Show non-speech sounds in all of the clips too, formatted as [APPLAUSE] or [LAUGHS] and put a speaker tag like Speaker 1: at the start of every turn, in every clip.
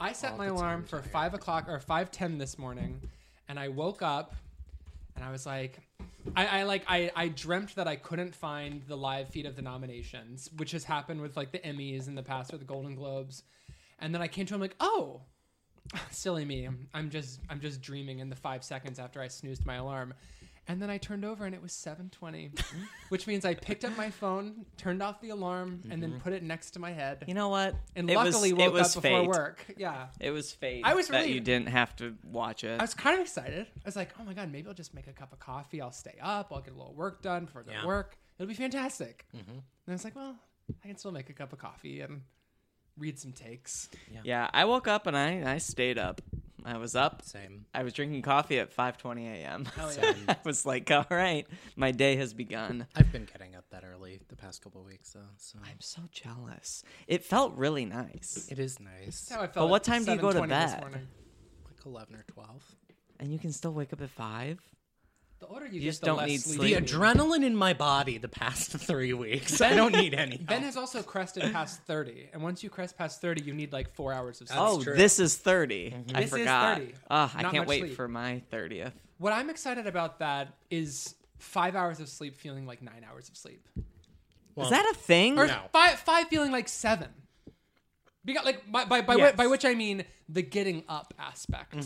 Speaker 1: I set my alarm for five o'clock or five ten this morning, and I woke up, and I was like, I, I like I, I dreamt that I couldn't find the live feed of the nominations, which has happened with like the Emmys in the past or the Golden Globes, and then I came to I'm like, oh, [LAUGHS] silly me, I'm just I'm just dreaming in the five seconds after I snoozed my alarm. And then I turned over and it was
Speaker 2: [LAUGHS]
Speaker 1: 7:20, which means I picked up my phone, turned off the alarm, and then put it next to my head.
Speaker 2: Mm-hmm. You know what?
Speaker 1: and
Speaker 2: it
Speaker 1: luckily
Speaker 2: was,
Speaker 1: woke
Speaker 2: it was
Speaker 1: up
Speaker 2: fate.
Speaker 1: before work. Yeah,
Speaker 2: It was fate.
Speaker 1: I was
Speaker 2: that
Speaker 1: really-
Speaker 2: you didn't have to watch it.
Speaker 1: I was kind of excited. I was like, oh my god, maybe I'll just make a cup of coffee. I'll stay up. I'll get a little work done before I go to
Speaker 3: Yeah.
Speaker 1: work. It'll be fantastic.
Speaker 2: Mm-hmm.
Speaker 1: And I was like, well, I can still make a cup of coffee and read some takes.
Speaker 2: yeah, I woke up and I I stayed up. I was up.
Speaker 3: Same.
Speaker 2: I was drinking coffee at 5:20 a.m. [LAUGHS]
Speaker 1: Oh,
Speaker 2: So
Speaker 1: yeah.
Speaker 2: I was like, all right, my day has begun.
Speaker 3: I've been getting up that early the past couple weeks though, so
Speaker 2: I'm so jealous. It felt really nice.
Speaker 3: it is nice.
Speaker 1: That's how I felt.
Speaker 2: But what
Speaker 1: at
Speaker 2: time do you go to
Speaker 1: 7:20 this
Speaker 2: bed?
Speaker 1: morning.
Speaker 3: Like eleven or twelve.
Speaker 2: And you can still wake up at 5?
Speaker 1: The order you,
Speaker 2: just
Speaker 1: just
Speaker 2: don't
Speaker 1: don't less
Speaker 2: need
Speaker 1: sleep.
Speaker 2: sleep.
Speaker 3: The
Speaker 1: you
Speaker 2: Maybe.
Speaker 1: get.
Speaker 3: adrenaline in my body the past [LAUGHS] three weeks. I don't need any.
Speaker 1: Ben
Speaker 3: help.
Speaker 1: has also crested past 30, and once you crest past 30, you need like four hours of sleep.
Speaker 2: Oh,
Speaker 3: true.
Speaker 2: this is 30. I
Speaker 1: Mm-hmm. This is
Speaker 2: forgot.
Speaker 1: 30.
Speaker 2: Ah, I
Speaker 1: Not
Speaker 2: can't
Speaker 1: much
Speaker 2: wait
Speaker 1: sleep.
Speaker 2: for my 30th.
Speaker 1: What I'm excited about that is five hours of sleep feeling like nine hours of sleep.
Speaker 3: Well,
Speaker 2: is that a thing?
Speaker 1: Or
Speaker 3: No.
Speaker 1: five, five feeling like seven. Because, like by by by, whi-
Speaker 3: Yes. Mm-hmm.
Speaker 1: by which I mean the getting up aspect.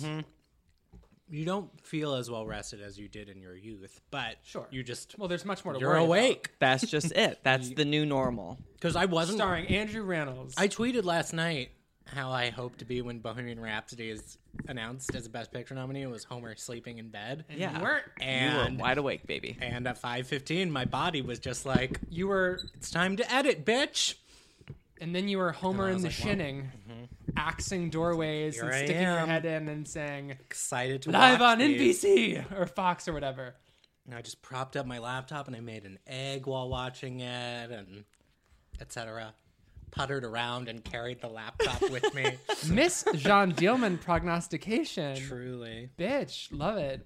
Speaker 3: you don't feel as well rested as you did in your youth, but
Speaker 1: Sure.
Speaker 3: you just
Speaker 1: Well, there's much more to
Speaker 3: you're
Speaker 1: worry about.
Speaker 3: awake
Speaker 2: That's just it.
Speaker 1: [LAUGHS]
Speaker 2: That's the new normal.
Speaker 3: because I wasn't.
Speaker 1: Starring Andrew Reynolds.
Speaker 3: I tweeted last night how I hope to be when Bohemian Rhapsody is announced as a Best Picture nominee. It was Homer sleeping in bed.
Speaker 2: Yeah.
Speaker 1: you weren't.
Speaker 3: and
Speaker 2: you were wide awake, baby.
Speaker 3: and at five fifteen, my body was just like,
Speaker 1: You were,
Speaker 3: "It's time to edit, bitch."
Speaker 1: and then you were Homer in the shinning, axing doorways
Speaker 3: Mm-hmm. Here
Speaker 1: and
Speaker 3: I
Speaker 1: sticking your
Speaker 3: am.
Speaker 1: head in and saying
Speaker 3: Excited to
Speaker 1: live
Speaker 3: watch
Speaker 1: on
Speaker 3: these.
Speaker 1: NBC or Fox or
Speaker 3: [LAUGHS]
Speaker 1: whatever.
Speaker 3: And I just propped up my laptop and I made an egg while watching it, and etc. Puttered around and carried the laptop
Speaker 2: [LAUGHS]
Speaker 3: with me.
Speaker 1: Miss Jean Dielman prognostication.
Speaker 3: Truly.
Speaker 1: Bitch, love it.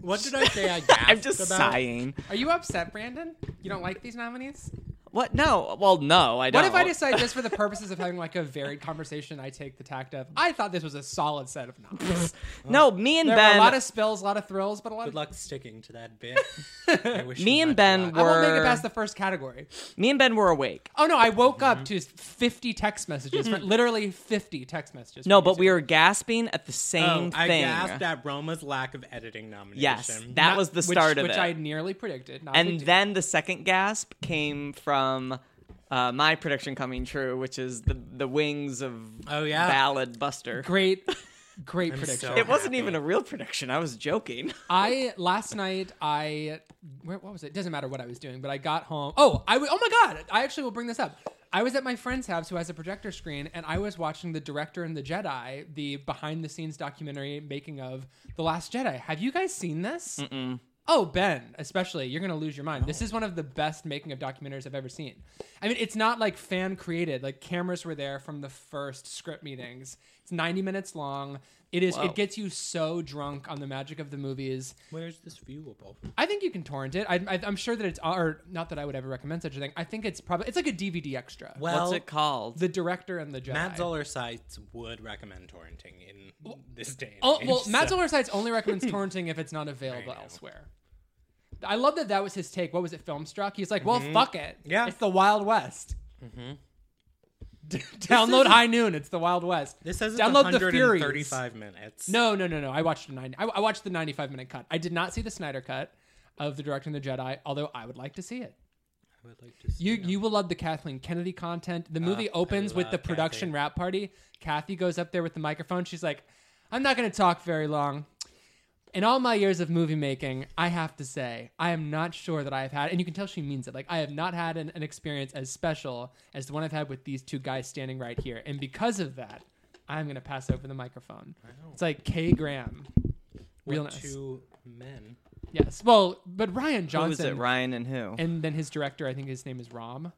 Speaker 3: What did I say? I gasped
Speaker 2: [LAUGHS] I'm just
Speaker 3: about?
Speaker 2: sighing.
Speaker 1: Are you upset, Brandon? You don't like these nominees?
Speaker 2: What? No. Well, no, I don't.
Speaker 1: What if I decide just for the
Speaker 2: [LAUGHS]
Speaker 1: purposes of having like a varied conversation, I take the tact of I thought this was a solid set of
Speaker 2: [LAUGHS]
Speaker 1: novels.
Speaker 2: No, me and
Speaker 1: there
Speaker 2: Ben.
Speaker 1: were a lot of spills, a lot of thrills, but a lot
Speaker 3: Good
Speaker 1: of
Speaker 3: luck sticking to
Speaker 2: [LAUGHS]
Speaker 3: that bit. I wish
Speaker 2: Me
Speaker 3: you
Speaker 2: and
Speaker 3: much
Speaker 2: Ben
Speaker 3: luck.
Speaker 1: I won't make
Speaker 2: were-
Speaker 1: it past the first category.
Speaker 2: me and Ben were awake.
Speaker 1: Oh no, I woke
Speaker 2: Mm-hmm.
Speaker 1: up to 50 text messages, from- literally 50 text messages.
Speaker 2: No,
Speaker 1: from
Speaker 2: but
Speaker 1: you
Speaker 2: we
Speaker 1: two.
Speaker 2: were gasping at the same
Speaker 3: Oh, I
Speaker 2: thing.
Speaker 3: gasped at Roma's lack of editing nomination.
Speaker 2: yes, that
Speaker 1: Not-
Speaker 2: was the
Speaker 1: which-
Speaker 2: start of
Speaker 1: which
Speaker 2: it.
Speaker 1: I nearly predicted. not
Speaker 2: and
Speaker 1: predicted.
Speaker 2: then the second gasp came from uh, my prediction coming true, which is the the wings of
Speaker 3: Oh, yeah.
Speaker 2: ballad Buster. [LAUGHS]
Speaker 1: great, great prediction.
Speaker 3: so
Speaker 2: It wasn't
Speaker 3: happy.
Speaker 2: even a real prediction. I was joking.
Speaker 1: I last night I where, what was it? Doesn't matter what I was doing, but I got home. Oh, I w- oh my god! I actually will bring this up. I was at my friend's house who has a projector screen, and I was watching the director and the Jedi, the behind the scenes documentary making of the Last Jedi. Have you guys seen this? Oh, Ben, especially, you're gonna lose your mind. This is one of the best making of documentaries I've ever seen. I mean, it's not like fan created. Like cameras were there from the first script meetings. It's 90 minutes long. It is. It gets you so drunk on the magic of the movies.
Speaker 3: Where's this viewable?
Speaker 1: I think you can torrent it. I, I, I'm sure that it's or not that I would ever recommend such a thing. I think it's probably it's like a DVD extra.
Speaker 3: Well,
Speaker 2: What's it called?
Speaker 1: the director and the Jedi.
Speaker 3: Matt Zoller sites would recommend torrenting in this day. And
Speaker 1: Oh, well,
Speaker 3: age,
Speaker 1: Matt
Speaker 3: so-
Speaker 1: Zoller sites only
Speaker 3: [LAUGHS]
Speaker 1: recommends torrenting if it's not available elsewhere. I love that that was his take. What was it, Filmstruck? He's like, well, fuck it.
Speaker 3: Mm-hmm. Yeah. Mm-hmm.
Speaker 1: It's the Wild West. [LAUGHS] Download High Noon. It's the Wild West.
Speaker 3: This says it's
Speaker 1: Download the Furies.
Speaker 3: 135 minutes.
Speaker 1: No, no, no, no. I watched the 90, I, I watched the 95 minute cut. I did not see the Snyder cut of the director and the Jedi, although I would like to see it.
Speaker 3: I would like to see Ah,
Speaker 1: You you will love the Kathleen Kennedy content. The movie opens with
Speaker 3: love
Speaker 1: the production
Speaker 3: Kathy.
Speaker 1: rap party. Kathy goes up there with the microphone. She's like, "I'm not going to talk very long. in all my years of movie making, I have to say, I am not sure that I have had, and you can tell she means it. Like, I have not had an, an experience as special as the one I've had with these two guys standing right here. And because of that, I'm going to pass over the microphone. It's like Kay Graham.
Speaker 3: With
Speaker 1: Realness.
Speaker 3: two men.
Speaker 1: Yes. Well, but Ryan
Speaker 2: Who
Speaker 1: Johnson.
Speaker 2: is it? Ryan and who?
Speaker 1: And then his director, I think his name is Rom.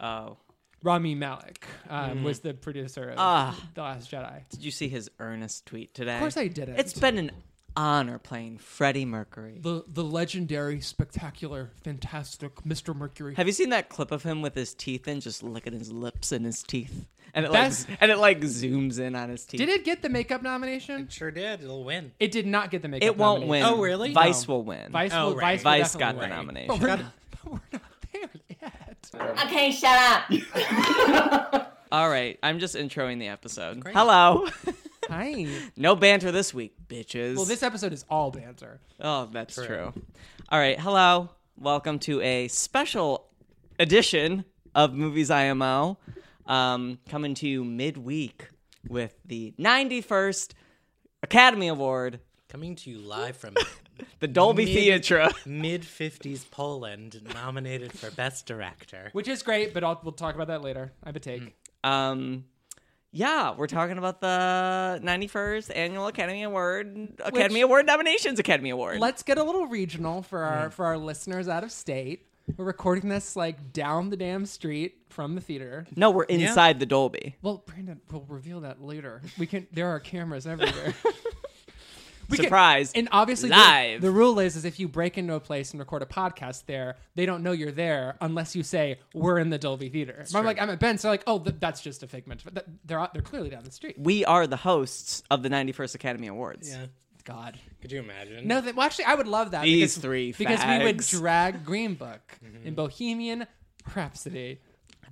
Speaker 2: oh,
Speaker 1: Rami Malik um, was the producer of
Speaker 2: Mm. Ah.
Speaker 1: The Last Jedi.
Speaker 2: did you see his earnest tweet today?
Speaker 1: Of course I didn't.
Speaker 2: It's been an honor playing Freddie Mercury.
Speaker 1: the the legendary, spectacular, fantastic Mr. Mercury.
Speaker 2: Have you seen that clip of him with his teeth in, just licking his lips and his teeth, and it
Speaker 1: That's-
Speaker 2: like and it like zooms in on his teeth?
Speaker 1: did it get the makeup nomination?
Speaker 3: Sure did. It'll win.
Speaker 1: It did not get the makeup.
Speaker 2: It won't win.
Speaker 1: nomination.
Speaker 3: Oh, really?
Speaker 2: Vice
Speaker 1: No.
Speaker 2: will win.
Speaker 1: Vice,
Speaker 3: Oh,
Speaker 1: will,
Speaker 3: right.
Speaker 1: Vice, will
Speaker 2: Vice got
Speaker 1: definitely
Speaker 2: the
Speaker 1: win.
Speaker 2: nomination.
Speaker 1: But we're not, but [LAUGHS] we're not there yet.
Speaker 4: Okay, shut up.
Speaker 2: All right, I'm just introing the episode. Hello.
Speaker 1: [LAUGHS] Hi.
Speaker 2: no banter this week, bitches.
Speaker 1: Well, this episode is all banter.
Speaker 2: Oh, that's true. All right, hello. Welcome to a special edition of Movies IMO, um, coming to you midweek with the 91st Academy Award,
Speaker 3: Coming to you
Speaker 1: [LAUGHS]
Speaker 3: live from
Speaker 2: the Dolby
Speaker 3: Mid- [LAUGHS]
Speaker 2: Theatre.
Speaker 3: mid 50s Poland, nominated for Best Director.
Speaker 1: Which is great, but I'll, we'll talk about that later. I have a take.
Speaker 2: Um, yeah, we're talking about the 91st Annual Academy Award, Academy Award nominations, Academy Award.
Speaker 1: Let's get a little regional for our for our listeners out of state. We're recording this like down the damn street from the theater.
Speaker 2: no, we're inside the Dolby.
Speaker 1: Well, Brandon, we'll reveal that later. We can. There are cameras
Speaker 2: [LAUGHS]
Speaker 1: everywhere. We can-
Speaker 2: Surprise.
Speaker 1: and obviously, the-
Speaker 2: Live.
Speaker 1: The, rule is, is if you break into a place and record a podcast there, they don't know you're there unless you say we're in the Dolby Theater. But I'm like, I'm at Ben's. They're like, oh, th- that's just a figment. But th- they're out- they're clearly down the street.
Speaker 2: we are the hosts of the 91st Academy Awards.
Speaker 3: Yeah.
Speaker 1: God.
Speaker 3: Could you imagine?
Speaker 1: No, that, well, actually, I would love that.
Speaker 2: These
Speaker 1: because,
Speaker 2: three
Speaker 1: because we would
Speaker 2: fags.
Speaker 1: drag Green Book
Speaker 2: [LAUGHS]
Speaker 1: in Bohemian Rhapsody.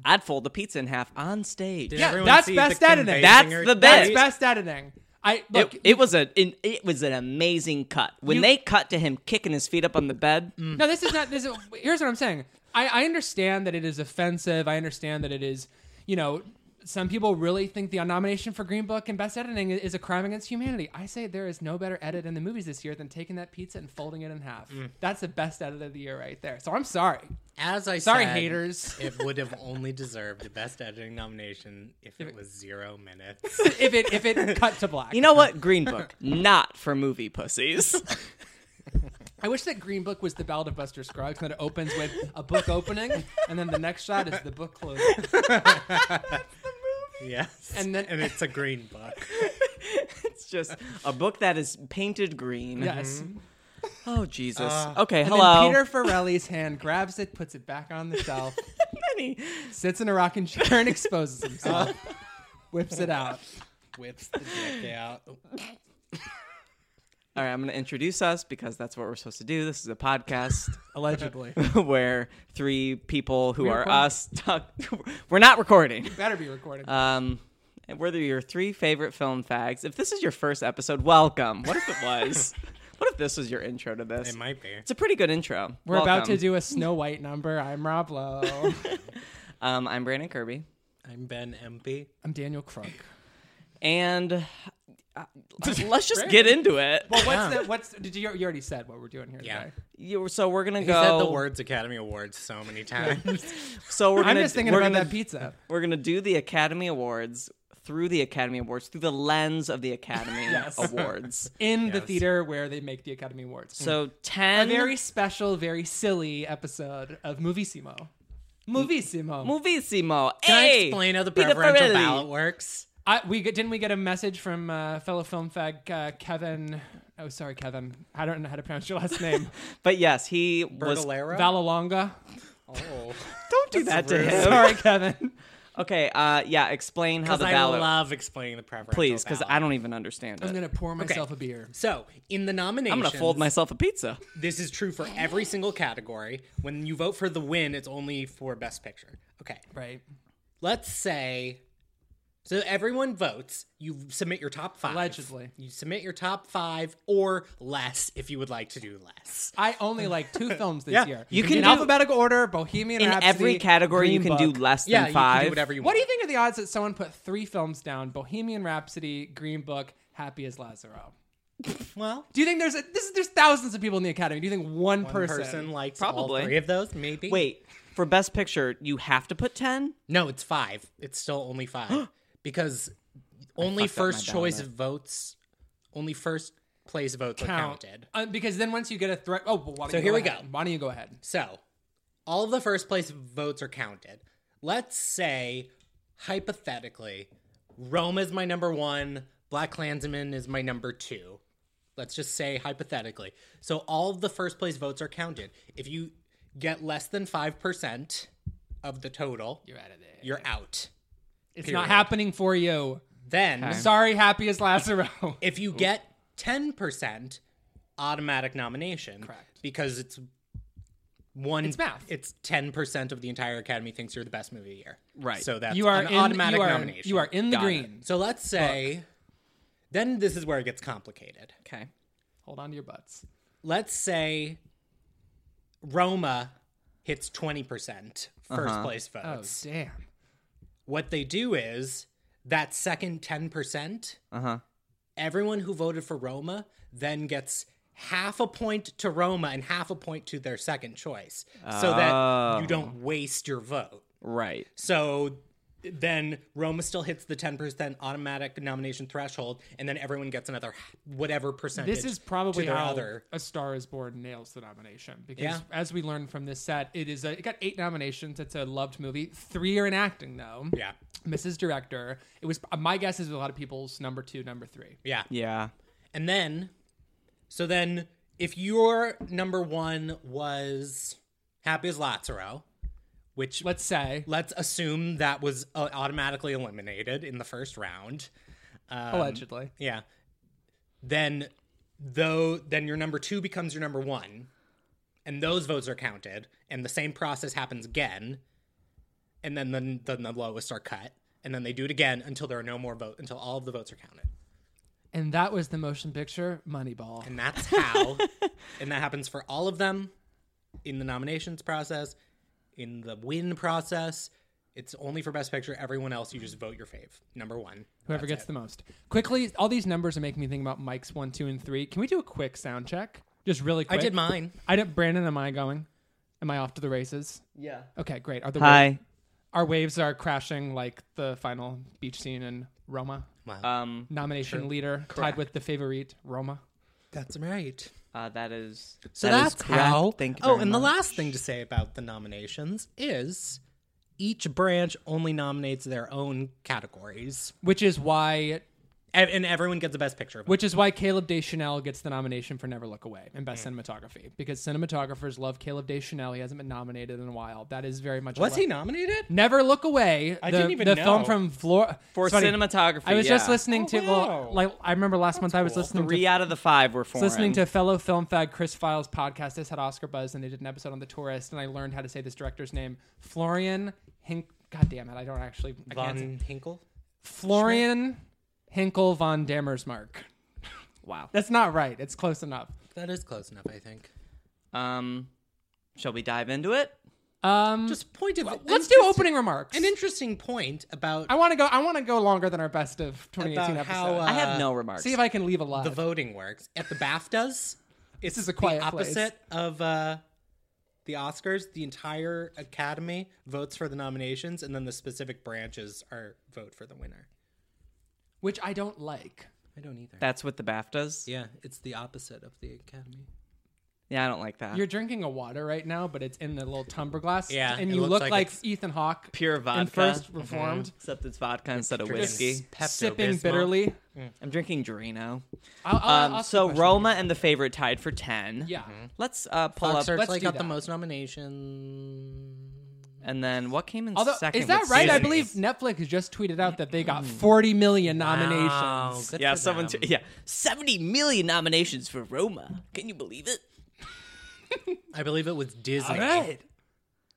Speaker 2: I'd fold the pizza in half on stage.
Speaker 3: Did
Speaker 1: Yeah,
Speaker 3: everyone
Speaker 1: that's
Speaker 3: see
Speaker 1: best
Speaker 3: the Kim
Speaker 1: editing.
Speaker 2: That's
Speaker 3: Basinger
Speaker 2: the
Speaker 3: tweet?
Speaker 1: That's
Speaker 2: best.
Speaker 1: best editing. I look.
Speaker 2: It, it was a in- it was an amazing cut when
Speaker 1: You- Mm.
Speaker 2: they cut to him kicking his feet up on the bed.
Speaker 1: No, this is not. This is, here's what I'm saying. I, I understand that it is offensive. I understand that it is, you know, some people really think the nomination for Green Book and Best Editing is a crime against humanity. I say there is no better edit in the movies this year than taking that pizza and folding it in half. That's the best edit of the year right there. So I'm sorry.
Speaker 3: As I
Speaker 1: Sorry,
Speaker 3: said,
Speaker 1: haters.
Speaker 3: [LAUGHS] it would have only deserved the Best Editing nomination if it was zero minutes.
Speaker 1: [LAUGHS] if it if it
Speaker 2: [LAUGHS]
Speaker 1: cut to black.
Speaker 2: You know what?
Speaker 1: [LAUGHS]
Speaker 2: Green Book, not for movie pussies. [LAUGHS]
Speaker 1: I wish that Green Book was the Ballad of Buster Scruggs and that it opens with a book opening and then the next shot is the book closing.
Speaker 3: yes.
Speaker 1: And then-
Speaker 3: and it's a green book.
Speaker 2: it's just a book that is painted green.
Speaker 1: Yes.
Speaker 2: Oh Jesus. okay,
Speaker 1: Ah. And
Speaker 2: hello.
Speaker 1: then Peter Farrelly's hand grabs it, puts it back on the shelf,
Speaker 2: Penny.
Speaker 1: sits in a rocking chair and exposes [LAUGHS] himself. Whips it out.
Speaker 3: Whips the dick out.
Speaker 2: [LAUGHS] All right, I'm going to introduce us because that's what we're supposed to do. This is a podcast.
Speaker 1: [LAUGHS] Allegedly.
Speaker 2: [LAUGHS] where three people who
Speaker 1: We
Speaker 2: are
Speaker 1: recording?
Speaker 2: us talk. [LAUGHS] We're not recording.
Speaker 1: Better be recorded.
Speaker 2: Um, whether your three favorite film fags. If this is your first episode, welcome. What if it
Speaker 3: [LAUGHS]
Speaker 2: was? what if this was your intro to this?
Speaker 3: It might be.
Speaker 2: It's a pretty good intro.
Speaker 1: We're about to
Speaker 2: Welcome.
Speaker 1: do a Snow White number. I'm Rob Lowe.
Speaker 2: Um, I'm Brandon Kirby,
Speaker 3: I'm Ben Empey.
Speaker 1: [LAUGHS] I'm Daniel Crook.
Speaker 2: and uh,
Speaker 3: [LAUGHS]
Speaker 2: let's just get into it.
Speaker 1: Well, what's the what's did you you already said what we're doing here
Speaker 3: Yeah.
Speaker 1: today?
Speaker 2: You- so we're gonna
Speaker 3: He
Speaker 2: go.
Speaker 3: said the words Academy Awards so
Speaker 1: [LAUGHS]
Speaker 3: many times.
Speaker 2: So we're
Speaker 1: I'm
Speaker 2: gonna.
Speaker 1: just thinking
Speaker 2: we're
Speaker 1: about
Speaker 2: gonna,
Speaker 1: that pizza.
Speaker 2: We're gonna do the Academy Awards through the Academy Awards through the lens of the
Speaker 3: [LAUGHS]
Speaker 2: Academy Awards.
Speaker 1: [LAUGHS] In the theater where they make the Academy Awards. Mm-hmm.
Speaker 2: So ten
Speaker 1: a very special, very silly episode of Movissimo. Movissimo.
Speaker 2: Movissimo.
Speaker 3: Can I
Speaker 2: Hey,
Speaker 3: explain how the
Speaker 2: Peter
Speaker 3: preferential
Speaker 2: Farrelly.
Speaker 3: ballot works?
Speaker 1: I, we get, didn't we get a message from uh, fellow film fag uh, Kevin? Oh, sorry, Kevin. I don't know how to pronounce your last [LAUGHS] name.
Speaker 2: But yes, he was.
Speaker 3: Bertolero?
Speaker 1: Valalonga.
Speaker 3: oh.
Speaker 2: Don't do that to him.
Speaker 1: Sorry, Kevin.
Speaker 2: [LAUGHS] Okay. Uh, yeah. Explain how
Speaker 3: Because
Speaker 2: the
Speaker 3: I
Speaker 2: ballot.
Speaker 3: love explaining the preferential
Speaker 2: please, because
Speaker 3: ballot.
Speaker 2: I don't even understand it.
Speaker 1: I'm gonna pour myself a beer.
Speaker 3: So, in the
Speaker 2: I'm
Speaker 3: nominations,
Speaker 2: gonna fold myself a [LAUGHS] pizza.
Speaker 3: This is true for every single category. When you vote for the win, it's only for Best Picture. Okay.
Speaker 1: Right.
Speaker 3: Let's say. So everyone votes. You submit your top five.
Speaker 1: Allegedly.
Speaker 3: You submit your top five or less if you would like to do less.
Speaker 1: I only like
Speaker 2: [LAUGHS]
Speaker 1: two films this
Speaker 3: Yeah.
Speaker 1: year.
Speaker 2: You can
Speaker 1: in
Speaker 2: do-
Speaker 1: alphabetical order. Bohemian
Speaker 2: In
Speaker 1: Rhapsody,
Speaker 2: every category, you
Speaker 1: Green
Speaker 2: can do
Speaker 1: Book.
Speaker 2: less
Speaker 3: yeah,
Speaker 2: than
Speaker 3: you can
Speaker 2: five.
Speaker 3: do whatever you
Speaker 1: What
Speaker 3: want.
Speaker 1: do you think are the odds that someone put three films down: Bohemian Rhapsody, Green Book, Happy as Lazaro?
Speaker 3: Well,
Speaker 1: Do you think there's a, this is, there's thousands of people in the academy? Do you think one,
Speaker 3: one
Speaker 1: person,
Speaker 3: person, likes
Speaker 2: Probably.
Speaker 3: all three of those, maybe.
Speaker 2: Wait, for best picture, you have to put 10?
Speaker 3: no, it's five. It's still only five because only
Speaker 2: fucked up my
Speaker 3: first choice
Speaker 2: ballot.
Speaker 3: votes, only first place votes
Speaker 1: count?
Speaker 3: are counted.
Speaker 1: Uh, because then once you get a threat, oh, well, why don't
Speaker 3: So
Speaker 1: you
Speaker 3: here
Speaker 1: go
Speaker 3: we
Speaker 1: ahead?
Speaker 3: go.
Speaker 1: Why don't you go ahead?
Speaker 3: So, all of the first place votes are counted. Let's say, hypothetically, Rome is my number one, Black Klansman is my number two. Let's just say hypothetically. So, all of the first place votes are counted. If you get less than 5% of the total,
Speaker 1: You're out of there.
Speaker 3: you're out.
Speaker 1: It's
Speaker 3: Period.
Speaker 1: not happening for you.
Speaker 3: Then,
Speaker 1: Sorry, happy as Lazaro.
Speaker 3: if you get 10%, automatic nomination.
Speaker 1: Correct.
Speaker 3: Because it's one
Speaker 1: It's math.
Speaker 3: It's 10% of the entire academy thinks you're the best movie of the year.
Speaker 2: [LAUGHS] Right.
Speaker 3: So that's
Speaker 1: you are
Speaker 3: an
Speaker 1: in,
Speaker 3: automatic
Speaker 1: you are,
Speaker 3: nomination.
Speaker 1: You are in the
Speaker 2: Got it.
Speaker 1: green.
Speaker 3: So let's say then this is where it gets complicated.
Speaker 2: Okay.
Speaker 1: Hold on to your butts.
Speaker 3: Let's say Roma hits 20% 1st place
Speaker 1: Oh,
Speaker 3: votes.
Speaker 1: damn.
Speaker 3: what they do is that second 10%,
Speaker 2: Uh-huh.
Speaker 3: everyone who voted for Roma then gets half a point to Roma and half a point to their second choice so that you don't waste your vote.
Speaker 2: Right.
Speaker 3: So then Roma still hits the 10% automatic nomination threshold and then everyone gets another h- whatever percentage.
Speaker 1: This is probably
Speaker 3: to their
Speaker 1: how
Speaker 3: other.
Speaker 1: A Star Is Born nails the nomination because,
Speaker 3: Yeah.
Speaker 1: as we learned from this set, it is a, it got eight nominations. It's a loved movie. Three are in acting though.
Speaker 3: Yeah.
Speaker 1: Mrs. Director. It was my guess is a lot of people's number two, number three.
Speaker 3: Yeah.
Speaker 2: Yeah.
Speaker 3: And then, so then, if your number one was Happy as Lazaro, which
Speaker 1: Let's say.
Speaker 3: let's assume that was uh, automatically eliminated in the first round.
Speaker 2: Um,
Speaker 1: Allegedly.
Speaker 3: Yeah. Then, though, then your number two becomes your number one, and those votes are counted, and the same process happens again, and then the, then the lowest are cut, and then they do it again until there are no more votes, until all of the votes are counted.
Speaker 1: And that was the motion picture Moneyball.
Speaker 3: And that's how, [LAUGHS] and that happens for all of them in the nominations process, in the win process. It's only for Best Picture. Everyone else, you just vote your fave. Number one.
Speaker 1: Whoever gets the most. Quickly, all these numbers are making me think about Mike's one, two, and three. Can we do a quick sound check? Just really
Speaker 3: I
Speaker 1: quick.
Speaker 3: did mine.
Speaker 1: I didn't. Brandon, am I going? Am I off to the races?
Speaker 2: Yeah.
Speaker 1: Okay, great. Are the wa-
Speaker 2: Hi.
Speaker 1: our waves are crashing like the final beach scene in Roma?
Speaker 2: Um
Speaker 1: Nomination leader tied with the favorite Roma.
Speaker 3: That's right.
Speaker 2: uh, that is
Speaker 3: So
Speaker 2: that is
Speaker 3: that's
Speaker 2: correct.
Speaker 3: how.
Speaker 2: Thank you
Speaker 3: oh,
Speaker 2: very
Speaker 3: and the
Speaker 2: much.
Speaker 3: last thing to say about the nominations is each branch only nominates their own categories, E,
Speaker 1: Which is why,
Speaker 3: and, and everyone gets a Best Picture.
Speaker 1: which is why Caleb Deschanel gets the nomination for Never Look Away in Best
Speaker 3: Hmm.
Speaker 1: Cinematography because cinematographers love Caleb Deschanel. He hasn't been nominated in a while. That is very much a
Speaker 3: was
Speaker 1: le-
Speaker 3: he nominated?
Speaker 1: Never Look Away.
Speaker 3: I
Speaker 1: the,
Speaker 3: didn't even
Speaker 1: the
Speaker 3: know.
Speaker 1: film from Florida
Speaker 2: For cinematography,
Speaker 1: I was just
Speaker 2: yeah.
Speaker 1: listening
Speaker 3: Oh,
Speaker 1: to
Speaker 3: wow.
Speaker 1: well, like I remember last month I was listening to
Speaker 2: Three out of the five were foreign.
Speaker 1: listening to fellow film fag Chris Files podcast. This had Oscar buzz, and they did an episode on The Tourist, and I learned how to say this director's name, Florian Hink. God damn it, I don't actually. I can't say.
Speaker 3: Von Hinkle.
Speaker 1: Florian Hinkel von Dammersmark.
Speaker 2: Wow.
Speaker 1: That's not right. It's close enough.
Speaker 3: That is close enough, I think.
Speaker 2: Um, shall we dive into it?
Speaker 1: Um,
Speaker 3: Just point of.
Speaker 1: let's do
Speaker 3: interest-
Speaker 1: opening remarks.
Speaker 3: An interesting point about
Speaker 1: I want to go. I want to go longer than our best of 2018
Speaker 3: About
Speaker 1: episode.
Speaker 3: how, uh,
Speaker 2: I have no remarks.
Speaker 1: See if I can leave alive.
Speaker 3: the voting works at the BAFTAs. It's
Speaker 1: is a quiet
Speaker 3: the
Speaker 1: place.
Speaker 3: opposite of uh, the Oscars. The entire Academy votes for the nominations, and then the specific branches are vote for the winner.
Speaker 1: which I don't like.
Speaker 3: I don't either.
Speaker 2: That's what the BAFTAs.
Speaker 3: yeah, it's the opposite of the Academy.
Speaker 2: Yeah, I don't like
Speaker 3: Uh.
Speaker 2: that.
Speaker 1: You're drinking a water right now, but it's in the little tumbler glass.
Speaker 3: Yeah,
Speaker 1: and
Speaker 3: it
Speaker 1: you
Speaker 3: looks
Speaker 1: look like,
Speaker 3: like it's Mm-hmm.
Speaker 1: Ethan Hawke,
Speaker 2: Pure
Speaker 1: in
Speaker 2: vodka.
Speaker 1: First Reformed,
Speaker 2: Except it's vodka instead of
Speaker 3: Drinking
Speaker 2: whiskey.
Speaker 3: Pepto-Bismol.
Speaker 1: sipping bitterly.
Speaker 2: I'm drinking Drino.
Speaker 1: I'll, I'll,
Speaker 2: Um,
Speaker 1: I'll ask
Speaker 2: so
Speaker 1: you a question.
Speaker 2: Roma and the favorite tied for ten.
Speaker 1: yeah,
Speaker 2: Let's uh, pull
Speaker 3: Fox
Speaker 2: up
Speaker 3: Searchlight
Speaker 1: let's do
Speaker 3: got
Speaker 1: that.
Speaker 3: the most nominations.
Speaker 2: and then what came in
Speaker 1: although
Speaker 2: second?
Speaker 1: is that
Speaker 2: What
Speaker 1: right? I
Speaker 2: season?
Speaker 1: believe Netflix just tweeted out that they got
Speaker 2: Hmm.
Speaker 1: 40 million nominations.
Speaker 3: Wow, Oh, good
Speaker 2: Yeah,
Speaker 3: for
Speaker 2: someone.
Speaker 3: them.
Speaker 2: T- yeah, seventy million nominations for Roma. Can you believe it?
Speaker 3: I believe it was Disney.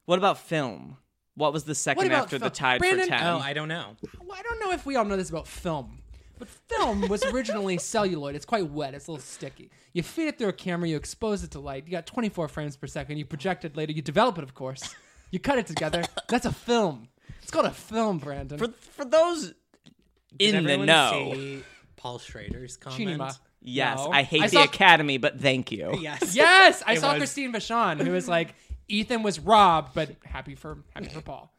Speaker 2: What about film? What was the second
Speaker 1: about
Speaker 2: after the
Speaker 1: film?
Speaker 2: tied
Speaker 1: Brandon-
Speaker 2: for ten?
Speaker 3: Oh, I don't know.
Speaker 1: Well, I don't know if we all know this about film, but film was
Speaker 2: [LAUGHS]
Speaker 1: originally celluloid. It's quite wet. It's a little sticky. You feed it through a camera. You expose it to light. You got 24 frames per second. You project it later. You develop it, of course. You cut it
Speaker 2: [LAUGHS]
Speaker 1: together. That's a film. It's called a film, Brandon.
Speaker 2: for for those
Speaker 3: Did
Speaker 2: in the
Speaker 3: everyone
Speaker 2: know,
Speaker 3: see Paul Schrader's comment.
Speaker 1: Chinima.
Speaker 2: Yes,
Speaker 1: No.
Speaker 2: I hate
Speaker 1: I
Speaker 2: the
Speaker 1: saw-
Speaker 2: Academy, but thank you.
Speaker 3: [LAUGHS] Yes.
Speaker 1: Yes, I
Speaker 3: It
Speaker 1: saw
Speaker 3: was.
Speaker 1: Christine Vachon who was like, Ethan was robbed, but happy for happy for Paul.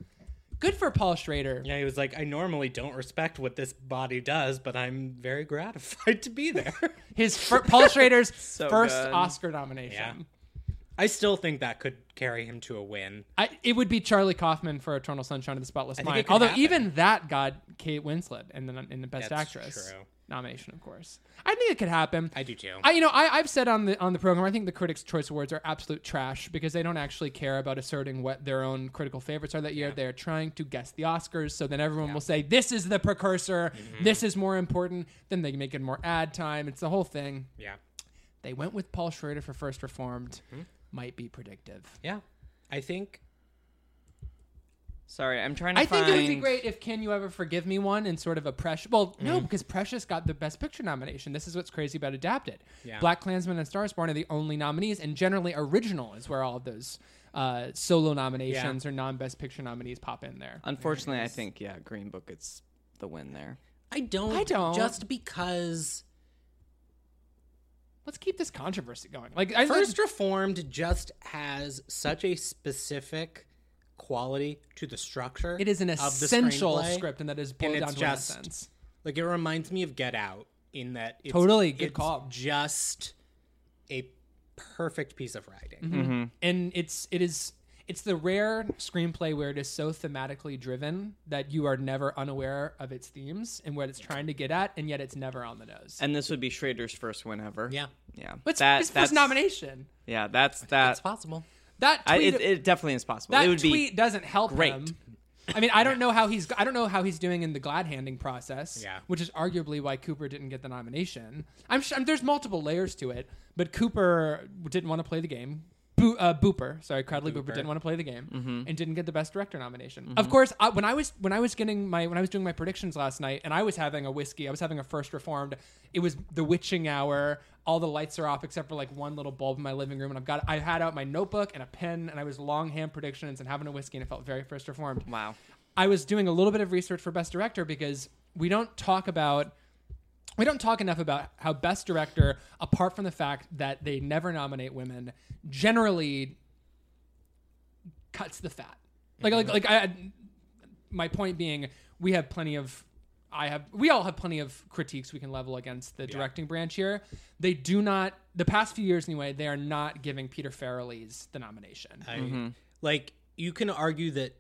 Speaker 1: Good for Paul Schrader.
Speaker 3: Yeah, he was like, I normally don't respect what this body does, but I'm very gratified to be there.
Speaker 1: [LAUGHS] His fir-
Speaker 3: [LAUGHS]
Speaker 1: Paul Schrader's first
Speaker 2: good.
Speaker 1: Oscar nomination.
Speaker 3: Yeah. I still think that could carry him to a win.
Speaker 1: I, it would be Charlie Kaufman for Eternal Sunshine of the Spotless
Speaker 3: think it
Speaker 1: Mind.
Speaker 3: could
Speaker 1: Although
Speaker 3: happen.
Speaker 1: even that got Kate Winslet in the in the Best
Speaker 3: That's
Speaker 1: Actress
Speaker 3: true.
Speaker 1: nomination, of course. I think it could happen.
Speaker 3: I do too.
Speaker 1: I, you know, I, I've said on the on the program, I think the Critics' Choice Awards are absolute trash because they don't actually care about asserting what their own critical favorites are that year. They're trying to guess the Oscars, so then everyone will say this is the precursor,
Speaker 3: Mm-hmm.
Speaker 1: this is more important. Then they make it more ad time. It's the whole thing.
Speaker 3: yeah.
Speaker 1: They went with Paul Schrader for First Reformed.
Speaker 3: Mm-hmm.
Speaker 1: Might be predictive.
Speaker 3: Yeah. I think
Speaker 2: Sorry, I'm trying to
Speaker 1: I
Speaker 2: find.
Speaker 1: think it would be great if Can You Ever Forgive Me one and sort of a Precious. Well, no,
Speaker 3: Mm.
Speaker 1: because Precious got the Best Picture nomination. This is what's crazy about Adapted.
Speaker 3: Yeah.
Speaker 1: Black Klansman and Stars Born are the only nominees, and generally original is where all of those uh, solo nominations or non Best Picture nominees pop in there.
Speaker 2: Unfortunately, I think yeah, Green Book gets the win there.
Speaker 3: I don't
Speaker 1: I don't.
Speaker 3: just because
Speaker 1: Let's keep this controversy going. Like I
Speaker 3: First Reformed just has such a specific quality to the structure.
Speaker 1: it is an
Speaker 3: of the
Speaker 1: essential
Speaker 3: screenplay.
Speaker 1: script, and that is boiled
Speaker 3: it's
Speaker 1: down to
Speaker 3: just-
Speaker 1: essence.
Speaker 3: Like it reminds me of Get Out in that it's,
Speaker 1: Totally, good
Speaker 3: it's
Speaker 1: call.
Speaker 3: Just a perfect piece of writing.
Speaker 1: and it's it is it's the rare screenplay where it is so thematically driven that you are never unaware of its themes and what it's trying to get at, and yet it's never on the nose.
Speaker 2: And this would be Schrader's first win ever.
Speaker 3: Yeah.
Speaker 2: yeah.
Speaker 1: But it's
Speaker 2: That-
Speaker 1: his
Speaker 2: that's-
Speaker 1: first nomination.
Speaker 2: Yeah, that's that.
Speaker 3: It's possible.
Speaker 1: That
Speaker 2: I,
Speaker 1: tweet,
Speaker 2: it, it definitely is possible.
Speaker 1: that
Speaker 2: it would
Speaker 1: tweet
Speaker 2: be
Speaker 1: doesn't help
Speaker 2: great.
Speaker 1: him. I mean, I don't know how he's I don't know how he's doing in the glad handing process,
Speaker 3: Yeah.
Speaker 1: which is arguably why Cooper didn't get the nomination. I'm sure there's multiple layers to it, but Cooper didn't want to play the game. Bo- uh, Booper, sorry, Crowdley Booper. didn't want to play the game
Speaker 2: Mm-hmm.
Speaker 1: and didn't get the best director nomination. Of course, I, when I was when I was getting my when I was doing my predictions last night, and I was having a whiskey, I was having a first reformed. It was the witching hour. All the lights are off except for like one little bulb in my living room, and I've got I had out my notebook and a pen, and I was longhand predictions and having a whiskey, and it felt very first reformed.
Speaker 2: wow.
Speaker 1: I was doing a little bit of research for Best Director because we don't talk about we don't talk enough about how Best Director, apart from the fact that they never nominate women, generally cuts the fat. Like like like I my point being we have plenty of I have we all have plenty of critiques we can level against the directing branch here. They do not the past few years anyway, they are not giving Peter Farrelly's the nomination.
Speaker 3: I-
Speaker 2: Mm-hmm.
Speaker 3: Like you can argue that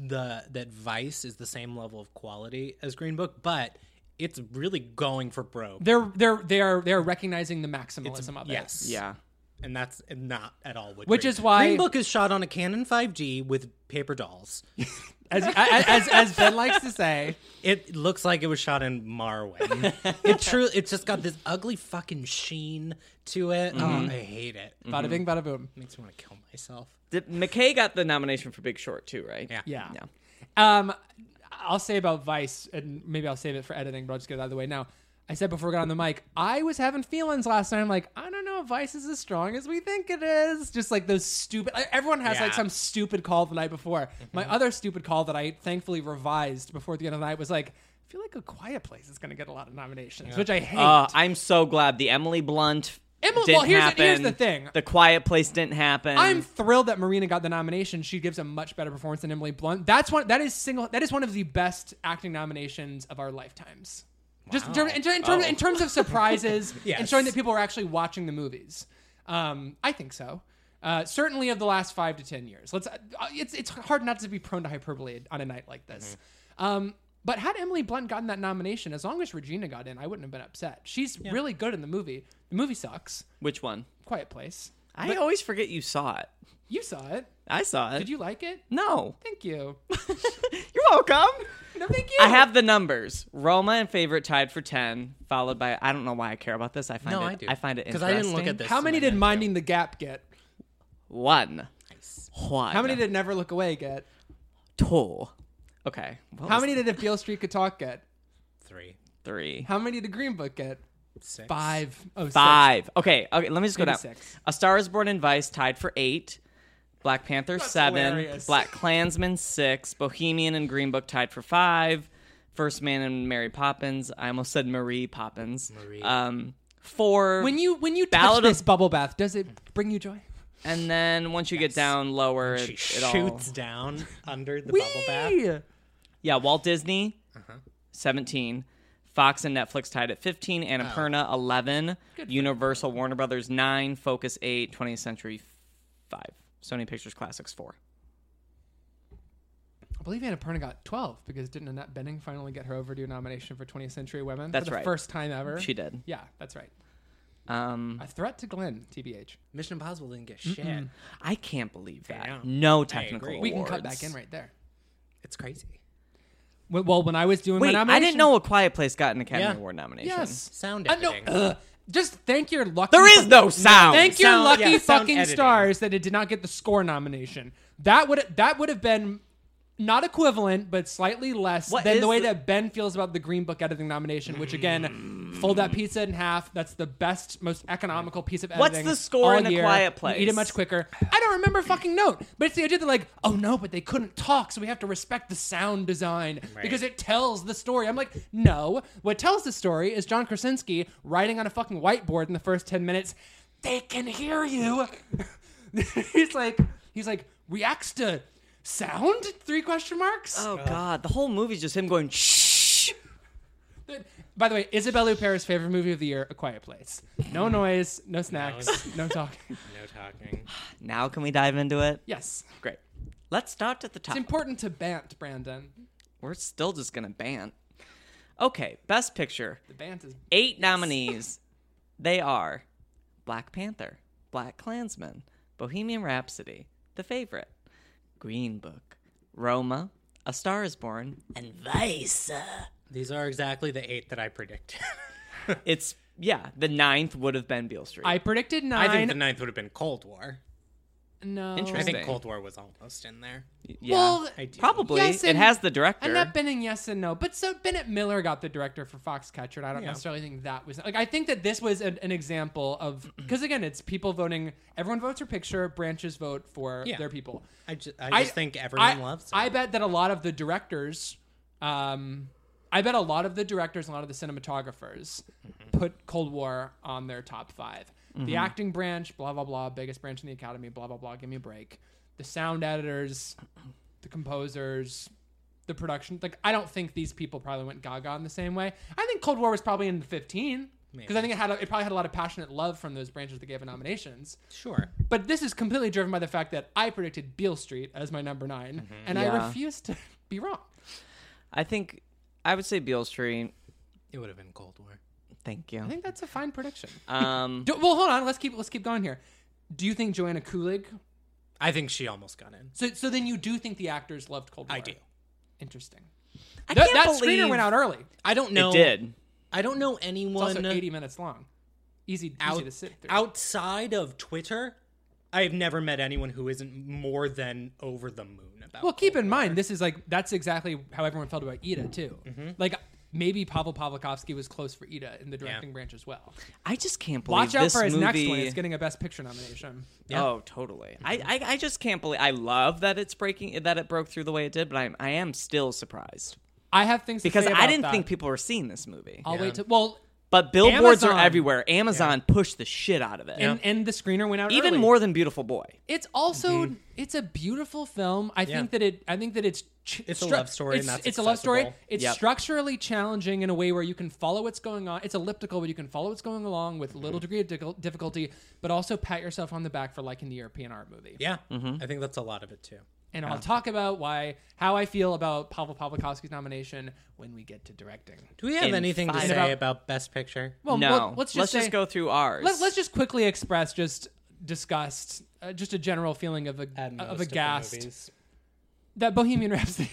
Speaker 3: the that Vice is the same level of quality as Green Book, but it's really going for broke.
Speaker 1: they're they're they are they are recognizing the maximalism of it.
Speaker 3: yes.
Speaker 2: Yeah.
Speaker 3: And that's not at all what
Speaker 1: Which
Speaker 3: Green-
Speaker 1: is why-
Speaker 3: Green Book is shot on a Canon 5G with paper [LAUGHS] dolls.
Speaker 1: as, as as- as Ben likes to say.
Speaker 3: It looks like it was shot in [LAUGHS] Marway. it true. It's just got this ugly fucking sheen to it.
Speaker 2: Mm-hmm.
Speaker 3: Oh, I hate it.
Speaker 1: Bada bing, bada boom.
Speaker 3: makes me want to kill myself.
Speaker 2: Did, McKay got the nomination for Big Short too, right?
Speaker 3: Yeah.
Speaker 1: Yeah.
Speaker 2: Yeah.
Speaker 1: Um, I'll say about Vice, and maybe I'll save it for editing, but I'll just get it out of the way now. I said before we got on the mic, I was having feelings last night. I'm like, I don't know if Vice is as strong as we think it is. Just like those stupid. I- Everyone has like
Speaker 3: Yeah.
Speaker 1: some stupid call the night before. My other stupid call that I thankfully revised before the end of the night was like, I feel like a quiet place is going to get a lot of nominations, which I hate.
Speaker 2: Uh, I'm so glad the Emily Blunt.
Speaker 1: Emily- well,
Speaker 2: didn't
Speaker 1: here's the-
Speaker 2: happen.
Speaker 1: here's the thing.
Speaker 2: The Quiet Place didn't happen.
Speaker 1: I'm thrilled that Marina got the nomination. She gives a much better performance than Emily Blunt. That's one. That is single. That is one of the best acting nominations of our lifetimes. Just in, ter- in, ter- in, terms- in terms of surprises and
Speaker 3: Yes.
Speaker 1: showing that people are actually watching the movies. Um, I think so. Uh, certainly of the last five to ten years. Let's. Uh, it's it's hard not to be prone to hyperbole on a night like this. Um, but had Emily Blunt gotten that nomination, as long as Regina got in, I wouldn't have been upset. She's really good in the movie. The movie sucks.
Speaker 2: Which one?
Speaker 1: Quiet Place.
Speaker 2: I always forget you saw it.
Speaker 1: You saw it.
Speaker 2: I saw it.
Speaker 1: Did you like it?
Speaker 2: No.
Speaker 1: Thank you.
Speaker 2: You're welcome.
Speaker 1: [LAUGHS] No, thank you.
Speaker 2: I have the numbers. Roma and favorite tied for ten, followed by I don't know why I care about this. I find
Speaker 3: No,
Speaker 2: it,
Speaker 3: I do.
Speaker 2: find it
Speaker 3: because
Speaker 2: interesting.
Speaker 3: I didn't look at this.
Speaker 1: How many did Minding the Gap get?
Speaker 2: one. One.
Speaker 1: How many did Never Look Away get?
Speaker 2: two? Okay. What
Speaker 1: How
Speaker 2: was
Speaker 1: many did If Beale Street Could Talk get?
Speaker 3: three,
Speaker 2: Three.
Speaker 1: How many did Green Book get?
Speaker 3: six,
Speaker 1: Five. Oh, six.
Speaker 2: Five. Okay. Okay. Let me just go
Speaker 1: Maybe
Speaker 2: down.
Speaker 1: six.
Speaker 2: A Star Is Born and Vice tied for eight. Black Panther seven.
Speaker 1: hilarious.
Speaker 2: Black Klansman six. Bohemian and Green Book tied for five. First Man and Mary Poppins. I almost said Marie Poppins. Marie. Um, four.
Speaker 1: When you when you touch
Speaker 2: Ballad of-
Speaker 1: this bubble bath, does it bring you joy?
Speaker 2: and then once you get down lower, it,
Speaker 3: She
Speaker 2: it all.
Speaker 3: shoots [LAUGHS] down under the bubble bath.
Speaker 1: Whee!
Speaker 2: Yeah, Walt Disney,
Speaker 1: Uh-huh.
Speaker 2: 17. Fox and Netflix tied at 15. Annapurna,
Speaker 1: Oh.
Speaker 2: 11. Universal, Warner Brothers, 9. Focus, 8. 20th Century, 5. Sony Pictures Classics, 4.
Speaker 1: I believe Annapurna got 12 because didn't Annette Benning finally get her overdue nomination for 20th Century Women
Speaker 2: That's
Speaker 1: for the
Speaker 2: right.
Speaker 1: first time ever?
Speaker 2: She did.
Speaker 1: Yeah, that's right.
Speaker 2: Um,
Speaker 1: A threat to Glenn, TBH.
Speaker 3: Mission Impossible didn't get shit.
Speaker 2: I can't believe that.
Speaker 3: know.
Speaker 2: No
Speaker 3: I
Speaker 2: technical
Speaker 3: agree.
Speaker 2: awards.
Speaker 1: We can cut back in right there.
Speaker 3: It's crazy.
Speaker 1: Well- Well, when I was doing
Speaker 2: Wait,
Speaker 1: my
Speaker 2: I
Speaker 1: nomination,
Speaker 2: didn't know A Quiet Place got an Academy
Speaker 3: Yeah.
Speaker 2: Award nomination.
Speaker 1: Yes,
Speaker 3: Sound
Speaker 1: Uh, no,
Speaker 3: editing.
Speaker 1: ugh. just thank your lucky.
Speaker 2: There is no sound.
Speaker 1: Thank your
Speaker 3: Sound-
Speaker 1: lucky
Speaker 3: yeah, sound
Speaker 1: fucking
Speaker 3: editing.
Speaker 1: stars that it did not get the score nomination. That would that would have been not equivalent, but slightly less
Speaker 2: What
Speaker 1: than
Speaker 2: is
Speaker 1: the way
Speaker 2: the-
Speaker 1: that Ben feels about the Green Book editing nomination. Which again,
Speaker 2: Hmm.
Speaker 1: fold that pizza in half. That's the best, most economical piece of
Speaker 2: What's
Speaker 1: editing.
Speaker 2: the score
Speaker 1: all
Speaker 2: in A
Speaker 1: year.
Speaker 2: Quiet
Speaker 1: You
Speaker 2: Place?
Speaker 1: Eat it much quicker. I don't remember a fucking note, but it's the idea that like, oh no, but they couldn't talk, so we have to respect the sound design because it tells the story. I'm like, no. What tells the story is John Krasinski writing on a fucking whiteboard in the first ten minutes. They can hear you. [LAUGHS] he's like, he's like reacts to sound? Three question marks.
Speaker 2: Oh, God. The whole movie's just him going, shh.
Speaker 1: By the way, Isabelle Hupert's favorite movie of the year, A Quiet Place. No noise, no snacks, no talking.
Speaker 3: no talking.
Speaker 2: Now can we dive into it?
Speaker 1: Yes.
Speaker 2: Great. Let's start at the top.
Speaker 1: It's important to bant, Brandon.
Speaker 2: We're still just going to ban. Okay, Best Picture.
Speaker 1: The bant is
Speaker 2: Eight nominees. They are Black Panther, Black Klansman, Bohemian Rhapsody, The Favorite, Green Book, Roma, A Star is Born, and Vice. uh,
Speaker 3: These are exactly the eight that I predicted. [LAUGHS]
Speaker 2: It's, yeah, the ninth would have been Beale Street.
Speaker 1: I predicted
Speaker 3: I
Speaker 1: nine.
Speaker 3: think the ninth would have been Cold War.
Speaker 1: no.
Speaker 3: I
Speaker 2: Interesting.
Speaker 3: think Cold War was almost in there.
Speaker 2: yeah.
Speaker 1: Well,
Speaker 3: I do.
Speaker 2: probably.
Speaker 1: yes
Speaker 2: it
Speaker 1: and-
Speaker 2: has the director.
Speaker 1: Annette Benning, yes and no. But so Bennett Miller got the director for Foxcatcher, and I don't
Speaker 3: Yeah.
Speaker 1: necessarily think that was like I think that this was an, an example of because again, it's people voting. Everyone votes for picture. Branches vote for
Speaker 3: Yeah.
Speaker 1: their people.
Speaker 3: I just, I just think everyone loves it.
Speaker 1: I bet that a lot of the directors, um, I bet a lot of the directors, and a lot of the cinematographers,
Speaker 3: Mm-hmm.
Speaker 1: put Cold War on their top 5 The acting branch, blah blah blah, biggest branch in the academy, blah blah blah. Give me a break. The sound editors, the composers, the production. Like I don't think these people probably went gaga in the same way. I think Cold War was probably in the fifteen. Because I think it had a, it probably had a lot of passionate love from those branches that gave it nominations.
Speaker 3: sure.
Speaker 1: But this is completely driven by the fact that I predicted Beale Street as my number 9
Speaker 3: Mm-hmm.
Speaker 1: and I
Speaker 2: Yeah.
Speaker 1: refuse to [LAUGHS] be wrong.
Speaker 2: I think I would say Beale Street.
Speaker 3: It would have been Cold War.
Speaker 2: Thank
Speaker 1: I
Speaker 2: you.
Speaker 1: think that's a fine prediction.
Speaker 2: Um,
Speaker 1: Do- well, hold on. Let's keep let's keep going here. Do you think Joanna Kulig?
Speaker 3: I think she almost got in.
Speaker 1: So so then you do think the actors loved Cold War?
Speaker 3: I do.
Speaker 1: Interesting.
Speaker 2: I
Speaker 1: That-
Speaker 2: can't
Speaker 1: that
Speaker 2: believe
Speaker 1: screener went out early.
Speaker 3: I don't
Speaker 2: It
Speaker 3: know.
Speaker 2: did.
Speaker 3: I don't know
Speaker 1: It's
Speaker 3: anyone
Speaker 1: also 80 minutes long. Easy,
Speaker 3: out-
Speaker 1: easy to sit through.
Speaker 3: outside of Twitter. I've never met anyone who isn't more than over the moon about.
Speaker 1: Well, keep
Speaker 3: Cold
Speaker 1: in mind, this is like that's exactly how everyone felt about Ida too.
Speaker 3: Mm-hmm.
Speaker 1: Like maybe Pavel Pavlikovsky was close for Ida in the directing branch as well.
Speaker 2: I just can't believe
Speaker 1: Watch out
Speaker 2: this
Speaker 1: for his
Speaker 2: movie.
Speaker 1: next one. It's getting a Best Picture nomination.
Speaker 2: Oh, totally. I,
Speaker 1: Mm-hmm.
Speaker 2: I I just can't believe. I love that it's breaking that it broke through the way it did, but I'm I am still surprised
Speaker 1: I have things to
Speaker 2: because
Speaker 1: say
Speaker 2: I
Speaker 1: about
Speaker 2: didn't
Speaker 1: that.
Speaker 2: think people were seeing this movie.
Speaker 1: I'll wait to well,
Speaker 2: But billboards are
Speaker 1: Amazon.
Speaker 2: everywhere. Amazon pushed the shit out of it,
Speaker 1: and and the screener went out
Speaker 2: even
Speaker 1: early.
Speaker 2: more Mm-hmm. than Beautiful Boy.
Speaker 1: It's also it's a beautiful film. I think that it. I think that it's ch-
Speaker 3: It's a love story and
Speaker 1: It's,
Speaker 3: that's
Speaker 1: it's a love story.
Speaker 3: accessible.
Speaker 1: It's
Speaker 2: Yep.
Speaker 1: structurally challenging in a way where you can follow what's going on. It's elliptical, but you can follow what's going along with
Speaker 3: Mm-hmm.
Speaker 1: little degree of dic- difficulty. But also pat yourself on the back for liking the European art movie.
Speaker 3: Yeah,
Speaker 1: Mm-hmm.
Speaker 3: I think that's a lot of it too.
Speaker 1: And I'll talk about why how I feel about Pavel Pavlikovsky's nomination when we get to directing.
Speaker 3: Do we have
Speaker 2: In
Speaker 3: anything to
Speaker 2: five-
Speaker 3: say
Speaker 2: About-
Speaker 3: about, Best Picture?
Speaker 1: Well,
Speaker 2: no,
Speaker 1: let, us just say-
Speaker 2: go through ours.
Speaker 1: Let, us just quickly express, just disgust, uh, just a general feeling of a of a ghast that Bohemian [LAUGHS] Rhapsody,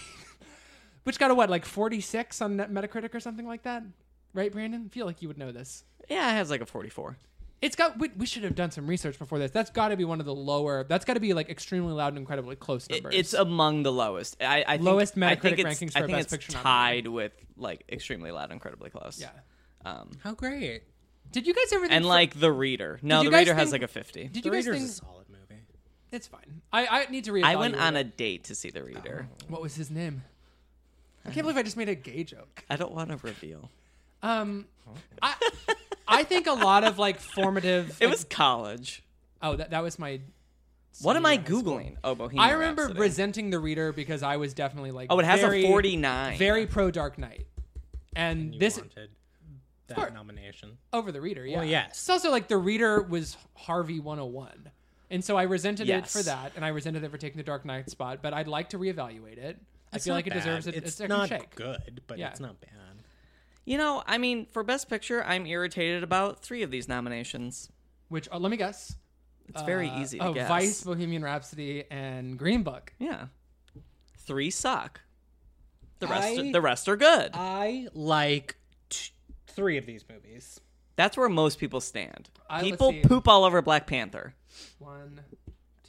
Speaker 1: which got a what like forty six on Net- Metacritic or something like that, right, Brandon? I feel like you would know this.
Speaker 2: yeah, it has like a 44.
Speaker 1: It's got. We, we should have done some research before this. That's got to be one of the lower. That's got to be like extremely loud and incredibly close
Speaker 2: It-
Speaker 1: numbers.
Speaker 2: it's among the lowest. I, I think,
Speaker 1: Lowest
Speaker 2: I
Speaker 1: Metacritic
Speaker 2: think it's,
Speaker 1: rankings
Speaker 2: I
Speaker 1: for
Speaker 2: think
Speaker 1: Best
Speaker 2: it's
Speaker 1: Picture nominee.
Speaker 2: tied with like extremely loud, incredibly close.
Speaker 1: yeah.
Speaker 3: How great!
Speaker 1: Did you guys ever think
Speaker 2: um, and
Speaker 1: for-
Speaker 2: like the reader. No,
Speaker 1: you
Speaker 2: the
Speaker 1: guys
Speaker 2: reader has
Speaker 1: think-
Speaker 2: like a 50.
Speaker 1: Did
Speaker 3: The
Speaker 1: you guys
Speaker 3: Reader's
Speaker 1: think
Speaker 3: a solid movie.
Speaker 1: it's fine? I, I need to read. Oh.
Speaker 2: I went on a date to see the reader.
Speaker 1: What was his name? I can't believe I just made a gay joke.
Speaker 2: I don't want to reveal.
Speaker 1: Um, I, I think a lot of like formative.
Speaker 2: It
Speaker 1: like-
Speaker 2: was college.
Speaker 1: oh, that, that was my.
Speaker 2: What am I
Speaker 1: high school.
Speaker 2: googling? Oh, Bohemian.
Speaker 1: I remember
Speaker 2: Rhapsody.
Speaker 1: resenting the reader because I was definitely like.
Speaker 2: Oh, it has
Speaker 1: very-
Speaker 2: a forty-nine.
Speaker 1: Very pro Dark Knight, and
Speaker 3: You
Speaker 1: this
Speaker 3: wanted that
Speaker 1: Sure.
Speaker 3: nomination.
Speaker 1: over the reader. Yeah.
Speaker 3: Well, yes.
Speaker 1: It's also like the reader was Harvey 101, and so I resented
Speaker 2: Yes.
Speaker 1: it for that, and I resented it for taking the Dark Knight spot. But I'd like to reevaluate it. I
Speaker 3: It's
Speaker 1: feel
Speaker 3: not
Speaker 1: like it deserves a,
Speaker 3: bad.
Speaker 1: a
Speaker 3: It's
Speaker 1: second
Speaker 3: not
Speaker 1: shake.
Speaker 3: good, but
Speaker 1: Yeah.
Speaker 3: it's not bad.
Speaker 2: You know, I mean, for Best Picture, I'm irritated about three of these nominations.
Speaker 1: Which uh, let me guess.
Speaker 2: It's very
Speaker 1: Uh,
Speaker 2: easy to
Speaker 1: oh,
Speaker 2: guess.
Speaker 1: Vice, Bohemian Rhapsody, and Green Book.
Speaker 2: Yeah. Three suck. The rest,
Speaker 3: I-
Speaker 2: the rest are good.
Speaker 3: I like t- three of these movies.
Speaker 2: That's where most people stand.
Speaker 1: I- let's
Speaker 2: people
Speaker 1: see.
Speaker 2: poop all over Black Panther.
Speaker 1: One,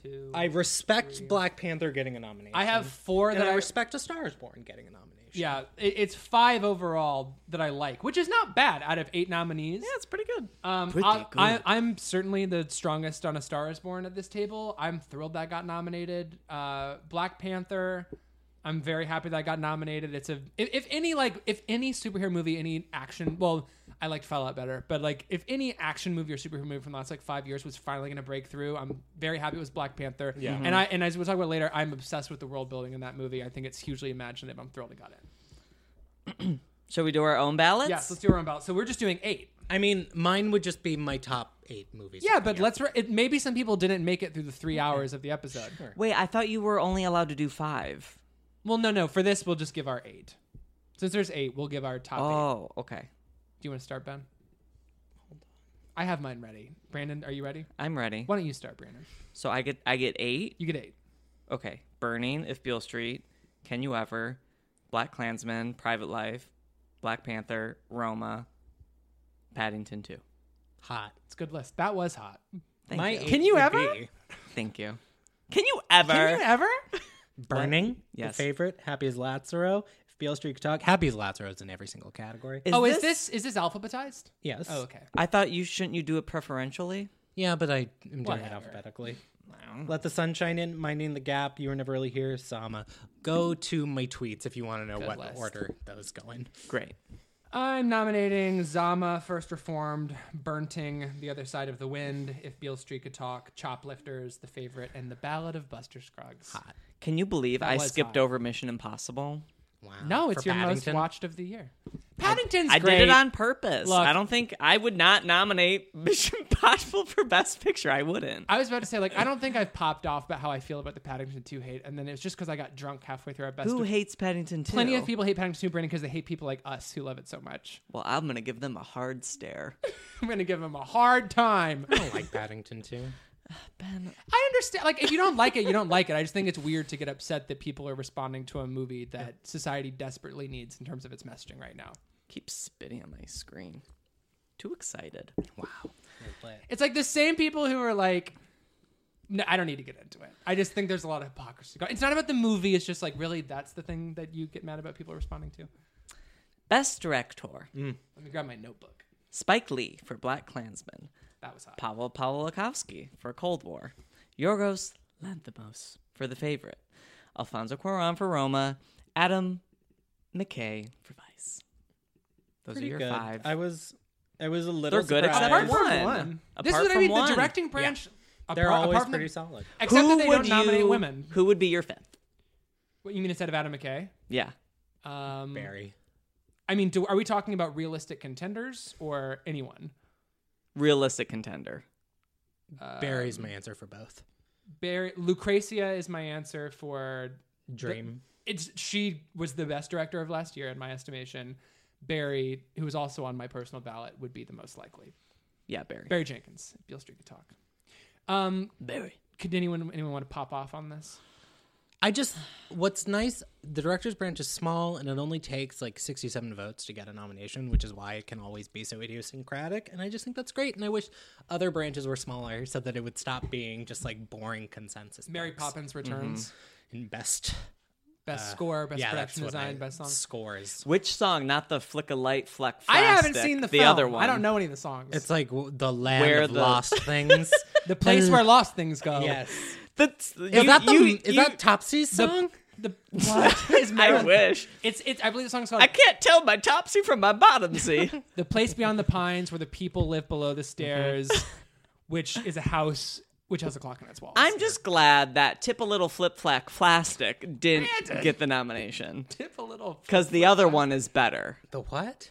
Speaker 1: two.
Speaker 3: I respect Black Panther getting a nomination.
Speaker 1: I have four
Speaker 3: and
Speaker 1: that
Speaker 3: I
Speaker 1: I
Speaker 3: respect A Star Is Born getting a nomination.
Speaker 1: Yeah, it, it's five overall that I like, which is not bad out of eight nominees.
Speaker 2: That's pretty good.
Speaker 1: Um, I, I, I'm certainly the strongest on A Star Is Born at this table. I'm thrilled that got nominated. Uh, Black Panther. I'm very happy that I got nominated. It's a if, if any like if any superhero movie, any action. Well, I liked Fallout better, but like if any action movie or superhero movie from the last like five years was finally going to break through, I'm very happy it was Black Panther. Yeah. And I and as we'll talk about later, I'm obsessed with the world building in that movie. I think it's hugely imaginative. I'm thrilled it got in.
Speaker 2: Shall we do our own ballots?
Speaker 1: Yes, let's do our own ballot. So we're just doing eight.
Speaker 3: I mean, mine would just be my top eight movies.
Speaker 1: Yeah, but let's. Re- it, maybe some people didn't make it through the three hours of the episode.
Speaker 2: Wait, I thought you were only allowed to do five.
Speaker 1: Well, no, no. For this, we'll just give our eight. Since there's eight, we'll give our top eight.
Speaker 2: Oh, okay.
Speaker 1: Do you want to start, Ben? I have mine ready. Brandon, are you ready?
Speaker 2: I'm ready.
Speaker 1: Why don't you start, Brandon?
Speaker 2: So I get I get eight.
Speaker 1: You get eight.
Speaker 2: Okay. Burning, If Beale Street, Can You Ever, Black Klansman, Private Life, Black Panther, Roma, Paddington 2.
Speaker 3: hot.
Speaker 1: It's a good list. That was hot.
Speaker 2: Thank
Speaker 3: my
Speaker 2: you.
Speaker 3: eight
Speaker 1: Can you
Speaker 3: would
Speaker 1: ever?
Speaker 3: be
Speaker 2: Thank you. Can you ever?
Speaker 1: Can you ever?
Speaker 3: burning.
Speaker 2: Yes.
Speaker 3: The favorite. Happy as Lazaro. If Beale Street could talk, Happy as Lazaro is in every single category.
Speaker 2: Is
Speaker 1: oh,
Speaker 2: this,
Speaker 1: is this is this alphabetized?
Speaker 3: yes.
Speaker 1: Oh, okay.
Speaker 2: I thought you shouldn't you do it preferentially?
Speaker 3: Yeah, but I am doing it
Speaker 1: Whatever.
Speaker 3: alphabetically. Let the sunshine in, minding the gap. You were never really here, Sama. Go to my tweets if you want to know what
Speaker 1: list.
Speaker 3: order those go in.
Speaker 2: Great.
Speaker 1: I'm nominating Zama, First Reformed, Burnting, The Other Side of the Wind, If Beale Street Could Talk, Choplifters, The Favorite, and The Ballad of Buster Scruggs.
Speaker 2: Can you believe I
Speaker 1: was
Speaker 2: skipped
Speaker 1: hot.
Speaker 2: over Mission Impossible?
Speaker 3: Wow.
Speaker 1: No,
Speaker 3: For
Speaker 1: it's your
Speaker 3: Paddington?
Speaker 1: most watched of the year. Paddington's
Speaker 2: I
Speaker 1: great.
Speaker 2: did it on purpose.
Speaker 1: Look-
Speaker 2: I don't think I would not nominate [LAUGHS] Mission Impossible for Best Picture. I wouldn't.
Speaker 1: I was about to say, like, I don't think I've popped off about how I feel about the Paddington 2 hate, and then it's just because I got drunk halfway through our best.
Speaker 2: Who
Speaker 1: of-
Speaker 2: hates Paddington 2?
Speaker 1: Plenty of people hate Paddington 2, Brandon, because they hate people like us who love it so much. [LAUGHS]
Speaker 2: Well, I'm going to give them a hard stare.
Speaker 1: I'm going to give them a hard time.
Speaker 3: I don't like
Speaker 1: [LAUGHS]
Speaker 3: Paddington too.
Speaker 2: ben,
Speaker 1: I understand. Like, if you don't like it, you don't like it. I just think it's weird to get upset that people are responding to a movie that society desperately needs in terms of its messaging right now.
Speaker 2: keep spitting on my screen. Too excited.
Speaker 1: It's like the same people who are like, no, I don't need to get into it. I just think there's a lot of hypocrisy. It's not about the movie. It's just like, really, that's the thing that you get mad about people responding to.
Speaker 2: Best Director
Speaker 1: Let me grab my notebook.
Speaker 2: Spike Lee for Black Klansman,
Speaker 1: That was hot.
Speaker 2: Pavel Pawlikowski for Cold War, Yorgos Lanthimos for The Favorite, Alfonso Cuaron for Roma, Adam McKay for Vice. Those
Speaker 3: Pretty
Speaker 2: are your
Speaker 3: good.
Speaker 2: five.
Speaker 3: I was, I was a little.
Speaker 2: They're good except
Speaker 3: surprised.
Speaker 2: for one.
Speaker 1: This is
Speaker 2: Apart
Speaker 1: what I
Speaker 2: from
Speaker 1: mean.
Speaker 2: one.
Speaker 1: The directing branch. apart-
Speaker 3: They're always
Speaker 1: apart from the-
Speaker 3: pretty solid.
Speaker 1: Except that they
Speaker 2: would
Speaker 1: don't nominate
Speaker 2: you-
Speaker 1: women.
Speaker 2: Who would be your fifth?
Speaker 1: What you mean instead of Adam McKay?
Speaker 2: Yeah.
Speaker 1: Um,
Speaker 3: Barry.
Speaker 1: I mean, do, are we talking about realistic contenders or anyone?
Speaker 2: Realistic contender.
Speaker 1: Mm.
Speaker 3: Barry's
Speaker 1: Um,
Speaker 3: my answer for both.
Speaker 1: Barry Lucrezia is my answer for
Speaker 3: Dream.
Speaker 1: it's. She was the best director of last year in my estimation. Barry, who was also on my personal ballot, would be the most likely.
Speaker 2: Yeah, Barry.
Speaker 1: Barry Jenkins, Beale Street could talk. Um,
Speaker 2: Barry.
Speaker 1: could anyone anyone want to pop off on this?
Speaker 3: I just what's nice, the director's branch is small and it only takes like 67 votes to get a nomination, which is why it can always be so idiosyncratic, and I just think that's great and I wish other branches were smaller so that it would stop being just like boring consensus.
Speaker 1: Mary
Speaker 3: picks.
Speaker 1: Poppins returns.
Speaker 3: and best
Speaker 1: Best score, best
Speaker 3: Uh, yeah, that's
Speaker 1: production
Speaker 3: what
Speaker 1: design,
Speaker 3: I-
Speaker 1: best song.
Speaker 3: scores.
Speaker 2: Which song? Not the flick a light, fleck.
Speaker 1: I haven't
Speaker 2: Flastic,
Speaker 1: seen the,
Speaker 2: the
Speaker 1: film.
Speaker 2: other one.
Speaker 1: I don't know any of the songs.
Speaker 3: It's like w- the land
Speaker 2: Where
Speaker 3: of
Speaker 2: the-
Speaker 3: lost things. [LAUGHS]
Speaker 1: the place where lost things go.
Speaker 3: yes.
Speaker 2: That's, you,
Speaker 3: Is that the
Speaker 2: you,
Speaker 3: is
Speaker 2: you-
Speaker 3: that Topsy's song?
Speaker 1: The what
Speaker 3: [LAUGHS]
Speaker 1: is
Speaker 2: I
Speaker 1: Marilyn?
Speaker 2: wish.
Speaker 1: It's it's. I believe the song's called
Speaker 2: I can't tell my topsy from my bottomsy.
Speaker 1: "The Place Beyond the Pines," where the people live below
Speaker 3: Mm-hmm.
Speaker 1: the
Speaker 3: [LAUGHS]
Speaker 1: stairs, which is a house which has a clock on its walls.
Speaker 2: [LAUGHS] I'm just glad that Tip a Little Flip Flack Plastic didn't get the nomination
Speaker 1: tip a little.
Speaker 2: because the other one is better.
Speaker 3: The what?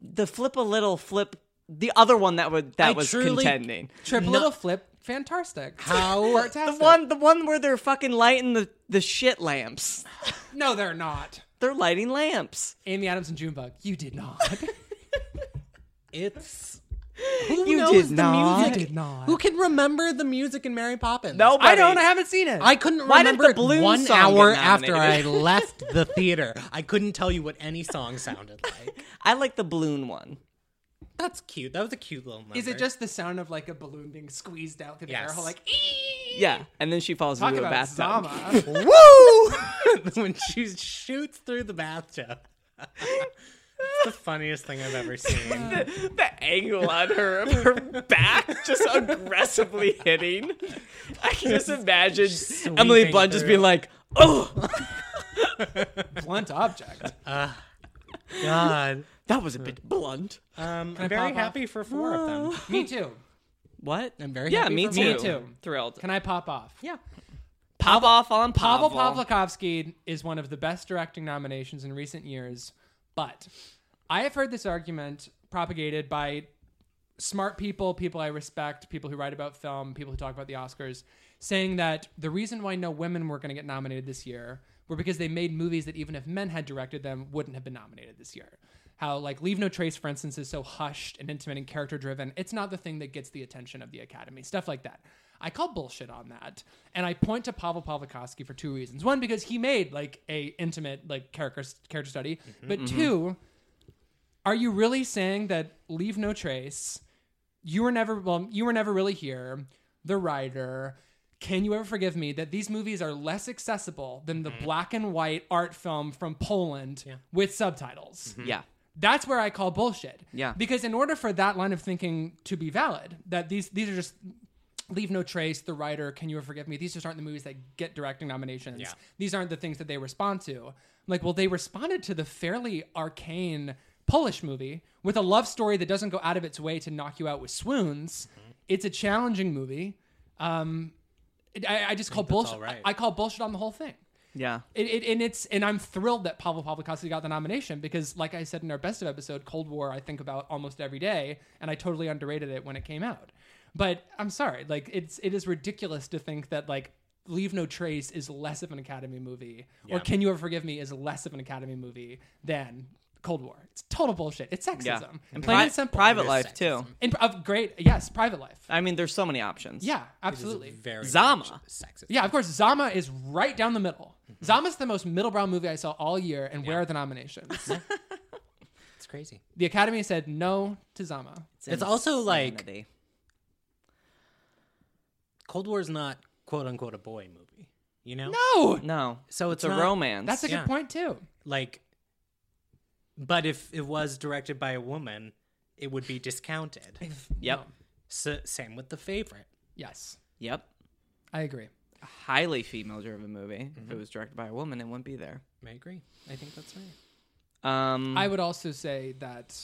Speaker 2: The Flip a Little Flip, the other one that was that
Speaker 3: I
Speaker 2: was
Speaker 3: truly-
Speaker 2: contending.
Speaker 1: Trip a little flip. Fantastic.
Speaker 3: How?
Speaker 2: The one, the one where they're fucking lighting the, the shit lamps.
Speaker 1: [LAUGHS] No, they're not.
Speaker 2: They're lighting lamps.
Speaker 1: Amy Adams and Junebug. You did
Speaker 3: [LAUGHS]
Speaker 1: not.
Speaker 3: it's
Speaker 2: you
Speaker 3: knows
Speaker 2: did
Speaker 3: the
Speaker 2: not.
Speaker 3: music?
Speaker 1: did not.
Speaker 3: who can remember the music in Mary Poppins?
Speaker 2: Nobody.
Speaker 1: I don't. I haven't seen it.
Speaker 3: I couldn't
Speaker 2: Why didn't
Speaker 3: remember
Speaker 2: the
Speaker 3: it
Speaker 2: Balloon
Speaker 3: one
Speaker 2: song get
Speaker 3: hour after I
Speaker 2: nominated?
Speaker 3: left the theater. I couldn't tell you what any song sounded like.
Speaker 2: I like the balloon one.
Speaker 3: That's cute. That was a cute little number.
Speaker 1: Is it just the sound of like a balloon being squeezed out through the air
Speaker 3: Yes.
Speaker 1: hole? Like,
Speaker 3: [LAUGHS]
Speaker 1: ee!
Speaker 2: Yeah, and then she falls
Speaker 1: talk
Speaker 2: into a
Speaker 1: about
Speaker 2: bathtub.
Speaker 1: Zama.
Speaker 3: woo [LAUGHS] when she shoots through the bathtub? it's the funniest thing I've ever seen.
Speaker 2: [LAUGHS] the angle on her of her back just aggressively hitting. I can just imagine Emily
Speaker 3: sweeping
Speaker 2: Blunt just
Speaker 3: through.
Speaker 2: being like, "Oh,
Speaker 3: [LAUGHS]
Speaker 1: blunt object.
Speaker 3: God.
Speaker 2: that was a bit blunt."
Speaker 3: Um, I'm very
Speaker 1: pop off?
Speaker 3: happy for four of them.
Speaker 1: Me too.
Speaker 2: What?
Speaker 3: I'm very
Speaker 2: yeah,
Speaker 3: happy
Speaker 2: me
Speaker 3: for
Speaker 2: too.
Speaker 1: Me too.
Speaker 2: Thrilled.
Speaker 1: Can I pop off?
Speaker 3: Yeah.
Speaker 2: pop off on
Speaker 1: Pavel
Speaker 2: Pavel?
Speaker 1: Pavlikovsky is one of the best directing nominations in recent years, but I have heard this argument propagated by smart people, people I respect, people who write about film, people who talk about the Oscars, saying that the reason why no women were going to get nominated this year were because they made movies that even if men had directed them wouldn't have been nominated this year. How like Leave No Trace, for instance, is so hushed and intimate and character driven. It's not the thing that gets the attention of the Academy. Stuff like that. I call bullshit on that, and I point to Pavel Pavlikovsky for two reasons. One, because he made like a intimate like character character study, but two, are you really saying that Leave No Trace, You Were Never Well, You Were Never Really Here, The Rider, Can You Ever Forgive Me, that these movies are less accessible than the black and white art film from Poland with subtitles?
Speaker 2: Yeah.
Speaker 1: That's where I call bullshit.
Speaker 2: Yeah.
Speaker 1: Because in order for that line of thinking to be valid, that these these are just Leave No Trace, The Writer, Can You Ever Forgive Me? These just aren't the movies that get directing nominations.
Speaker 3: Yeah.
Speaker 1: These aren't the things that they respond to. I'm like, well, they responded to the fairly arcane Polish movie with a love story that doesn't go out of its way to knock you out with swoons.
Speaker 3: Mm-hmm.
Speaker 1: It's a challenging movie. Um, it- I, I just call bullshit.
Speaker 3: all right.
Speaker 1: I I call bullshit on the whole thing.
Speaker 2: Yeah.
Speaker 1: It, it, and it's and I'm thrilled that Pavel Pavlikovsky got the nomination because, like I said in our best of episode, Cold War I think about almost every day, and I totally underrated it when it came out. But I'm sorry, like it's it is ridiculous to think that like Leave No Trace is less of an Academy movie, or Can You Ever Forgive Me is less of an Academy movie than Cold War. It's total bullshit. It's sexism.
Speaker 2: Yeah.
Speaker 1: And plain
Speaker 2: pri-
Speaker 1: and simple.
Speaker 2: private life too.
Speaker 1: And of great, yes, private life.
Speaker 2: I mean, there's so many options.
Speaker 1: Yeah, absolutely.
Speaker 3: Very
Speaker 2: Zama.
Speaker 3: much sexist.
Speaker 1: Yeah, of course. Zama is right down the middle. Zama's the most middle brow movie I saw all year, and where are the nominations?
Speaker 3: It's crazy.
Speaker 1: the Academy said no to Zama.
Speaker 3: It's also like
Speaker 2: Insanity.
Speaker 3: Cold War's not quote unquote a boy movie. You know?
Speaker 1: No,
Speaker 2: no.
Speaker 3: So
Speaker 2: It's
Speaker 3: it's
Speaker 2: a
Speaker 3: not-
Speaker 2: romance.
Speaker 1: that's a
Speaker 3: Yeah.
Speaker 1: good point too.
Speaker 3: Like but if it was directed by a woman, it would be discounted.
Speaker 2: Yep.
Speaker 1: No.
Speaker 3: So, same with the favorite.
Speaker 1: Yes,
Speaker 2: Yep.
Speaker 1: I agree.
Speaker 2: A highly female driven movie. If it was directed by a woman, it wouldn't be there.
Speaker 3: I agree. I think that's right.
Speaker 2: Um,
Speaker 1: I would also say that,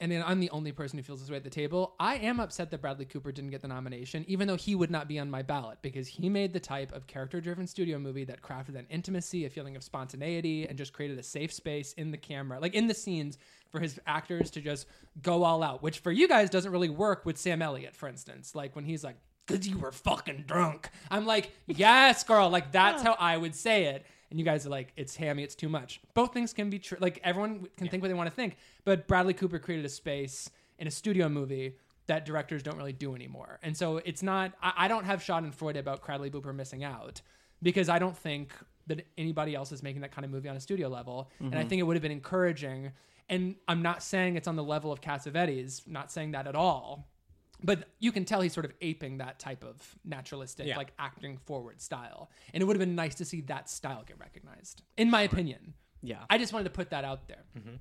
Speaker 1: and then I'm the only person who feels this way at the table. I am upset that Bradley Cooper didn't get the nomination, even though he would not be on my ballot because he made the type of character-driven studio movie that crafted an intimacy, a feeling of spontaneity, and just created a safe space in the camera, like in the scenes for his actors to just go all out. Which for you guys doesn't really work with Sam Elliott, for instance, like when he's like. Cause you were fucking drunk. I'm like, yes, girl. Like that's how I would say it and you guys are like, it's hammy, it's too much. Both things can be true. Like everyone w- can think what they want to think, but Bradley Cooper created a space in a studio movie that directors don't really do anymore. And so it's not. I, I don't have Schadenfreude about Bradley Cooper missing out because I don't think that anybody else is making that kind of movie on a studio level, and I think it would have been encouraging. And I'm not saying it's on the level of Cassavetes, not saying that at all. But you can tell he's sort of aping that type of naturalistic,
Speaker 3: Yeah.
Speaker 1: like acting forward style. And it would have been nice to see that style get recognized, in my opinion.
Speaker 2: Yeah.
Speaker 1: I just wanted to put that out there.
Speaker 3: Mm-hmm.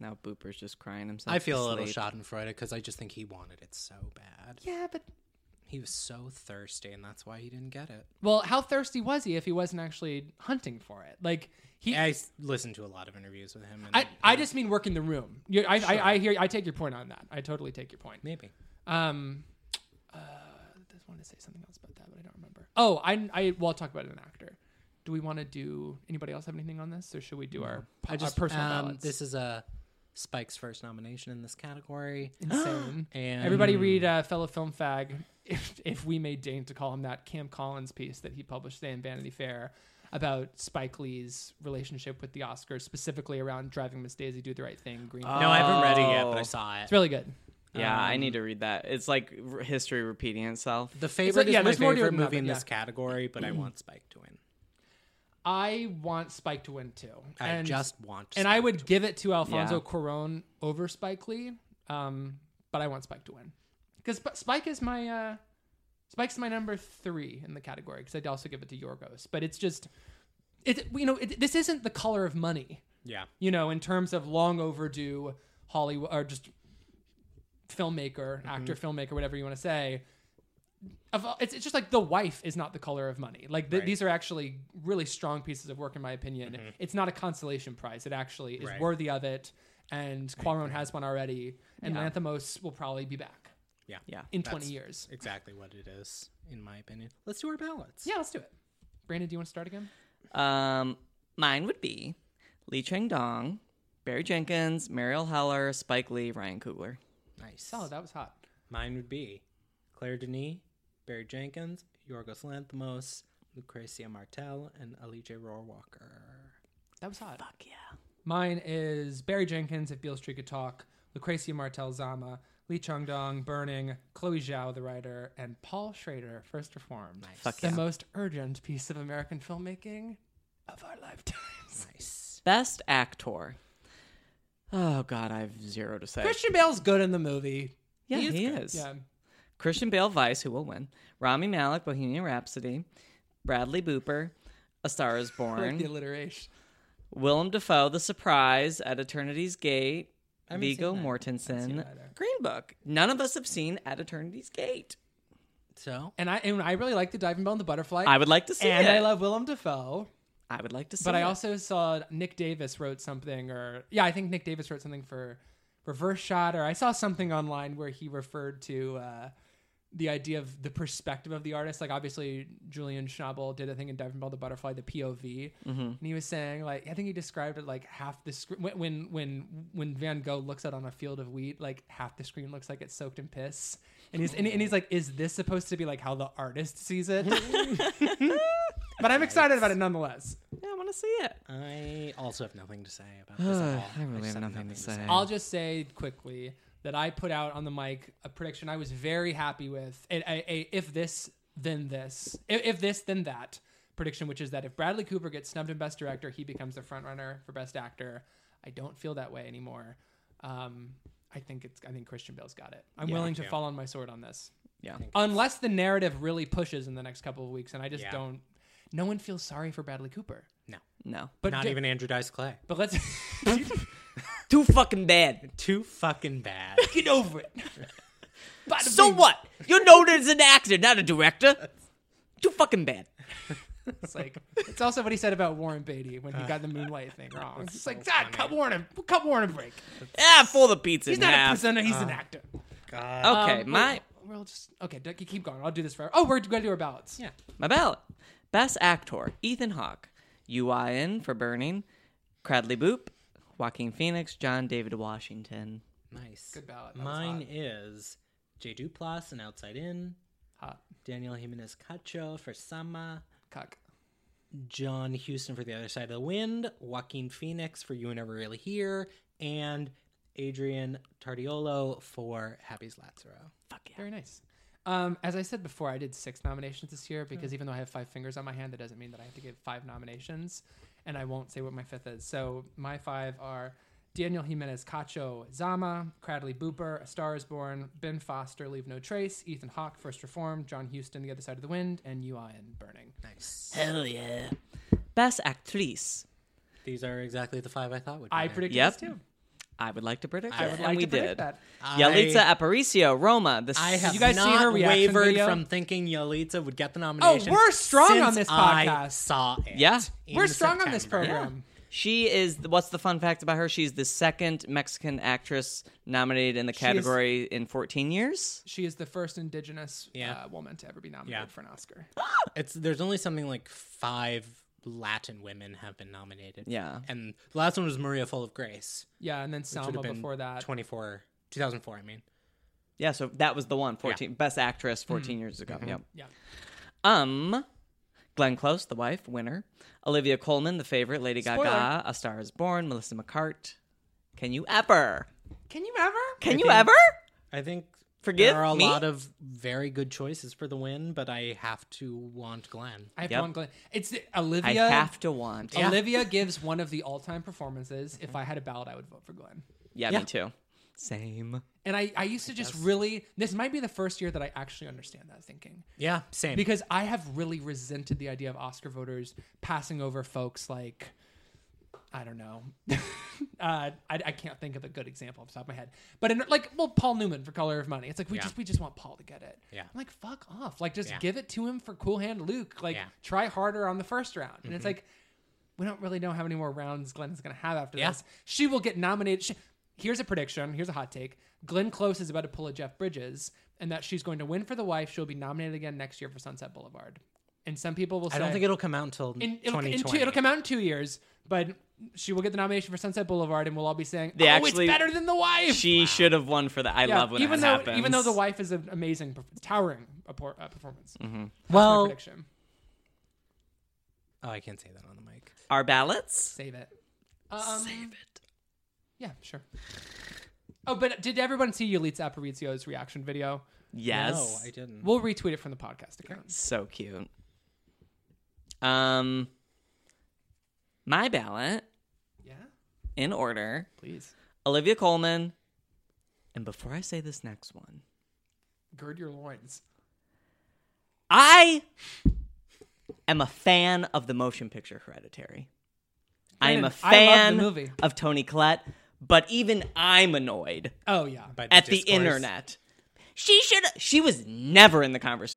Speaker 2: now Booper's just crying himself.
Speaker 3: I feel a little
Speaker 2: shocked.
Speaker 3: Schadenfreude because I just think he wanted it so bad.
Speaker 1: Yeah, but
Speaker 3: He was so thirsty, and that's why he didn't get it.
Speaker 1: Well, how thirsty was he if he wasn't actually hunting for it? Like he,
Speaker 3: I s- listened to a lot of interviews with him. And
Speaker 1: I, I just mean work in the room. You, I, I, I hear, I take your point on that. I totally take your point.
Speaker 3: maybe.
Speaker 1: Um, uh, I just wanted to say something else about that, but I don't remember. Oh, I, I, well, I'll talk about an actor. Do we want to do? Anybody else have anything on this, or should we do our, po-
Speaker 3: I just
Speaker 1: our personal
Speaker 3: um,
Speaker 1: ballots?
Speaker 3: this is a Spike's first nomination in this category.
Speaker 1: insane.
Speaker 3: And
Speaker 1: Everybody read uh, fellow film fag, if, if we may deign to call him that, Cam Collins piece that he published today in Vanity Fair about Spike Lee's relationship with the Oscars, specifically around Driving Miss Daisy, Do the Right Thing, Green. Book.
Speaker 3: No, I haven't read it yet, but I
Speaker 2: Oh.
Speaker 3: saw it.
Speaker 1: It's really good.
Speaker 2: Yeah, I need to read that. It's like r- history repeating itself.
Speaker 3: Um, The favorite
Speaker 1: yeah,
Speaker 3: is my
Speaker 1: there's more to it
Speaker 3: favorite
Speaker 1: than that,
Speaker 3: movie in
Speaker 1: but
Speaker 3: this
Speaker 1: yeah.
Speaker 3: category, but I want Spike to win.
Speaker 1: I want Spike to win too.
Speaker 3: I
Speaker 1: And-
Speaker 3: just want.
Speaker 1: and I would give it to Alfonso
Speaker 2: Yeah.
Speaker 1: Cuarón over Spike Lee, um, but I want Spike to win because Spike is my uh, Spike's my number three in the category because I'd also give it to Yorgos, but it's just it you know it, this isn't the color of money
Speaker 3: yeah,
Speaker 1: you know in terms of long overdue Hollywood or just filmmaker
Speaker 3: Mm-hmm.
Speaker 1: actor filmmaker whatever you want to say. Of, all- it's, it's just like the wife is not the color of money. Like th- these are actually really strong pieces of work, in my opinion. It's not a consolation prize. It actually is
Speaker 3: Mm-hmm. Right.
Speaker 1: worthy of it. And Quaron has one already, and Lanthimos will probably be back
Speaker 3: yeah,
Speaker 2: Yeah.
Speaker 1: in 20
Speaker 3: That's-
Speaker 1: years.
Speaker 3: Exactly what it is, in my opinion. Let's do our ballots.
Speaker 1: Yeah, let's do it. Brandon, do you want to start again?
Speaker 2: Um, mine would be Lee Cheng Dong, Barry Jenkins, Mariel Heller, Spike Lee, Ryan Coogler.
Speaker 3: nice.
Speaker 1: Solid. That was hot.
Speaker 3: Mine would be Claire Denis, Barry Jenkins, Yorgos Lanthimos, Lucrecia Martel, and Alice Rohr Walker.
Speaker 1: That was hot. Fuck yeah. Mine is Barry Jenkins, If Beale Street Could Talk, Lucrecia Martel Zama, Lee Chung Dong, Burning, Chloe Zhao, the writer, and Paul Schrader, First Reformed.
Speaker 2: Fuck
Speaker 1: the
Speaker 2: yeah.
Speaker 1: most urgent piece of American filmmaking of our lifetimes.
Speaker 3: Nice.
Speaker 2: Best actor. Oh God, I have zero to say.
Speaker 1: Christian Bale's good in the movie.
Speaker 2: yeah, he
Speaker 3: he
Speaker 2: is.
Speaker 3: is good.
Speaker 1: Yeah.
Speaker 2: Christian Bale Vice, who will win. Rami Malik, Bohemian Rhapsody. Bradley Booper, A Star
Speaker 3: [LAUGHS]
Speaker 2: Is
Speaker 1: I like the
Speaker 2: Born.
Speaker 1: alliteration.
Speaker 2: Willem Dafoe, The Surprise, At Eternity's Gate.
Speaker 3: seen
Speaker 2: Vigo
Speaker 3: that.
Speaker 2: Mortensen,
Speaker 1: that either.
Speaker 2: Green Book. None of us have seen At Eternity's Gate.
Speaker 3: So,
Speaker 1: And I and I really like the diving bell and the butterfly.
Speaker 2: I would like to see
Speaker 1: and
Speaker 2: it.
Speaker 1: I love Willem Dafoe.
Speaker 2: I would like to see
Speaker 1: But I
Speaker 2: it.
Speaker 1: also saw Nick Davis wrote something, or yeah, I think Nick Davis wrote something for Reverse Shot, or I saw something online where he referred to uh, the idea of the perspective of the artist. Like obviously, Julian Schnabel did a thing in Diving Bell the Butterfly, the POV,
Speaker 2: Mm-hmm.
Speaker 1: and he was saying like I think he described it like half the screen when when when when Van Gogh looks out on a field of wheat, like half the screen looks like it's soaked in piss, and he's and, and he's like, is this supposed to be like how the artist sees
Speaker 2: [LAUGHS]
Speaker 1: it? [LAUGHS] but I'm excited about it nonetheless.
Speaker 2: Yeah, I want to see it.
Speaker 3: Uh, I also have nothing to say about this at all.
Speaker 2: [SIGHS] I really
Speaker 3: just
Speaker 2: have nothing to say.
Speaker 1: I'll just say quickly that I put out on the mic a prediction I was very happy with. A, a, a, if this, then this. If, if this, then that prediction, which is that if Bradley Cooper gets snubbed in Best Director, he becomes the frontrunner for Best Actor. I don't feel that way anymore. Um, I think it's. I think Christian Bale's got it. I'm willing to fall on my sword on this,
Speaker 2: Yeah.
Speaker 1: unless the narrative really pushes in the next couple of weeks, and I just
Speaker 3: Yeah.
Speaker 1: don't. No one feels sorry for Bradley Cooper,
Speaker 3: No,
Speaker 2: No.
Speaker 1: but
Speaker 3: not
Speaker 1: ju-
Speaker 3: even Andrew Dice Clay.
Speaker 1: But
Speaker 3: [LAUGHS]
Speaker 1: let's [LAUGHS]
Speaker 2: Too fucking bad.
Speaker 3: Too fucking
Speaker 2: [LAUGHS]
Speaker 3: bad.
Speaker 1: get over it. Bada
Speaker 2: So
Speaker 1: bing.
Speaker 2: what? You're known as an actor, not a director. Too fucking bad.
Speaker 1: It's like it's also what he said about Warren Beatty when he got the Moonlight thing wrong. It's just like God, cut Warren, a- cut Warren a break.
Speaker 2: Ah, fold the pizza
Speaker 1: He's
Speaker 2: in
Speaker 1: not a
Speaker 2: half.
Speaker 1: presenter, he's an actor.
Speaker 3: God.
Speaker 2: Okay,
Speaker 1: Um,
Speaker 2: my
Speaker 1: we'll, we'll just okay. Ducky, keep going. I'll do this forever. Oh, we're gonna do our ballots.
Speaker 3: Yeah.
Speaker 2: my ballot. Best actor: Ethan Hawke, UIN for Burning, Cradley Boop, Joaquin Phoenix, John David Washington.
Speaker 3: Nice.
Speaker 1: Good ballot. That was
Speaker 3: Mine is J. Duplass and Outside In,
Speaker 1: Hot
Speaker 3: Daniel Jimenez Cacho for Sama,
Speaker 1: cuck.
Speaker 3: John Houston for The Other Side of the Wind, Joaquin Phoenix for You Were Never Really Here, and Adrian Tardiolo for Happy's Lazaro.
Speaker 1: Very nice. Um, as I said before, I did six nominations this year because even though I have five fingers on my hand, that doesn't mean that I have to give five nominations. And I won't say what my fifth is. So my five are Daniel Jimenez Cacho Zama, Cradley Booper, A Star is Born, Ben Foster, Leave No Trace, Ethan Hawke, First Reformed, John Huston, The Other Side of the Wind, and UI and Burning.
Speaker 3: Nice.
Speaker 2: Hell yeah. Best actrice:
Speaker 3: These are exactly the five I thought would be.
Speaker 1: I
Speaker 3: there.
Speaker 1: predicted
Speaker 2: Yep.
Speaker 1: this too.
Speaker 2: I would like to predict it.
Speaker 1: I would
Speaker 2: and
Speaker 1: like
Speaker 2: we
Speaker 1: to predict
Speaker 2: did.
Speaker 1: that.
Speaker 2: Yalitza Aparicio, Roma. The
Speaker 3: I have
Speaker 1: you guys see
Speaker 3: not
Speaker 1: her reaction
Speaker 3: wavered
Speaker 1: video? Oh,
Speaker 3: from thinking Yalitza would get the nomination.
Speaker 1: we're strong on this
Speaker 3: since I
Speaker 1: podcast.
Speaker 3: saw it.
Speaker 2: Yeah.
Speaker 3: in
Speaker 1: We're strong on this
Speaker 3: September.
Speaker 1: program.
Speaker 2: She is what's the fun fact about her? She's the second Mexican actress nominated in the category in 14 years.
Speaker 1: She is the first indigenous
Speaker 3: Yeah.
Speaker 1: uh, woman to ever be nominated
Speaker 3: Yeah.
Speaker 1: for an Oscar.
Speaker 3: It's there's only something like five Latin women have been nominated.
Speaker 2: Yeah.
Speaker 3: and the last one was Maria Full of Grace,
Speaker 1: Yeah, and then
Speaker 3: which
Speaker 1: Selma
Speaker 3: would have been
Speaker 1: before that.
Speaker 3: 24, 2004. I mean,
Speaker 2: Yeah, so that was the one 14 best actress
Speaker 1: Mm-hmm.
Speaker 2: 14 years ago. Yep.
Speaker 1: Yeah.
Speaker 2: Um Glenn Close, the wife, winner. Olivia Colman, the favorite, Lady Gaga,
Speaker 1: Spoiler.
Speaker 2: A Star is Born, Melissa McCart. Can you ever?
Speaker 1: Can you ever?
Speaker 2: Can you
Speaker 3: think-
Speaker 2: ever?
Speaker 3: I think
Speaker 2: Forgive
Speaker 3: there are a
Speaker 2: me?
Speaker 3: lot of very good choices for the win, but I have to want Glenn.
Speaker 1: I have
Speaker 2: Yep.
Speaker 1: one Glenn. It's the,
Speaker 2: I
Speaker 1: Olivia.
Speaker 2: have to want. Yeah,
Speaker 3: [LAUGHS]
Speaker 1: Olivia gives one of the all-time performances.
Speaker 3: Mm-hmm.
Speaker 1: If I had a ballot, I would vote for Glenn.
Speaker 2: me too. Same.
Speaker 1: And I, I used to just really. This might be the first year that I actually understand that thinking.
Speaker 3: Yeah, same.
Speaker 1: because I have really resented the idea of Oscar voters passing over folks like I don't know. [LAUGHS] uh, I, I can't think of a good example off the top of my head, but in, like, well, Paul Newman for Color of Money. It's like we
Speaker 3: Yeah.
Speaker 1: just we just want Paul to get it.
Speaker 3: Yeah.
Speaker 1: I'm like fuck off. Like just
Speaker 3: Yeah.
Speaker 1: give it to him for Cool Hand Luke. Like
Speaker 3: Yeah. Mm-hmm.
Speaker 1: try harder on the first round. And it's like we don't really know how many more rounds Glenn is going to have after
Speaker 3: Yeah.
Speaker 1: this. She will get nominated. She, here's a prediction. Here's a hot take. Glenn Close is about to pull a Jeff Bridges, and that she's going to win for the wife. She'll be nominated again next year for Sunset Boulevard. And some people will say,
Speaker 3: I don't think it'll come out until
Speaker 1: in, it'll, in
Speaker 3: 2020.
Speaker 1: two, it'll come out in two years, but she will get the nomination for Sunset Boulevard, and we'll all be saying,
Speaker 2: They
Speaker 1: "Oh,
Speaker 2: actually-
Speaker 1: it's better than the wife."
Speaker 2: She should have won for that. I
Speaker 1: yeah,
Speaker 2: love when
Speaker 1: even
Speaker 2: that
Speaker 1: though
Speaker 2: happens.
Speaker 1: even though the wife is an amazing, perf- towering a por- uh, performance.
Speaker 2: Mm-hmm.
Speaker 1: That's my
Speaker 3: Well-
Speaker 1: prediction.
Speaker 3: Oh, I can't say that on the mic.
Speaker 2: Our ballots?
Speaker 1: Save it. Um, Save it. Yeah, sure. Oh, but did everyone see Yalitza Aparicio's reaction video?
Speaker 2: Yes.
Speaker 3: No, I didn't.
Speaker 1: We'll retweet it from the podcast account.
Speaker 2: So cute. Um, my ballot
Speaker 1: Yeah,
Speaker 2: in order:
Speaker 1: please.
Speaker 2: Olivia Coleman. And before I say this next one,
Speaker 1: Gird your loins.
Speaker 2: I am a fan of the motion picture Hereditary. I am a
Speaker 1: Granted, I love
Speaker 2: fan
Speaker 1: the movie.
Speaker 2: of Tony Collette, but even I'm annoyed
Speaker 1: Oh yeah.
Speaker 3: By
Speaker 2: at the
Speaker 3: discourse.
Speaker 2: internet. She should. She was never in the conversation.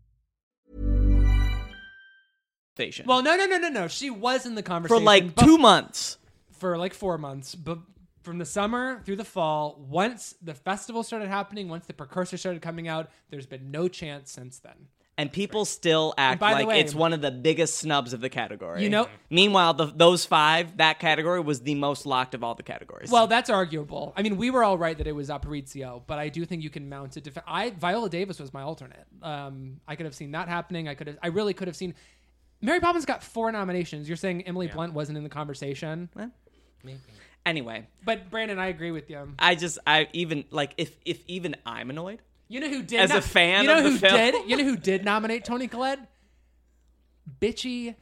Speaker 1: Well, no, no, no, no, no. She was in the
Speaker 2: for
Speaker 1: conversation
Speaker 2: like
Speaker 1: but-
Speaker 2: two months.
Speaker 1: for like four months, but from the summer through the fall, once the festival started happening, once the precursor started coming out, there's been no chance since then.
Speaker 2: and people still
Speaker 1: And
Speaker 2: act
Speaker 1: by the
Speaker 2: like
Speaker 1: way-
Speaker 2: it's one of the biggest snubs of the category.
Speaker 1: You know-
Speaker 2: Meanwhile, the, those five, that category was the most locked of all the categories.
Speaker 1: Well, that's arguable. I mean, we were all right that it was Aparicio, but I do think you can mount a defense. I Viola Davis was my alternate. Um, I could have seen that happening. I could have. I really could have seen. Mary Poppins got four nominations. You're saying Emily Blunt wasn't in the conversation,
Speaker 2: anyway,
Speaker 1: but Brandon, I agree with you.
Speaker 2: I just, I even like if if even I'm annoyed.
Speaker 1: You know who did
Speaker 2: As a
Speaker 1: no-
Speaker 2: fan
Speaker 1: You know
Speaker 2: of the
Speaker 1: who
Speaker 2: film.
Speaker 1: did? You know who did nominate Tony Collette? Bitchy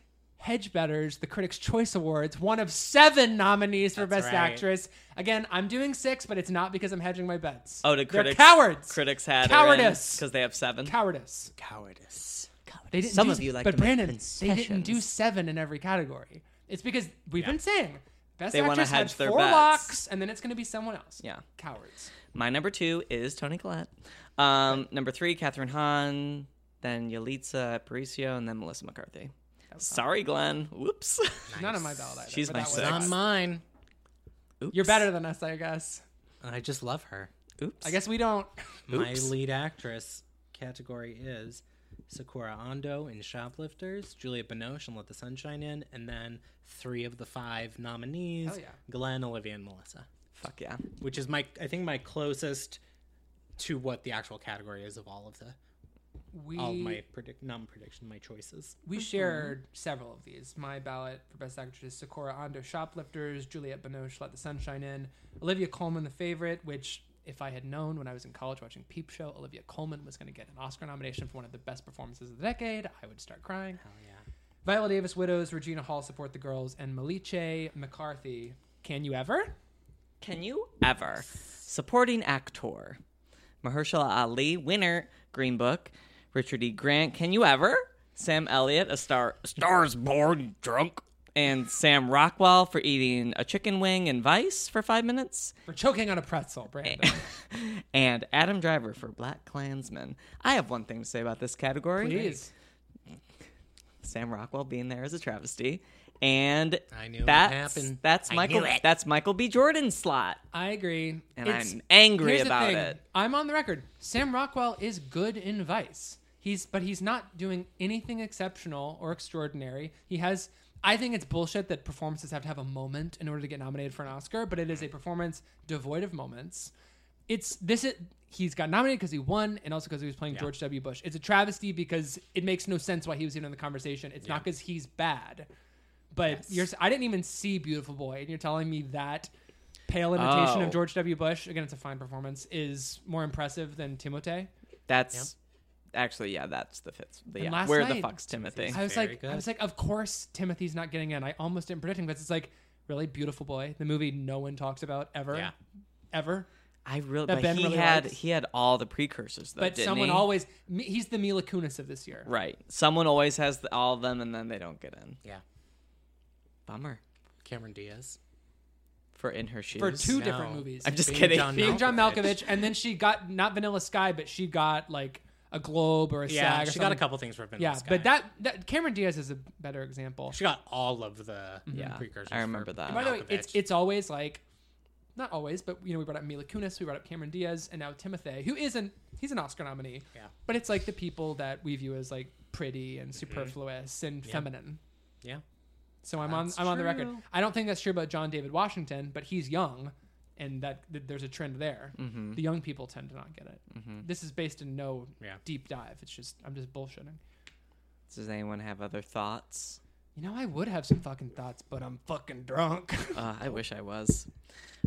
Speaker 1: Hedgebetters, the Critics' Choice Awards, one of seven nominees for Best
Speaker 3: right.
Speaker 1: Actress. Again, I'm doing six, but it's not because I'm hedging my bets.
Speaker 2: Oh, the
Speaker 1: They're
Speaker 2: critics,
Speaker 1: cowards.
Speaker 2: Critics had
Speaker 1: cowardice.
Speaker 2: because they have seven.
Speaker 1: cowardice.
Speaker 3: Cowardice.
Speaker 1: They didn't
Speaker 2: Some
Speaker 1: do,
Speaker 2: of you like
Speaker 1: but
Speaker 2: to make
Speaker 1: Brandon, they didn't do
Speaker 2: concessions.
Speaker 1: seven in every category. It's because we've been saying Best
Speaker 2: They wanna
Speaker 1: Actress had
Speaker 2: hedge their
Speaker 1: four
Speaker 2: bets.
Speaker 1: locks, and then it's going to be someone else.
Speaker 2: Yeah.
Speaker 1: cowards.
Speaker 2: My number two is Tony Collette. Um, number three, Catherine Hahn, then Yalitza Aparicio, and then Melissa McCarthy. Sorry, Glenn. Whoops.
Speaker 1: None of my ballot. Either,
Speaker 2: She's
Speaker 1: but
Speaker 2: my
Speaker 1: that was-
Speaker 2: sixth.
Speaker 3: Not mine.
Speaker 1: You're better than us, I guess.
Speaker 3: I just love her.
Speaker 2: Oops.
Speaker 1: I guess we don't.
Speaker 3: My lead actress category is Sakura Ando in Shoplifters, Julia Binoche in Let the Sunshine In, and then three of the five nominees:
Speaker 1: Hell yeah.
Speaker 3: Glenn, Olivia, and Melissa.
Speaker 2: Fuck yeah.
Speaker 3: Which is my, I think, my closest to what the actual category is of all of the
Speaker 1: we
Speaker 3: all Oh, my predict non-prediction, my choices.
Speaker 1: we shared several of these. My ballot for best actress: Socorro Ando, Shoplifters; Juliette Binoche, Let the Sunshine In; Olivia Colman, The Favorite. Which, if I had known when I was in college watching Peep Show, Olivia Colman was going to get an Oscar nomination for one of the best performances of the decade, I would start crying. Hell yeah! Viola Davis, Widows; Regina Hall, Support the Girls; and Maliche McCarthy. Can you ever?
Speaker 2: Can you ever? Supporting actor. Mahershala Ali, winner, Green Book. Richard E. Grant, can you ever? Sam Elliott, a star, a stars born drunk. And Sam Rockwell for eating a chicken wing and Vice for five minutes.
Speaker 1: For choking on a pretzel, [LAUGHS] Brandon.
Speaker 2: And Adam Driver for Black Klansman. I have one thing to say about this category.
Speaker 1: Please.
Speaker 2: Sam Rockwell being there is a travesty. And
Speaker 3: I knew it would
Speaker 2: that's,
Speaker 3: happen.
Speaker 2: That's
Speaker 3: I
Speaker 2: Michael.
Speaker 3: knew it.
Speaker 2: That's Michael B. Jordan's slot.
Speaker 1: I agree.
Speaker 2: And I'm angry
Speaker 1: here's the
Speaker 2: about
Speaker 1: thing.
Speaker 2: it.
Speaker 1: I'm on the record. Sam Rockwell is good in Vice. He's but he's not doing anything exceptional or extraordinary. He has I think it's bullshit that performances have to have a moment in order to get nominated for an Oscar, but it is a performance devoid of moments. It's this is he's got nominated because he won and also because he was playing George W. Bush. It's a travesty because it makes no sense why he was even in the conversation. It's not because he's bad. But you're, s- I didn't even see Beautiful Boy, and you're telling me that pale imitation
Speaker 2: Oh.
Speaker 1: of George W. Bush, again, it's a fine performance, is more impressive than Timotei.
Speaker 2: That's actually yeah. That's the fifth. The,
Speaker 1: And
Speaker 2: yeah.
Speaker 1: last
Speaker 2: Where the
Speaker 1: night-
Speaker 2: fuck's Timothy?
Speaker 1: I was
Speaker 3: Very
Speaker 1: like,
Speaker 3: good.
Speaker 1: I was like, of course Timothy's not getting in. I almost didn't predict him because it's like really Beautiful Boy, the movie no one talks about ever,
Speaker 3: Yeah. Oh,
Speaker 1: ever.
Speaker 2: I really.
Speaker 1: that
Speaker 2: But
Speaker 1: Ben
Speaker 2: he
Speaker 1: really
Speaker 2: had
Speaker 1: likes.
Speaker 2: he had all the precursors though.
Speaker 1: But
Speaker 2: didn't
Speaker 1: someone
Speaker 2: he?
Speaker 1: always, me- he's the Mila Kunis of this year.
Speaker 2: right. Someone always has the, all of them, and then they don't get in.
Speaker 3: Yeah,
Speaker 2: Bummer
Speaker 3: Cameron Diaz.
Speaker 2: for in her shoes.
Speaker 1: For two different
Speaker 3: No.
Speaker 1: movies.
Speaker 2: I'm just
Speaker 3: Being
Speaker 2: kidding.
Speaker 3: John
Speaker 1: being John
Speaker 3: Malkovich.
Speaker 1: Malkovich, and then she got not Vanilla Sky, but she got like a Globe or a
Speaker 3: Yeah,
Speaker 1: SAG. or
Speaker 3: she got a
Speaker 1: something.
Speaker 3: couple things for Vanilla
Speaker 1: Yeah,
Speaker 3: Sky.
Speaker 1: but that, that Cameron Diaz is a better example.
Speaker 3: she got all of the
Speaker 2: Yeah,
Speaker 3: precursors.
Speaker 2: I remember
Speaker 3: for
Speaker 2: that.
Speaker 1: By the way,
Speaker 3: Malkovich.
Speaker 1: it's it's always like, not always, but you know we brought up Mila Kunis, we brought up Cameron Diaz, and now Timothy, who isn't he's an Oscar nominee.
Speaker 3: Yeah.
Speaker 1: But it's like the people that we view as like pretty and superfluous and feminine.
Speaker 3: yeah.
Speaker 1: So I'm on I'm on the record. I don't think that's true about John David Washington, but he's young, and that th- there's a trend there. The young people tend to not get it. This is based in no
Speaker 3: Yeah.
Speaker 1: deep dive. It's just I'm just bullshitting.
Speaker 2: Does anyone have other thoughts?
Speaker 1: You know, I would have some fucking thoughts, but I'm fucking drunk.
Speaker 2: Uh, I wish I was.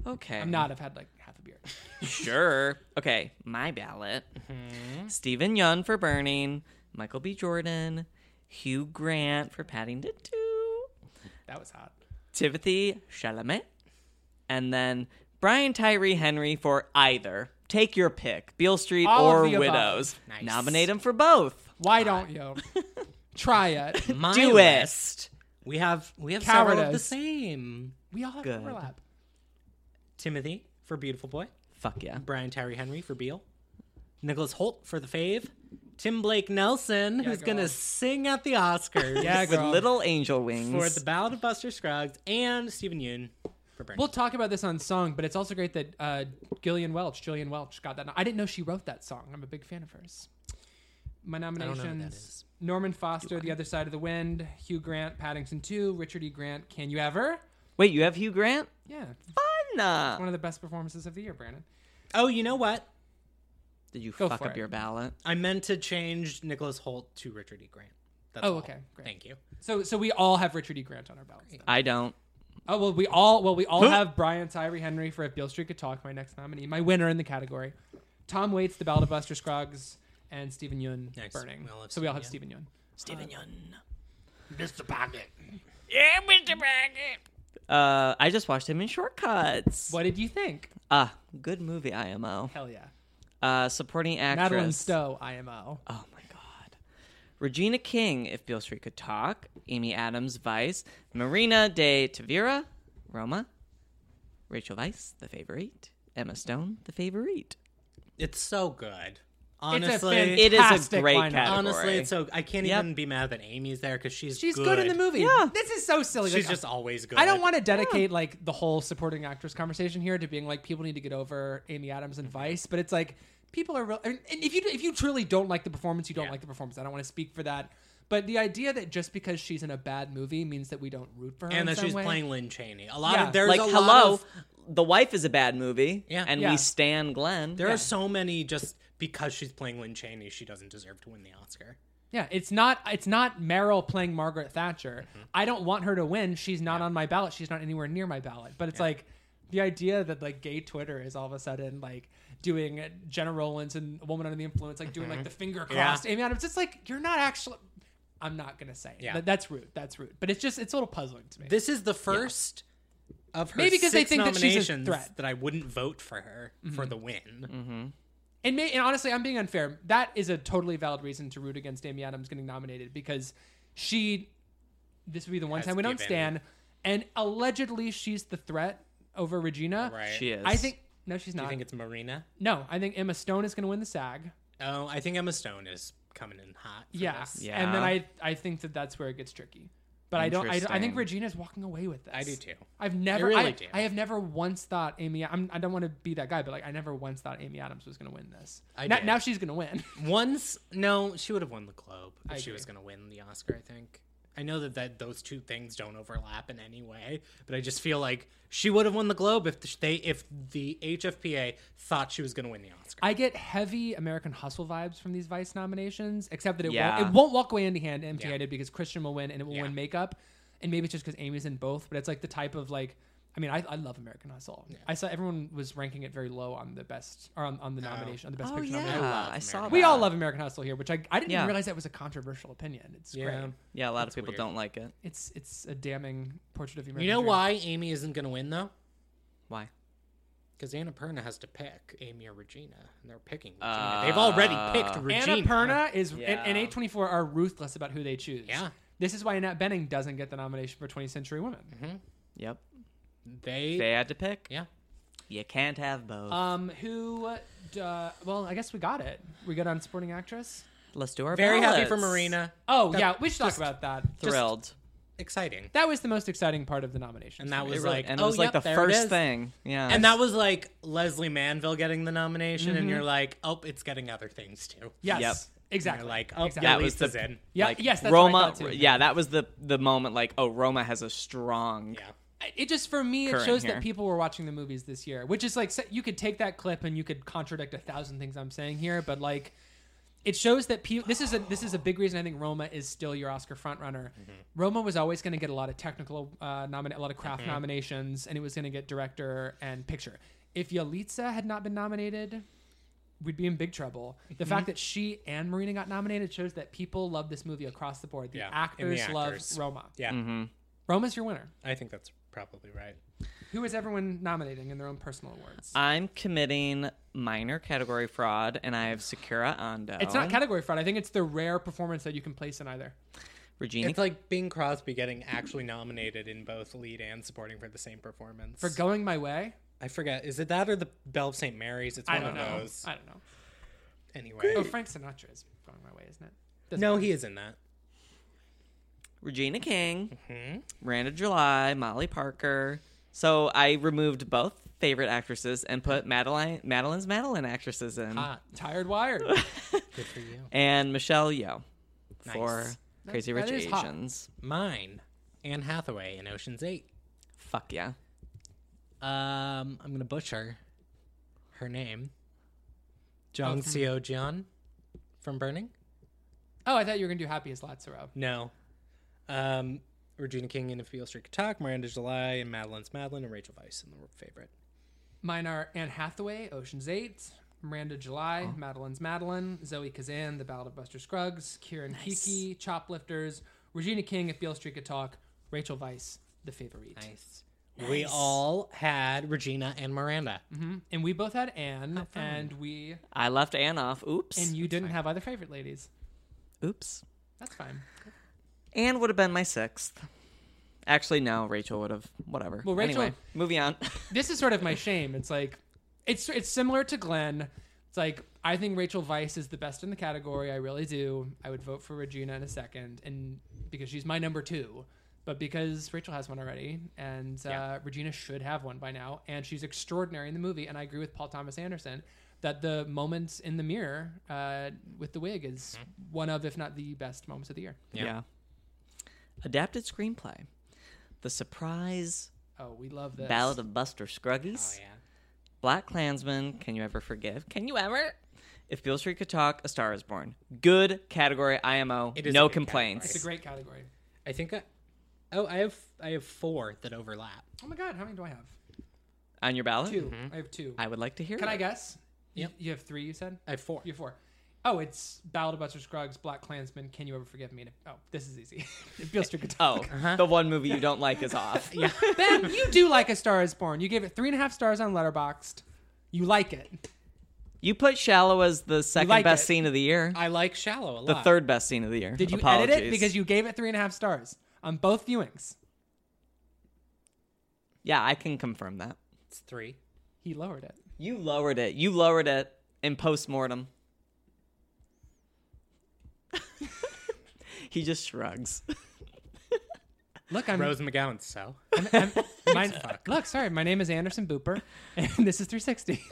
Speaker 2: Okay.
Speaker 1: I'm not. [LAUGHS] I've had like half a beer.
Speaker 2: Sure. Okay, my ballot.
Speaker 1: Mm-hmm.
Speaker 2: Stephen Yun for Burning, Michael B. Jordan, Hugh Grant for Paddington 2,
Speaker 1: That was hot.
Speaker 2: Timothy Chalamet, and then Brian Tyree Henry for either. Take your pick, Beale Street
Speaker 1: All of
Speaker 2: or
Speaker 1: the above.
Speaker 2: Widows.
Speaker 3: Nice.
Speaker 2: Nominate him for both.
Speaker 1: Why don't you [LAUGHS] try
Speaker 3: [LAUGHS]
Speaker 1: it? Mm-hmm.
Speaker 3: My
Speaker 2: Do
Speaker 3: list. We have we have several of the
Speaker 1: Cowardice.
Speaker 3: same.
Speaker 1: We all have
Speaker 2: Good.
Speaker 1: overlap.
Speaker 3: Timothy for Beautiful Boy,
Speaker 2: Fuck yeah.
Speaker 3: Brian Tyree Henry for Beale, Nicholas Holt for The Fave, Tim Blake Nelson, who's
Speaker 1: go
Speaker 3: going to
Speaker 1: on.
Speaker 3: sing at the Oscars
Speaker 1: Yeah,
Speaker 2: With
Speaker 1: girl.
Speaker 2: little angel wings.
Speaker 3: for The Ballad of Buster Scruggs, and Stephen Yoon for Burn.
Speaker 1: We'll talk about this on song, but it's also great that uh, Gillian Welch, Gillian Welch, got that. I didn't know she wrote that song. I'm a big fan of hers. My
Speaker 3: know who
Speaker 1: nominations:
Speaker 3: that is.
Speaker 1: Norman Foster, The Other Side of the Wind, Hugh Grant, Paddington Two, Richard E. Grant. Can you ever?
Speaker 2: Wait, you have Hugh Grant?
Speaker 1: Yeah,
Speaker 3: Ah.
Speaker 2: Fun. uh,
Speaker 1: one of the best performances of the year, Brandon.
Speaker 3: oh, you know what?
Speaker 2: Did you
Speaker 1: Go
Speaker 2: fuck
Speaker 1: for it.
Speaker 2: up your ballot?
Speaker 3: I meant to change Nicholas Holt to Richard E. Grant. That's
Speaker 1: Oh,
Speaker 3: all.
Speaker 1: okay, great.
Speaker 3: Thank you.
Speaker 1: So, so we all have Richard E. Grant on our ballots. then.
Speaker 2: I don't.
Speaker 1: Oh well, we all well we all have Brian Tyree Henry for If Beale Street Could Talk, my next nominee, my winner in the category. Tom Waits, The Ballad of Buster Scruggs, and Stephen Yun
Speaker 3: Nice.
Speaker 1: burning.
Speaker 3: We all have
Speaker 1: so we all have
Speaker 3: Stephen
Speaker 1: Stephen Yun.
Speaker 2: Stephen
Speaker 3: Uh,
Speaker 2: Yun.
Speaker 3: Mr. Pocket.
Speaker 2: Uh, I just watched him in Shortcuts.
Speaker 1: What did you think?
Speaker 2: Ah, good movie, IMO.
Speaker 1: Hell yeah,
Speaker 2: Uh, supporting actress.
Speaker 1: Madeline Stowe, IMO.
Speaker 2: Oh my god. Regina King, if Beale Street could talk. Amy Adams, Vice. Marina de Tavira, Roma. Rachel Vice, The Favorite. Emma Stone, The Favorite.
Speaker 3: It's so good.
Speaker 1: It's a
Speaker 3: Honestly,
Speaker 1: fan-
Speaker 2: It is a
Speaker 1: Fantastic
Speaker 2: great
Speaker 1: lineup.
Speaker 2: category.
Speaker 3: honestly, it's so I can't
Speaker 2: Yep.
Speaker 3: even be mad that Amy's there because she's
Speaker 1: She's good. in the movie.
Speaker 2: Yeah.
Speaker 1: This is so silly.
Speaker 3: She's
Speaker 1: Like,
Speaker 3: just always good.
Speaker 1: I don't want to dedicate like the whole supporting actress conversation here to being like people need to get over Amy Adams
Speaker 3: Mm-hmm.
Speaker 1: and Vice, but it's like people are real. And and if you if you truly don't like the performance, you don't like the performance. I don't want to speak for that, but the idea that just because she's in a bad movie means that we don't root for her
Speaker 3: and
Speaker 1: in
Speaker 3: that
Speaker 1: some
Speaker 3: she's
Speaker 1: way-
Speaker 3: playing Lynn Cheney. A lot
Speaker 1: Yeah.
Speaker 3: of there's
Speaker 2: like,
Speaker 3: a
Speaker 2: hello.
Speaker 3: lot of
Speaker 2: The Wife is a bad movie.
Speaker 3: Yeah.
Speaker 2: And
Speaker 1: Yeah.
Speaker 2: we stand Glenn.
Speaker 3: There are so many just because she's playing Lynn Cheney, she doesn't deserve to win the Oscar.
Speaker 1: Yeah, it's not it's not Meryl playing Margaret Thatcher.
Speaker 3: Mm-hmm.
Speaker 1: I don't want her to win. She's not on my ballot. She's not anywhere near my ballot. But it's like the idea that like gay Twitter is all of a sudden like doing Jenna Rollins and a woman under the influence, like doing
Speaker 3: Mm-hmm.
Speaker 1: like the finger crossed Amy Adams. It's like you're not actually. I'm not gonna say. it.
Speaker 3: Yeah.
Speaker 1: That- that's rude. That's rude. But it's just it's a little puzzling to me.
Speaker 3: This is the first of her
Speaker 1: Maybe 'cause they
Speaker 3: six
Speaker 1: think that she's a
Speaker 3: nominations
Speaker 1: threat. Mm-hmm.
Speaker 3: that I wouldn't vote for her for the win.
Speaker 1: And, may, and honestly, I'm being unfair. That is a totally valid reason to root against Amy Adams getting nominated because she, this would be the one
Speaker 3: Has
Speaker 1: time we don't
Speaker 3: given-
Speaker 1: stand, and allegedly she's the threat over Regina.
Speaker 3: Right?
Speaker 2: She is.
Speaker 1: I think no, she's
Speaker 3: Do
Speaker 1: not.
Speaker 3: you think it's Marina?
Speaker 1: no, I think Emma Stone is going to win the SAG.
Speaker 3: Oh, I think Emma Stone is coming in hot. for
Speaker 1: Yeah.
Speaker 3: this.
Speaker 2: Yeah.
Speaker 1: and then I I think that that's where it gets tricky. But I don't. I, don't- I think
Speaker 2: Interesting.
Speaker 1: Regina's walking away with this.
Speaker 3: I do too.
Speaker 1: I've never. I,
Speaker 3: really do.
Speaker 1: I have never once thought Amy. I'm, I don't want to be that guy, but like I never once thought Amy Adams was going to win this.
Speaker 3: I
Speaker 1: now,
Speaker 3: did.
Speaker 1: now she's going to win. [LAUGHS]
Speaker 3: Once, no, she would have won the Globe if
Speaker 1: I
Speaker 3: she
Speaker 1: agree.
Speaker 3: was going to win the Oscar. I think. I know that, that those two things don't overlap in any way, but I just feel like she would have won the Globe if th- they if the HFPA thought she was going to win the Oscar.
Speaker 1: I get heavy American Hustle vibes from these Vice nominations, except that it
Speaker 2: Yeah.
Speaker 1: won't, it won't walk away hand to hand empty
Speaker 3: Yeah.
Speaker 1: handed because Christian will win and it will
Speaker 3: Yeah.
Speaker 1: win makeup, and maybe it's just because Amy's in both. But it's like the type of like, I mean, I, I love American Hustle. I saw everyone was ranking it very low on the best or on, on the nomination on the best
Speaker 2: Oh,
Speaker 1: picture.
Speaker 2: yeah.
Speaker 1: Nomination.
Speaker 2: I saw
Speaker 1: We
Speaker 2: that.
Speaker 1: all love American Hustle here, which I, I didn't
Speaker 2: Yeah.
Speaker 1: even realize that was a controversial opinion. It's
Speaker 3: Yeah.
Speaker 1: great.
Speaker 2: Yeah, a lot of people don't like it.
Speaker 1: It's it's a damning portrait of the American.
Speaker 3: you know
Speaker 1: dream.
Speaker 3: why Amy isn't going to win though?
Speaker 2: Why?
Speaker 3: Because Annapurna has to pick Amy or Regina, and they're picking Regina. They've already
Speaker 2: Ah.
Speaker 3: picked Regina.
Speaker 1: Annapurna is
Speaker 2: Yeah.
Speaker 1: and, and A24 are ruthless about who they choose.
Speaker 3: Yeah.
Speaker 1: This is why Annette Benning doesn't get the nomination for 20th Century Women.
Speaker 2: Yep.
Speaker 3: They,
Speaker 2: They had to pick.
Speaker 3: yeah.
Speaker 2: You can't have both.
Speaker 1: Um, who? Uh, well, I guess we got it. We got on supporting actress.
Speaker 2: Let's do our
Speaker 3: Very happy for
Speaker 2: ballots.
Speaker 3: Marina.
Speaker 1: Oh
Speaker 3: That-
Speaker 1: yeah, we should talk about that. Just-
Speaker 2: Thrilled.
Speaker 3: Exciting.
Speaker 1: that was the most exciting part of the nomination.
Speaker 3: And that was
Speaker 2: It really-
Speaker 3: like,
Speaker 2: and it
Speaker 3: oh,
Speaker 2: was like
Speaker 3: yep,
Speaker 2: the
Speaker 3: there it
Speaker 2: first
Speaker 3: is.
Speaker 2: thing. Yeah.
Speaker 3: And that was like Leslie Manville getting the nomination,
Speaker 2: Mm-hmm.
Speaker 3: and you're like, oh, it's getting other things too.
Speaker 1: yes,
Speaker 2: Yep.
Speaker 3: And
Speaker 1: exactly.
Speaker 3: you're like, oh,
Speaker 1: exactly.
Speaker 3: yeah,
Speaker 2: That was
Speaker 3: Lisa's
Speaker 2: the-
Speaker 3: in.
Speaker 1: yeah,
Speaker 2: like,
Speaker 1: yes, that's
Speaker 2: Roma.
Speaker 1: What I thought too.
Speaker 2: Yeah, that was the the moment. Like, oh, Roma has a strong.
Speaker 3: Yeah.
Speaker 1: it just for me it
Speaker 2: Current
Speaker 1: shows
Speaker 2: here.
Speaker 1: that people were watching the movies this year, which is like so- you could take that clip and you could contradict a thousand things I'm saying here, but like it shows that people. This is a this is a big reason I think Roma is still your Oscar frontrunner.
Speaker 3: Mm-hmm.
Speaker 1: Roma was always going to get a lot of technical uh, nomin- a lot of
Speaker 3: Mm-hmm.
Speaker 1: craft nominations, and it was going to get director and picture. If Yalitza had not been nominated, we'd be in big trouble. The
Speaker 3: Mm-hmm.
Speaker 1: fact that she and Marina got nominated shows that people love this movie across the board. The
Speaker 3: Yeah, and the
Speaker 1: actors love
Speaker 3: actors.
Speaker 1: Roma.
Speaker 3: Yeah.
Speaker 2: Mm-hmm.
Speaker 1: Roma's your winner.
Speaker 3: I think that's probably right.
Speaker 1: Who is everyone nominating in their own personal awards?
Speaker 2: I'm committing minor category fraud, and I have Sakura Ando.
Speaker 1: it's not category fraud. I think it's the rare performance that you can place in either.
Speaker 2: Regina.
Speaker 3: It's like Bing Crosby getting actually nominated in both lead and supporting for the same performance.
Speaker 1: For going my way,
Speaker 3: I forget. Is it that or the Bell of St. Mary's? It's
Speaker 1: I
Speaker 3: one
Speaker 1: don't
Speaker 3: of
Speaker 1: know.
Speaker 3: those.
Speaker 1: I don't know.
Speaker 3: Anyway.
Speaker 1: Oh, Frank Sinatra is going my way, isn't it? Doesn't
Speaker 3: No, he isn't that.
Speaker 2: Regina King,
Speaker 1: Mm-hmm.
Speaker 2: Miranda July, Molly Parker. So I removed both favorite actresses and put Madeline Madeline's Madeline actresses in,
Speaker 1: Ah, tired wired.
Speaker 3: Good for you.
Speaker 2: and Michelle Yeoh for
Speaker 3: Nice.
Speaker 2: Crazy
Speaker 1: That-
Speaker 2: Rich
Speaker 1: that is hot.
Speaker 2: Asians.
Speaker 3: Mine, Anne Hathaway in Ocean's Eight.
Speaker 2: Fuck yeah.
Speaker 3: Um, I'm gonna butcher her name. Jung Seo Jeon from Burning.
Speaker 1: oh, I thought you were gonna do Happy as Lazaro.
Speaker 3: No. Um, Regina King in A Field Street Attack, Miranda July and Madeline's Madeline, and Rachel Weisz in the favorite.
Speaker 1: Mine are Anne Hathaway, Ocean's Eight, Miranda July,
Speaker 3: Uh-huh.
Speaker 1: Madeline's Madeline, Zoe Kazan, The Ballad of Buster Scruggs, Kieran Kiki, Choplifters, Regina King, If Beale Street Could Talk, Rachel Weisz, The Favorite.
Speaker 3: Nice. Mm-hmm. We all had Regina and Miranda.
Speaker 1: And we both had
Speaker 3: Oh,
Speaker 1: Anne, and we
Speaker 2: I left Anne off. Oops.
Speaker 1: and you didn't have either favorite ladies.
Speaker 2: Oops.
Speaker 1: That's fine.
Speaker 2: Anne would have been my sixth. Actually, no, Rachel would have. Whatever.
Speaker 1: Well, Rachel-
Speaker 2: Anyway, moving on. [LAUGHS]
Speaker 1: this is sort of my shame. It's like it's it's similar to Glenn. It's like I think Rachel Weisz is the best in the category. I really do. I would vote for Regina in a second, and because she's my number two, but because Rachel has one already, and uh, Regina should have one by now, and she's extraordinary in the movie. And I agree with Paul Thomas Anderson that the moments in the mirror uh, with the wig is one of, if not the best moments of the year.
Speaker 2: Yeah. Adapted screenplay. The surprise
Speaker 1: Oh, we love this.
Speaker 2: Ballad of Buster Scruggs.
Speaker 3: Oh yeah.
Speaker 2: Black Klansman, Can You Ever Forgive? Can You Ever? If Beale Street Could Talk, A Star is Born. Good category, IMO.
Speaker 3: It is
Speaker 2: no
Speaker 3: a good
Speaker 2: complaints.
Speaker 3: category.
Speaker 1: It's a great category.
Speaker 3: I think I, Oh, I have I have four that overlap.
Speaker 1: Oh my god, how many do I have?
Speaker 2: On your ballot?
Speaker 1: 2 I have two.
Speaker 2: I would like to hear
Speaker 1: Can
Speaker 2: it.
Speaker 1: I guess? You-
Speaker 3: Yep.
Speaker 1: You, have three. You said
Speaker 3: I have four.
Speaker 1: you have four. Oh, it's Ballad of Buster Scruggs, Black Klansman. Can you ever forgive me? And- Oh, this is easy. Beale Street Could
Speaker 2: Oh,
Speaker 1: Talk.
Speaker 2: the one movie you don't like is off. yeah.
Speaker 1: [LAUGHS] ben, you do like A Star Is Born. You gave it three and a half stars on Letterboxd. You like it.
Speaker 2: You put Shallow as the second
Speaker 1: like
Speaker 2: best
Speaker 1: it.
Speaker 2: scene of the year.
Speaker 3: I like Shallow a lot.
Speaker 2: the third best scene of the year.
Speaker 1: Did you
Speaker 2: Apologies.
Speaker 1: edit it because you gave it three and a half stars on both viewings?
Speaker 2: Yeah, I can confirm that.
Speaker 3: It's three.
Speaker 1: He lowered it.
Speaker 2: You lowered it. You lowered it in postmortem. he just shrugs.
Speaker 1: Look, I'm,
Speaker 3: Rose McGowan. So [LAUGHS]
Speaker 1: I'm- my- look. Sorry, my name is Anderson Booper, [LAUGHS] and this is
Speaker 2: [LAUGHS]
Speaker 1: 360.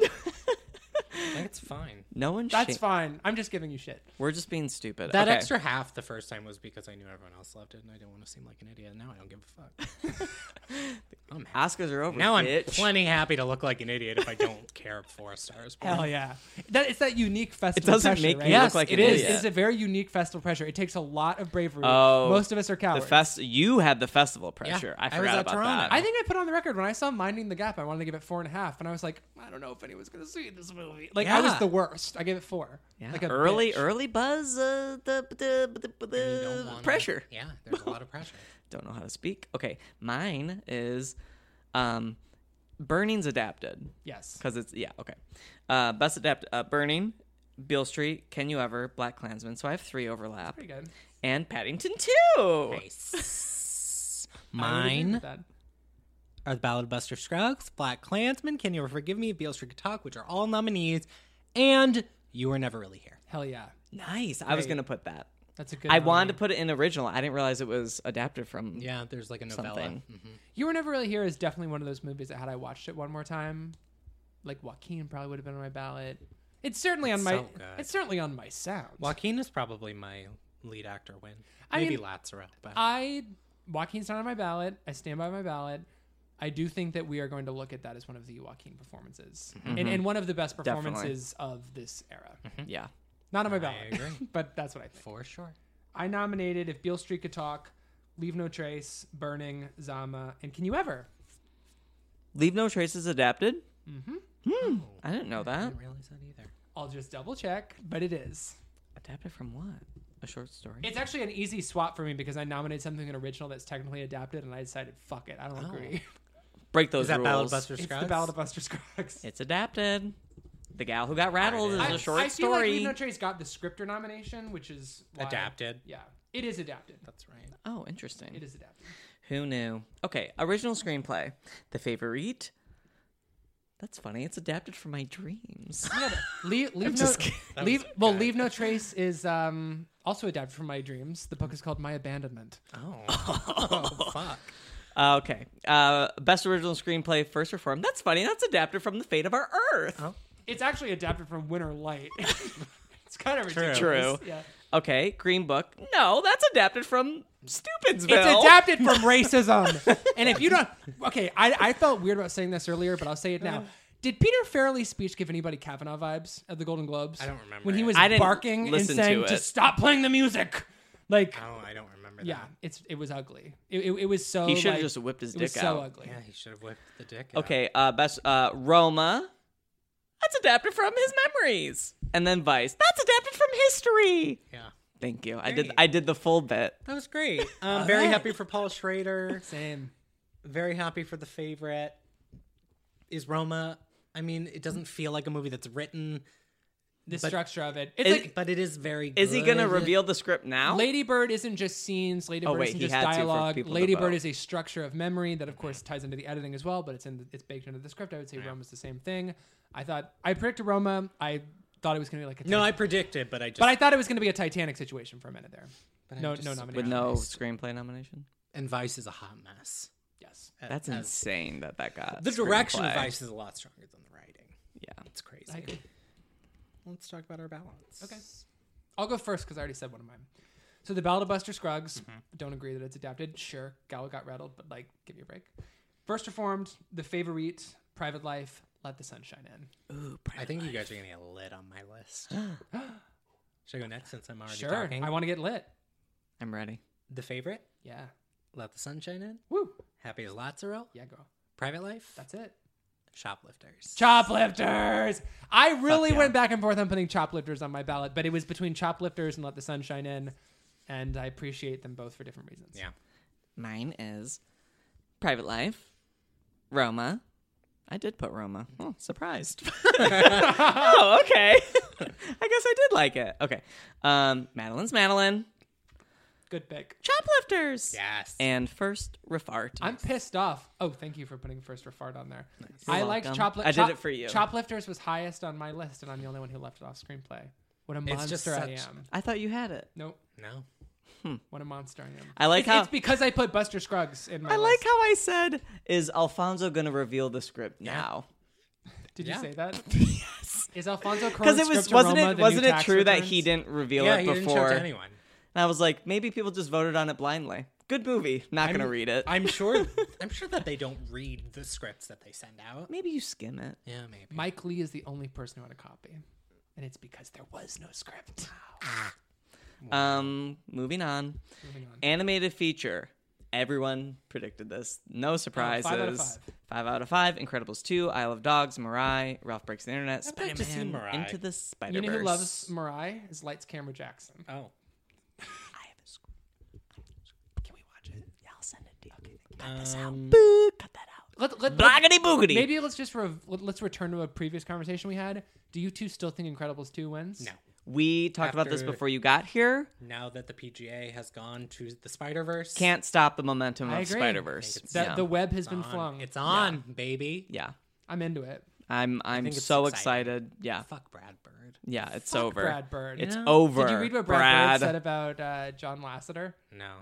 Speaker 3: that's fine.
Speaker 2: No one.
Speaker 1: That's
Speaker 2: sha-
Speaker 1: fine. I'm just giving you shit.
Speaker 2: We're just being stupid.
Speaker 3: That
Speaker 2: Okay.
Speaker 3: extra half the first time was because I knew everyone else loved it and I didn't want to seem like an idiot. Now I don't give a [LAUGHS] fuck. I'm happy.
Speaker 2: Oscars are over.
Speaker 3: Now I'm
Speaker 2: bitch.
Speaker 3: plenty happy to look like an idiot if I don't care for stars. [LAUGHS]
Speaker 1: Hell yeah! That it's that unique festival.
Speaker 2: doesn't
Speaker 1: pressure,
Speaker 2: make you
Speaker 1: right?
Speaker 2: look Yes, like an
Speaker 1: it is.
Speaker 2: idiot.
Speaker 1: It's a very unique festival pressure. It takes a lot of bravery.
Speaker 2: Oh,
Speaker 1: most of us are cowards.
Speaker 2: The fest. You had the festival pressure. I
Speaker 3: I was
Speaker 2: forgot
Speaker 3: at
Speaker 2: about
Speaker 3: Toronto.
Speaker 2: that.
Speaker 1: I think I put on the record when I saw Minding the Gap, I wanted to give it four and a half, and I was like, I don't know if anyone's gonna see this movie. Like I was
Speaker 3: Yeah.
Speaker 1: the worst. I gave it four.
Speaker 2: Yeah.
Speaker 1: Like a
Speaker 2: early,
Speaker 1: bitch.
Speaker 2: early buzz. Uh, the the, the, the
Speaker 3: Uh,
Speaker 2: pressure.
Speaker 3: Yeah, there's a lot of [LAUGHS] pressure.
Speaker 2: Don't know how to speak. Okay, mine is, um, Burning's adapted.
Speaker 1: Yes.
Speaker 2: Because it's yeah okay. Uh, best adapt uh, Burning, Beale Street, Can You Ever, Black Klansman. So I have three overlap.
Speaker 1: Pretty good.
Speaker 2: And Paddington Two.
Speaker 1: I would agree
Speaker 3: Mine
Speaker 1: with that.
Speaker 3: are the Ballad of Buster Scruggs, Black Klansman, Can You Ever Forgive Me, Beale Street Could Talk, which are all nominees, and You Were Never Really Here.
Speaker 1: Hell yeah.
Speaker 2: [LAUGHS] Nice. I was gonna put that.
Speaker 1: That's a good.
Speaker 2: I
Speaker 1: nominee.
Speaker 2: wanted to put it in original. I didn't realize it was adapted from.
Speaker 3: Yeah, there's like a novella.
Speaker 2: Something.
Speaker 1: You were never really here is definitely one of those movies that had I watched it one more time, like Joaquin probably would have been on my ballot. It's certainly on my.
Speaker 3: so good.
Speaker 1: It's certainly on my sound.
Speaker 3: Joaquin is probably my lead actor win.
Speaker 1: I
Speaker 3: Maybe
Speaker 1: mean,
Speaker 3: Lazzaro, but
Speaker 1: I Joaquin's not on my ballot. I stand by my ballot. I do think that we are going to look at that as one of the Joaquin performances,
Speaker 3: Mm-hmm.
Speaker 1: and, and one of the best
Speaker 2: Definitely.
Speaker 1: performances of this era.
Speaker 2: Yeah.
Speaker 1: Not on my
Speaker 3: I
Speaker 1: ballot,
Speaker 3: agree.
Speaker 1: [LAUGHS] but that's what I think.
Speaker 3: for sure.
Speaker 1: I nominated if Beale Street could talk, Leave No Trace, Burning, Zama, and Can You Ever?
Speaker 2: Leave No Trace is adapted. Mm-hmm. I didn't know
Speaker 3: Oh. I
Speaker 2: that.
Speaker 3: didn't realize that either.
Speaker 1: I'll just double check, but it is.
Speaker 2: Adapted from what? A short story.
Speaker 1: It's actually an easy swap for me because I nominated something an original that's technically adapted, and I decided fuck it, I don't agree. [LAUGHS]
Speaker 2: Break those
Speaker 3: Is that
Speaker 2: rules.
Speaker 3: Ballad of Buster
Speaker 1: It's
Speaker 3: Oh. Scruggs?
Speaker 1: the Ballad of Buster Scruggs.
Speaker 2: It's adapted. The gal who got rattled is
Speaker 3: Alright.
Speaker 2: a short
Speaker 1: I feel like
Speaker 2: story.
Speaker 1: Leave No Trace got the scripter nomination, which is why-
Speaker 3: Adapted.
Speaker 1: Yeah, it is adapted.
Speaker 3: That's right.
Speaker 2: oh, interesting.
Speaker 1: It is adapted.
Speaker 2: Who knew? Okay, original screenplay. The favorite. That's funny. It's adapted from my
Speaker 1: [LAUGHS]
Speaker 2: dreams.
Speaker 1: leave, leave no,
Speaker 2: just kidding.
Speaker 1: leave. Well, leave no trace is um, also adapted from my dreams. The book is called My Abandonment.
Speaker 3: Oh, oh fuck.
Speaker 2: Uh, okay. Uh, best original screenplay, first reform. That's funny. That's adapted from the fate of our Earth.
Speaker 1: Oh, It's actually adapted from Winter Light. [LAUGHS] it's kind of
Speaker 3: True.
Speaker 1: ridiculous.
Speaker 2: True.
Speaker 1: Yeah.
Speaker 2: Okay. Green Book. No, that's adapted from Stupidsville.
Speaker 1: It's adapted
Speaker 2: [LAUGHS]
Speaker 1: from racism. and if you don't, okay, I, I felt weird about saying this earlier, but I'll say it now. Did Peter Farrelly's speech give anybody Kavanaugh vibes at the Golden Globes? I
Speaker 3: don't remember
Speaker 1: When he
Speaker 3: it.
Speaker 1: was
Speaker 2: I didn't
Speaker 1: barking and
Speaker 2: listen to
Speaker 1: saying,
Speaker 2: it.
Speaker 1: just stop playing the music. Like,
Speaker 3: Oh, I don't remember
Speaker 1: yeah,
Speaker 3: that.
Speaker 1: it's it was ugly. It, it, it was so.
Speaker 2: He should've
Speaker 1: like-
Speaker 2: just whipped his
Speaker 1: it was
Speaker 2: dick
Speaker 1: so
Speaker 2: out.
Speaker 1: ugly.
Speaker 3: Yeah, he should have whipped the dick. out.
Speaker 2: Okay. Uh, best uh, Roma. That's adapted from his memories. And then Vice. That's adapted from history.
Speaker 3: Yeah.
Speaker 2: Thank you. I did. I did the full bit.
Speaker 3: That was [LAUGHS] great. Um, very happy for Paul [LAUGHS] Schrader.
Speaker 1: Same.
Speaker 3: Very happy for the favorite. Is Roma? I mean, it doesn't feel like a movie that's written,
Speaker 1: The
Speaker 3: But-
Speaker 1: structure of it. It's
Speaker 2: Is-
Speaker 1: like
Speaker 3: but it is very.
Speaker 2: Is he gonna
Speaker 3: good.
Speaker 2: reveal the script now?
Speaker 1: Lady Bird isn't just scenes. Lady
Speaker 2: Oh,
Speaker 1: Bird
Speaker 2: wait,
Speaker 1: isn't
Speaker 2: he
Speaker 1: just
Speaker 2: had to for
Speaker 1: dialogue.
Speaker 2: people to
Speaker 1: Lady Bird
Speaker 2: vote.
Speaker 1: is a structure of memory that, of course, ties into the editing as well. But it's in the, it's baked into the script. I would say Roma's the same thing. I thought I predicted Roma. I thought it was going to be like a
Speaker 3: No,
Speaker 1: Titan-
Speaker 3: I predicted, but I just.
Speaker 1: but I thought it was going to be a Titanic situation for a minute there. no, no
Speaker 2: With
Speaker 1: nomination.
Speaker 2: no screenplay nomination.
Speaker 3: and Vice is a hot mess.
Speaker 1: Yes,
Speaker 2: That's insane that that got
Speaker 3: The direction of
Speaker 2: screenplay.
Speaker 3: Vice is a lot stronger than the writing.
Speaker 2: Yeah.
Speaker 3: It's crazy.
Speaker 1: I agree.
Speaker 3: Let's talk about our balance.
Speaker 1: Okay. I'll go first because I already said one of mine. So
Speaker 2: Mm-hmm.
Speaker 1: the Ballad of Buster Scruggs. Don't agree that it's adapted. Sure, Gal got rattled, but like, give me a break. First Reformed, The Favorite, Private Life, Let the Sunshine In.
Speaker 3: I think you guys are gonna get lit on my [GASPS] list. Should I go next since I'm already
Speaker 1: Sure.
Speaker 3: talking?
Speaker 1: I want to get lit.
Speaker 2: I'm ready.
Speaker 3: the favorite.
Speaker 1: Yeah.
Speaker 3: Let the sunshine in.
Speaker 1: Woo.
Speaker 3: Happy as Lazaro.
Speaker 1: Yeah, girl.
Speaker 3: Private life.
Speaker 1: That's it.
Speaker 3: Shoplifters.
Speaker 1: Choplifters. I really
Speaker 2: yeah.
Speaker 1: went back and forth on putting choplifters on my ballot, but it was between choplifters and let the sunshine in, and I appreciate them both for different reasons.
Speaker 3: yeah.
Speaker 2: Mine is Private Life, Roma. I did put Roma. Oh, surprised. [LAUGHS] oh, okay. [LAUGHS] I guess I did like it. Okay. Um, Madeline's Madeline.
Speaker 1: Good pick.
Speaker 2: Choplifters.
Speaker 3: Yes.
Speaker 2: And first refart.
Speaker 1: I'm pissed off. Oh, thank you for putting first refart on there. I
Speaker 2: You're
Speaker 1: liked
Speaker 2: welcome.
Speaker 1: choplifters.
Speaker 2: I did it for you.
Speaker 1: Choplifters was highest on my list, and I'm the only one who left it off screenplay. What a monster
Speaker 3: It's just
Speaker 1: I
Speaker 3: such-
Speaker 1: am.
Speaker 2: I thought you had it.
Speaker 1: Nope.
Speaker 3: no.
Speaker 1: What a monster I am.
Speaker 2: I like
Speaker 1: it's,
Speaker 2: how-
Speaker 1: it's because I put Buster Scruggs in my.
Speaker 2: I like
Speaker 1: list.
Speaker 2: how I said, "Is Alfonso going to reveal the script now?"
Speaker 1: Did
Speaker 3: Yeah.
Speaker 1: you say
Speaker 2: [LAUGHS]
Speaker 1: that? Is Alfonso
Speaker 2: Because
Speaker 1: Cuarón's
Speaker 2: it was
Speaker 1: script
Speaker 2: wasn't
Speaker 1: Aroma
Speaker 2: it
Speaker 1: the
Speaker 2: wasn't
Speaker 1: new
Speaker 2: it
Speaker 1: tax
Speaker 2: true that
Speaker 1: returns?
Speaker 2: he didn't reveal
Speaker 3: yeah,
Speaker 2: it
Speaker 3: you
Speaker 2: before?
Speaker 3: didn't show it to anyone.
Speaker 2: And I was like, maybe people just voted on it blindly. Good movie. Not going to read it.
Speaker 3: I'm sure.
Speaker 2: [LAUGHS]
Speaker 3: I'm sure that they don't read the scripts that they send out.
Speaker 2: maybe you skim it.
Speaker 3: Yeah, maybe.
Speaker 1: Mike Lee is the only person who had a copy, and it's because there was no script.
Speaker 2: Um, moving on.
Speaker 1: Moving on.
Speaker 2: Animated feature. Everyone predicted this. No surprises.
Speaker 1: out of Oh, five.
Speaker 2: Five out of five. Incredibles 2, Isle of Dogs, Mirai, Ralph Breaks the Internet,
Speaker 3: I'd like to see
Speaker 2: Spider-Man,
Speaker 3: Mirai.
Speaker 2: Into the
Speaker 1: You
Speaker 2: Spider-Verse.
Speaker 1: know who loves Mariah is Lights Camera Jackson.
Speaker 3: Oh.
Speaker 2: I have a script.
Speaker 1: Can we watch it?
Speaker 2: Yeah, I'll send it to you. cut this out.
Speaker 3: Um,
Speaker 2: Boop. Cut that out.
Speaker 1: Let, let, let-
Speaker 2: Bloggity boogity.
Speaker 1: maybe let's just re- let- let's return to a previous conversation we had. Do you two still think Incredibles two wins?
Speaker 3: No.
Speaker 2: we talked about this
Speaker 3: After-
Speaker 2: before you got here.
Speaker 3: Now that the PGA has gone to the Spider Verse,
Speaker 2: Can't stop the momentum
Speaker 1: I
Speaker 2: of
Speaker 1: agree.
Speaker 2: Spider Verse.
Speaker 1: That
Speaker 2: Yeah.
Speaker 1: the web has been
Speaker 3: on.
Speaker 1: flung.
Speaker 3: It's on, baby.
Speaker 2: yeah.
Speaker 1: I'm into it.
Speaker 2: I'm I'm
Speaker 3: think it's
Speaker 2: so
Speaker 3: exciting.
Speaker 2: excited. Yeah.
Speaker 3: Fuck Brad Bird.
Speaker 2: Yeah, it's
Speaker 1: Fuck
Speaker 2: over.
Speaker 1: Brad Bird.
Speaker 2: It's
Speaker 1: Yeah.
Speaker 2: over.
Speaker 1: Did you read what Brad,
Speaker 2: Brad
Speaker 1: Bird said about uh, John Lasseter?
Speaker 3: No.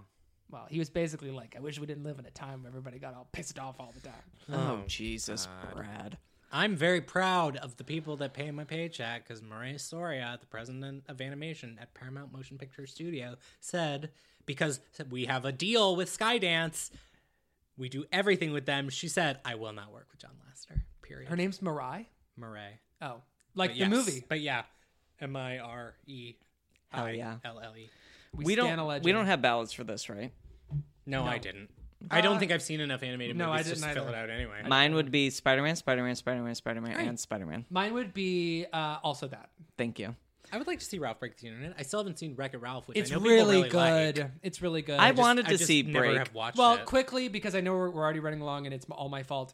Speaker 1: Well, he was basically like, "I wish we didn't live in a time where everybody got all pissed off all the time."
Speaker 2: Oh, Jesus, Brad.
Speaker 3: I'm very proud of the people that pay my paycheck because Maria Soria, the president of animation at Paramount Motion Picture Studio, said because we have a deal with Skydance, we do everything with them. She said, "I will not work with John Lasseter." Period.
Speaker 1: Her name's Mariah.
Speaker 3: Murray.
Speaker 1: Oh, like
Speaker 3: But
Speaker 1: the
Speaker 3: yes,
Speaker 1: movie.
Speaker 3: but yeah, M I R E
Speaker 2: Hell
Speaker 3: I
Speaker 2: yeah.
Speaker 3: L L E.
Speaker 1: We, stan a
Speaker 2: don't
Speaker 1: legend.
Speaker 2: we don't have ballots for this, right?
Speaker 3: No, Uh, I didn't. I don't think I've seen enough animated
Speaker 1: no,
Speaker 3: movies
Speaker 1: I
Speaker 3: just to
Speaker 1: didn't
Speaker 3: fill it
Speaker 1: either.
Speaker 3: out anyway.
Speaker 2: Mine would be Spider-Man, Spider-Man, Spider-Man, Spider-Man, and Spider-Man.
Speaker 1: Mine would be uh, also that.
Speaker 2: Thank you.
Speaker 3: I would like to see Ralph break the internet. I still haven't seen Wreck It Ralph, which
Speaker 1: It's
Speaker 3: I know people
Speaker 1: really,
Speaker 3: really like.
Speaker 1: good. It's really good.
Speaker 2: I
Speaker 1: Just-
Speaker 2: wanted
Speaker 3: I
Speaker 2: to
Speaker 3: just
Speaker 2: see
Speaker 3: never
Speaker 2: Break.
Speaker 3: have watched
Speaker 1: Well,
Speaker 3: it.
Speaker 1: quickly because I know we're, we're already running long and it's m- all my fault.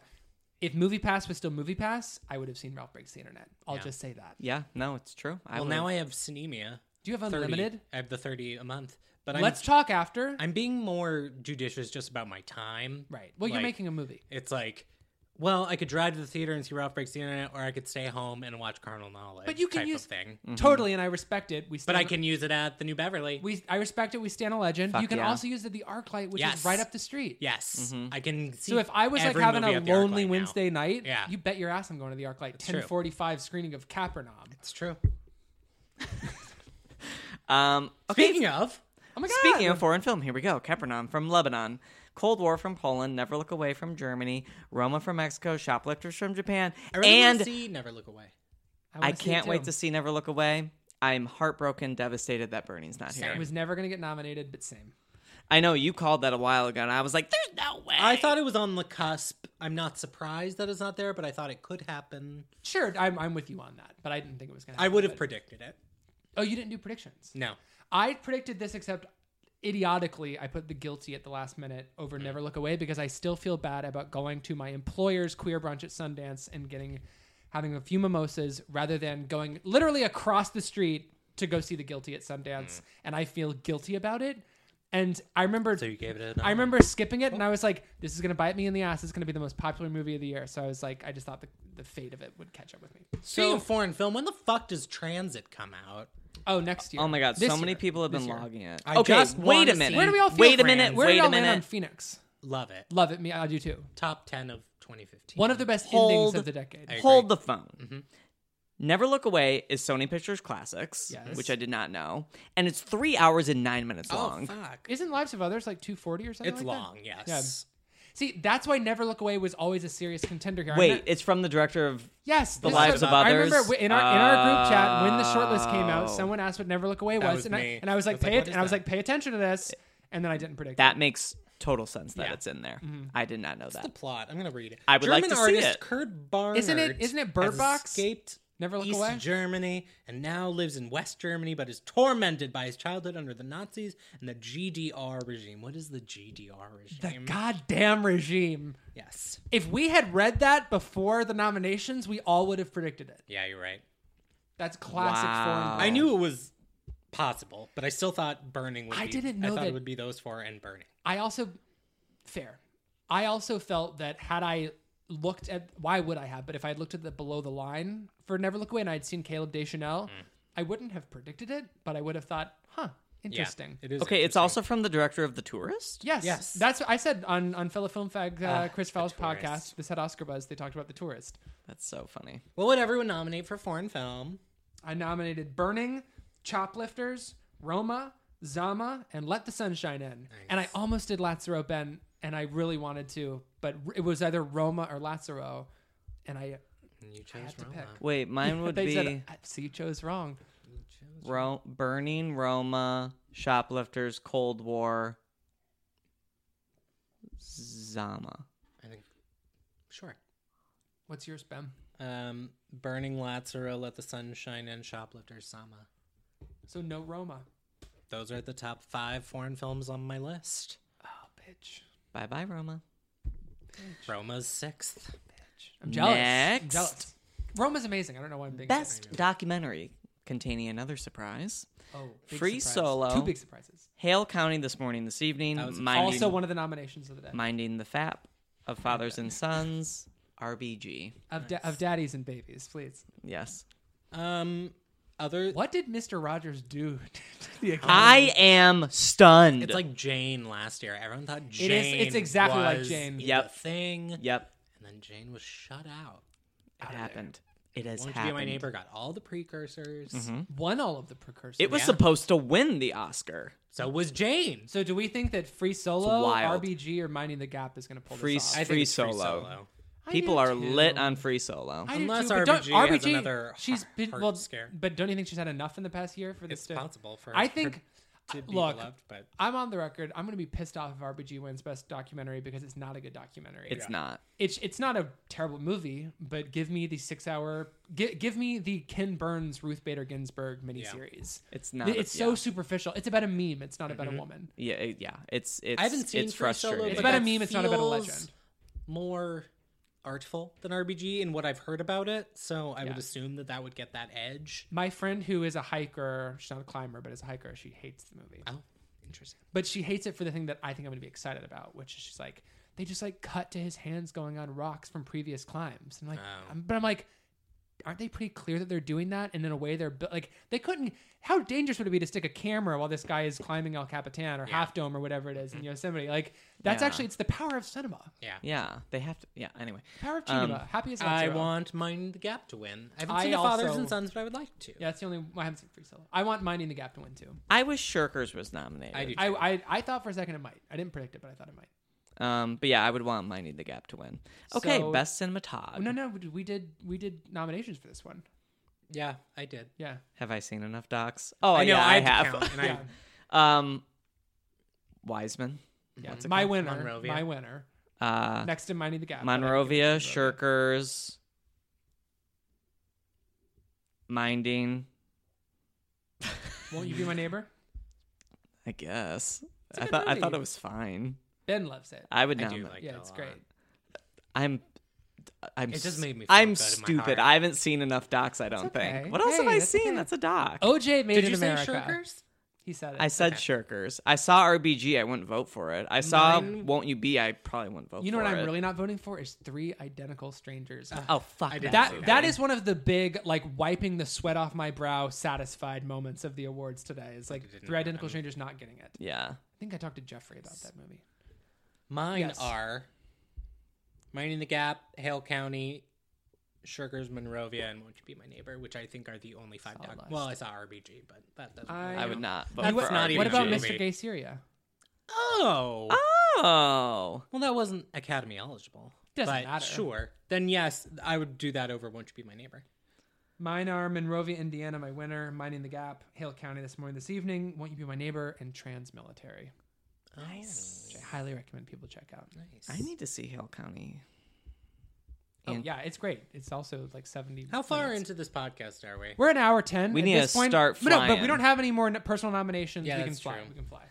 Speaker 1: If Movie Pass was still Movie Pass, I would have seen Ralph Breaks the Internet. I'll just say that.
Speaker 2: yeah, no, it's true. I
Speaker 3: Well,
Speaker 2: would've-
Speaker 3: now I have Cinemia.
Speaker 1: Do you have
Speaker 3: 30.
Speaker 1: unlimited?
Speaker 3: I have the 30 a month. But I'm,
Speaker 1: Let's talk after.
Speaker 3: I'm being more judicious just about my time.
Speaker 1: right. Well, you're
Speaker 3: Like,
Speaker 1: making a movie.
Speaker 3: It's like, well, I could drive to the theater and see Ralph Breaks the Internet, or I could stay home and watch Carnal Knowledge.
Speaker 1: But you can
Speaker 3: type
Speaker 1: use-
Speaker 3: of thing.
Speaker 1: Totally, and I respect it. We
Speaker 3: Mm-hmm. But
Speaker 1: stand,
Speaker 3: I can use it at the New Beverly.
Speaker 1: We I respect it. We stand a legend. you can
Speaker 2: yeah.
Speaker 1: also use it at the ArcLight, which
Speaker 3: Yes.
Speaker 1: is right up the street.
Speaker 3: yes, I can.
Speaker 1: Mm-hmm.
Speaker 3: see
Speaker 1: So if I was like
Speaker 3: every
Speaker 1: having
Speaker 3: movie
Speaker 1: a
Speaker 3: at the ArcLight
Speaker 1: lonely
Speaker 3: now.
Speaker 1: Wednesday night,
Speaker 3: Yeah.
Speaker 1: you bet your ass I'm going to the ArcLight.
Speaker 3: true.
Speaker 1: 10:45 screening of Capernaum.
Speaker 3: it's true.
Speaker 2: um okay,
Speaker 3: Speaking of,
Speaker 1: Oh my god!
Speaker 2: Speaking of foreign film, here we go. Capernaum from Lebanon, Cold War from Poland, Never Look Away from Germany, Roma from Mexico, Shoplifters from Japan,
Speaker 3: I really wanna
Speaker 2: and
Speaker 3: see Never Look Away.
Speaker 2: I
Speaker 1: wanna see it
Speaker 2: can't wait
Speaker 1: too.
Speaker 2: to see Never Look Away. I'm heartbroken, devastated that Bernie's not here.
Speaker 1: It was never going to get nominated, but same.
Speaker 2: I know you called that a while ago, and I was like, "There's no way."
Speaker 3: I thought it was on the cusp. I'm not surprised that it's not there, but I thought it could happen.
Speaker 1: Sure, I'm, I'm with you on that, but I didn't think it was going to.
Speaker 3: I would have predicted it.
Speaker 1: Oh, you didn't do predictions.
Speaker 3: No.
Speaker 1: I predicted this, except idiotically, I put the guilty at the last minute over
Speaker 3: Mm.
Speaker 1: Never Look Away because I still feel bad about going to my employer's queer brunch at Sundance and getting having a few mimosas rather than going literally across the street to go see the guilty at
Speaker 3: Mm.
Speaker 1: Sundance, and I feel guilty about it. And I remember
Speaker 3: So you gave it a
Speaker 1: I remember skipping it, and I was like, "This is gonna bite me in the ass. It's gonna be the most popular movie of the year." So I was like, I just thought the, the fate of it would catch up with me.
Speaker 3: Speaking of foreign film, when the fuck does Transit come out?
Speaker 1: Oh, next year.
Speaker 2: Oh my god,
Speaker 1: This
Speaker 2: so many
Speaker 1: year.
Speaker 2: people have
Speaker 1: This
Speaker 2: been
Speaker 1: year.
Speaker 2: logging it.
Speaker 3: I
Speaker 2: okay,
Speaker 3: just
Speaker 2: wait
Speaker 3: wanna
Speaker 2: a minute.
Speaker 3: see-
Speaker 1: Where do we all feel?
Speaker 2: wait a
Speaker 1: Fran?
Speaker 2: minute.
Speaker 1: Where
Speaker 2: wait
Speaker 1: do
Speaker 2: a
Speaker 1: y'all land on
Speaker 2: minute.
Speaker 1: Phoenix?
Speaker 3: Love it.
Speaker 1: Love it. Me, I do too.
Speaker 3: Top 10 of 2015.
Speaker 1: One of the best endings
Speaker 2: Hold-
Speaker 1: of the decade.
Speaker 3: I-
Speaker 2: Hold the phone. Never Look Away is Sony Pictures Classics,
Speaker 1: Yes.
Speaker 2: which I did not know, and it's three hours and nine minutes
Speaker 3: Oh,
Speaker 2: long.
Speaker 3: fuck.
Speaker 1: Isn't Lives of Others like 240 or something?
Speaker 3: It's
Speaker 1: like that?
Speaker 3: long, yes.
Speaker 1: See, that's why Never Look Away was always a serious contender here. I
Speaker 2: Wait,
Speaker 1: remem-
Speaker 2: it's from the director of.
Speaker 1: yes,
Speaker 2: The
Speaker 1: this
Speaker 2: Lives
Speaker 1: was-
Speaker 2: of
Speaker 1: I remember
Speaker 2: Others?
Speaker 1: w- in our in our group chat when the shortlist came
Speaker 2: Oh.
Speaker 1: out, someone asked what Never Look Away was,
Speaker 3: was
Speaker 1: and,
Speaker 3: me.
Speaker 1: I, and I was
Speaker 3: I
Speaker 1: like,
Speaker 3: was like,
Speaker 1: pay
Speaker 3: what
Speaker 1: it,
Speaker 3: is
Speaker 1: and I was
Speaker 3: that?
Speaker 1: like, pay attention to this, and then I didn't predict
Speaker 2: That
Speaker 1: it.
Speaker 2: makes total sense that
Speaker 3: Yeah.
Speaker 2: it's in there. I did not know that.
Speaker 3: the plot. I'm gonna read it.
Speaker 2: I would like
Speaker 3: German
Speaker 2: to see
Speaker 3: artist
Speaker 2: it.
Speaker 3: Kurt Barnard.
Speaker 1: Isn't it- isn't it Bird
Speaker 3: has
Speaker 1: Box?
Speaker 3: Escaped
Speaker 1: Never Look
Speaker 3: East
Speaker 1: Away?
Speaker 3: Germany and now lives in West Germany, but is tormented by his childhood under the Nazis and the GDR regime. What is the GDR
Speaker 1: The
Speaker 3: regime?
Speaker 1: goddamn regime.
Speaker 3: yes.
Speaker 1: If we had read that before the nominations, we all would have predicted it.
Speaker 3: Yeah, you're right.
Speaker 1: That's classic
Speaker 2: Wow.
Speaker 1: foreign.
Speaker 3: I knew it was possible, but I still thought burning. Would
Speaker 1: I
Speaker 3: be,
Speaker 1: didn't know
Speaker 3: I thought
Speaker 1: that-
Speaker 3: it would be those four and burning.
Speaker 1: I also fair. I also felt that had I looked at why would I have, but if I had looked at the below the line for Never Look Away and I'd seen Caleb Deschanel,
Speaker 3: Mm.
Speaker 1: I wouldn't have predicted it, but I would have thought, huh, interesting.
Speaker 3: Yeah, it is
Speaker 2: okay, it's
Speaker 3: interesting.
Speaker 2: also from the director of The Tourist.
Speaker 1: Yes,
Speaker 3: Yes. Ah,
Speaker 1: That's what I said on on fellow film fag uh, Chris Fowles
Speaker 3: Tourist.
Speaker 1: podcast. This had Oscar buzz. They talked about the tourist.
Speaker 2: That's so funny.
Speaker 3: What would everyone nominate for foreign film?
Speaker 1: I nominated Burning, Choplifters, Roma, Zama, and Let the Sunshine In. And I almost did Lazaro Ben, and I really wanted to, but it was either Roma or Lazaro, and I
Speaker 3: You chose
Speaker 1: I had to
Speaker 3: Roma.
Speaker 1: pick.
Speaker 2: Wait, mine
Speaker 1: [LAUGHS]
Speaker 2: would
Speaker 1: they
Speaker 2: be
Speaker 1: said, "Uh, "See, you chose wrong."
Speaker 2: Ro- Burning Roma, Shoplifters, Cold War, Zama.
Speaker 3: I think. Sure.
Speaker 1: What's yours, Ben?
Speaker 3: Um, burning Lazaro, let the sun shine in, shoplifters, Sama.
Speaker 1: So no Roma.
Speaker 3: Those are the top five foreign films on my list.
Speaker 1: Oh, bitch.
Speaker 2: Bye bye, Roma.
Speaker 3: Roma's sixth.
Speaker 1: I'm jealous. I'm
Speaker 2: Next.
Speaker 1: jealous. Roma's amazing. I don't know why I'm being
Speaker 2: Best documentary containing another surprise.
Speaker 1: Oh, big
Speaker 2: Free
Speaker 1: surprise.
Speaker 2: Solo.
Speaker 1: Two big surprises.
Speaker 2: Hale County this morning, this evening.
Speaker 3: That was
Speaker 2: Minding,
Speaker 1: also one of the nominations of the day
Speaker 2: Minding the Fap
Speaker 3: Oh
Speaker 2: of Fathers and Sons, RBG.
Speaker 1: of, da- of daddies and babies. Please.
Speaker 2: Yes.
Speaker 3: Um, other.
Speaker 1: What did Mister Rogers do? [LAUGHS] to the Academy?
Speaker 2: I am stunned.
Speaker 3: Um, It's like Jane last year. Everyone thought Jane.
Speaker 1: It is- it's exactly like
Speaker 3: was
Speaker 1: Jane.
Speaker 3: the
Speaker 2: Yep.
Speaker 3: Thing.
Speaker 2: Yep,
Speaker 3: And then Jane was shut out.
Speaker 2: it happened. It has
Speaker 3: Won't you be
Speaker 2: happened.
Speaker 3: my neighbor? Got all the precursors.
Speaker 1: won all of the precursors.
Speaker 2: It was
Speaker 3: Yeah.
Speaker 2: supposed to win the Oscar.
Speaker 3: So was Jane.
Speaker 1: So do we think that Free Solo,
Speaker 2: wild.
Speaker 1: RBG, or Minding the Gap is going to pull
Speaker 2: Free
Speaker 1: this off?
Speaker 2: Free Solo.
Speaker 1: I
Speaker 2: People
Speaker 1: do
Speaker 2: are
Speaker 1: too.
Speaker 2: lit on Free Solo.
Speaker 1: I do too,
Speaker 3: Unless
Speaker 1: but don't-
Speaker 3: RBG has
Speaker 1: RBG
Speaker 3: another
Speaker 1: she's
Speaker 3: heart-
Speaker 1: been
Speaker 3: heart
Speaker 1: well,
Speaker 3: scare.
Speaker 1: but don't you think she's had enough in the past year for this?
Speaker 3: It's
Speaker 1: to,
Speaker 3: possible for
Speaker 1: I
Speaker 3: her
Speaker 1: think. uh,
Speaker 3: to be
Speaker 1: look,
Speaker 3: beloved, but-
Speaker 1: I'm on the record. I'm going to be pissed off if RBG wins Best Documentary because it's not a good documentary.
Speaker 2: It's not.
Speaker 1: It's it's not a terrible movie, but give me the six hour. Give, give me the Ken Burns Ruth Bader Ginsburg miniseries.
Speaker 2: It's not a-
Speaker 1: It's so
Speaker 2: yeah.
Speaker 1: superficial. It's about a meme. It's not about a woman.
Speaker 2: Yeah, it- yeah. It's it's.
Speaker 3: I haven't seen
Speaker 2: it's
Speaker 3: Free Solo,
Speaker 2: frustrating.
Speaker 3: Mm-hmm. but
Speaker 1: It's about a
Speaker 3: that
Speaker 1: meme, it's not about a
Speaker 3: feels
Speaker 1: legend.
Speaker 3: More artful than RBG in what I've heard about it, so I would
Speaker 1: Yeah.
Speaker 3: assume that that would get that edge.
Speaker 1: My friend who is a hiker, she's not a climber, but is a hiker. She hates the movie.
Speaker 3: Oh, interesting.
Speaker 1: but she hates it for the thing that I think I'm going to be excited about, which is she's like, they just like cut to his hands going on rocks from previous climbs. And like,
Speaker 3: Oh.
Speaker 1: I'm- but I'm like, aren't they pretty clear that they're doing that? And in a way, they're bu- like, they couldn't. How dangerous would it be to stick a camera while this guy is climbing El Capitan or Half Dome or whatever it is
Speaker 3: Mm-hmm.
Speaker 1: in Yosemite? Like, that's
Speaker 2: Yeah.
Speaker 1: actually it's the power of cinema,
Speaker 3: Yeah.
Speaker 2: Yeah, they have to. Yeah. Anyway,
Speaker 1: power of cinema. Happy as
Speaker 3: Um, I
Speaker 1: Lazaro.
Speaker 3: want Mind the Gap to win. I haven't
Speaker 1: I
Speaker 3: seen the Fathers
Speaker 1: also-
Speaker 3: and Sons, but I would like to.
Speaker 1: Yeah, that's the only. I haven't seen Free Solo. I want Minding the Gap to win too.
Speaker 2: I wish Shirkers was nominated.
Speaker 3: I do.
Speaker 1: I, I I thought for a second it might. I didn't predict it, but I thought it might.
Speaker 2: Um, but yeah, I would want Minding the Gap to win. Okay,
Speaker 1: So-
Speaker 2: best
Speaker 3: Oh,
Speaker 2: cinematog.
Speaker 1: No, no, we did we did nominations for this one.
Speaker 3: Yeah, I did.
Speaker 1: Yeah.
Speaker 2: Have I seen enough docs? Oh,
Speaker 3: know,
Speaker 2: yeah, I,
Speaker 3: had to count,
Speaker 2: have.
Speaker 3: [LAUGHS] and I-
Speaker 1: Yeah.
Speaker 2: [LAUGHS] um, Wiseman,
Speaker 1: Yeah, my winner.
Speaker 3: Monrovia.
Speaker 1: My winner.
Speaker 2: uh,
Speaker 1: Next to Minding the Gap.
Speaker 2: Monrovia, Shirkers, Minding.
Speaker 1: Won't you be my neighbor?
Speaker 2: I guess.
Speaker 1: a
Speaker 2: I
Speaker 1: good
Speaker 2: thought I thought
Speaker 1: movie.
Speaker 2: it was fine.
Speaker 1: Ben loves it.
Speaker 2: I would
Speaker 3: I do
Speaker 2: nominate.
Speaker 3: like
Speaker 1: yeah,
Speaker 3: that
Speaker 1: it's
Speaker 3: a lot.
Speaker 1: great.
Speaker 2: I'm. I'm
Speaker 3: It just
Speaker 2: s-
Speaker 3: made me feel
Speaker 2: I'm
Speaker 3: good in my
Speaker 2: stupid.
Speaker 3: heart.
Speaker 2: I haven't seen enough docs. I don't
Speaker 1: okay.
Speaker 2: think. What else have
Speaker 1: Hey,
Speaker 2: I
Speaker 1: that's
Speaker 2: seen?
Speaker 1: okay. Oh,
Speaker 2: That's a doc.
Speaker 1: OJ made
Speaker 3: Did
Speaker 1: it
Speaker 3: you say
Speaker 1: America.
Speaker 3: Shirkers?
Speaker 1: He said it.
Speaker 2: I said shirkers. I saw RBG. I wouldn't vote for it. I saw won't you be. I probably wouldn't vote.
Speaker 1: you know
Speaker 2: for
Speaker 1: what I'm
Speaker 2: it.
Speaker 1: really not voting for is three identical strangers.
Speaker 2: Oh fuck
Speaker 3: I didn't
Speaker 2: that.
Speaker 3: see
Speaker 1: that that is one of the big like wiping the sweat off my brow satisfied moments of the awards today. It's like three identical strangers not getting it. I
Speaker 2: Yeah.
Speaker 1: think I talked to Jeffrey about that movie.
Speaker 3: Mine
Speaker 1: Yes.
Speaker 3: are Minding the Gap, Hale County, Shirkers, Monrovia, and Won't You Be My Neighbor, which I think are the only five.
Speaker 1: Solid
Speaker 3: Doc-
Speaker 1: list.
Speaker 3: well, I saw RBG, but that doesn't.
Speaker 1: I
Speaker 3: really-
Speaker 2: I would not vote
Speaker 3: That's
Speaker 2: for
Speaker 3: not
Speaker 2: RBG.
Speaker 3: even
Speaker 1: What about
Speaker 3: Jamie.
Speaker 1: Mr. Gay Syria?
Speaker 3: Oh,
Speaker 2: Oh.
Speaker 3: Well, that wasn't Academy eligible.
Speaker 1: Doesn't
Speaker 3: but
Speaker 1: matter.
Speaker 3: Sure. Then yes, I would do that over Won't You Be My Neighbor.
Speaker 1: Mine are Monrovia, Indiana, my winner, Mining the Gap, Hale County this morning, this evening, Won't You Be My Neighbor, and Trans Military. Nice. Which I highly recommend people check out.
Speaker 2: I need to see Hill County.
Speaker 1: Oh,
Speaker 2: And-
Speaker 1: yeah, it's great. It's also like 70.
Speaker 3: How far
Speaker 1: minutes.
Speaker 3: into this podcast are we?
Speaker 1: We're an hour 10.
Speaker 2: We
Speaker 1: At
Speaker 2: need
Speaker 1: this
Speaker 2: to
Speaker 1: point-
Speaker 2: start
Speaker 1: but No, but we
Speaker 2: flying.
Speaker 1: don't have any more n- personal nominations.
Speaker 3: Yeah,
Speaker 1: we can
Speaker 3: that's
Speaker 1: fly.
Speaker 3: true.
Speaker 1: We can fly.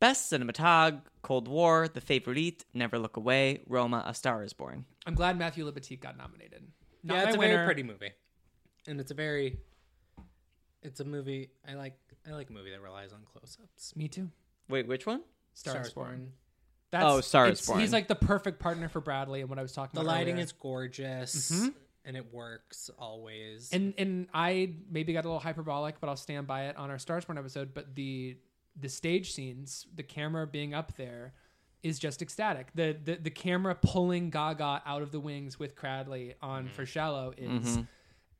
Speaker 2: Best Cinematog, Cold War, The Favorite, Never Look Away, Roma, A Star is Born.
Speaker 1: I'm glad Matthew Libatique got nominated. Not
Speaker 3: yeah, it's
Speaker 1: my
Speaker 3: a very
Speaker 1: winner.
Speaker 3: pretty movie, and it's a very, it's a movie I like. I like a movie that relies on close-ups.
Speaker 1: Me too.
Speaker 2: Wait, which one?
Speaker 1: Star,
Speaker 3: Star
Speaker 1: is
Speaker 3: is
Speaker 1: Born.
Speaker 3: Born.
Speaker 1: That's,
Speaker 2: Oh, Star is
Speaker 1: it's-
Speaker 2: Born.
Speaker 1: He's like the perfect partner for Bradley and what I was talking
Speaker 3: The
Speaker 1: about.
Speaker 3: lighting
Speaker 1: earlier. Mm-hmm.
Speaker 3: is gorgeous, and it works always.
Speaker 1: and and I maybe got a little hyperbolic, but I'll stand by it on our Star is Born episode. But the the stage scenes, the camera being up there, is just ecstatic. The the, the camera pulling Gaga out of the wings with Cradley on for Shallow is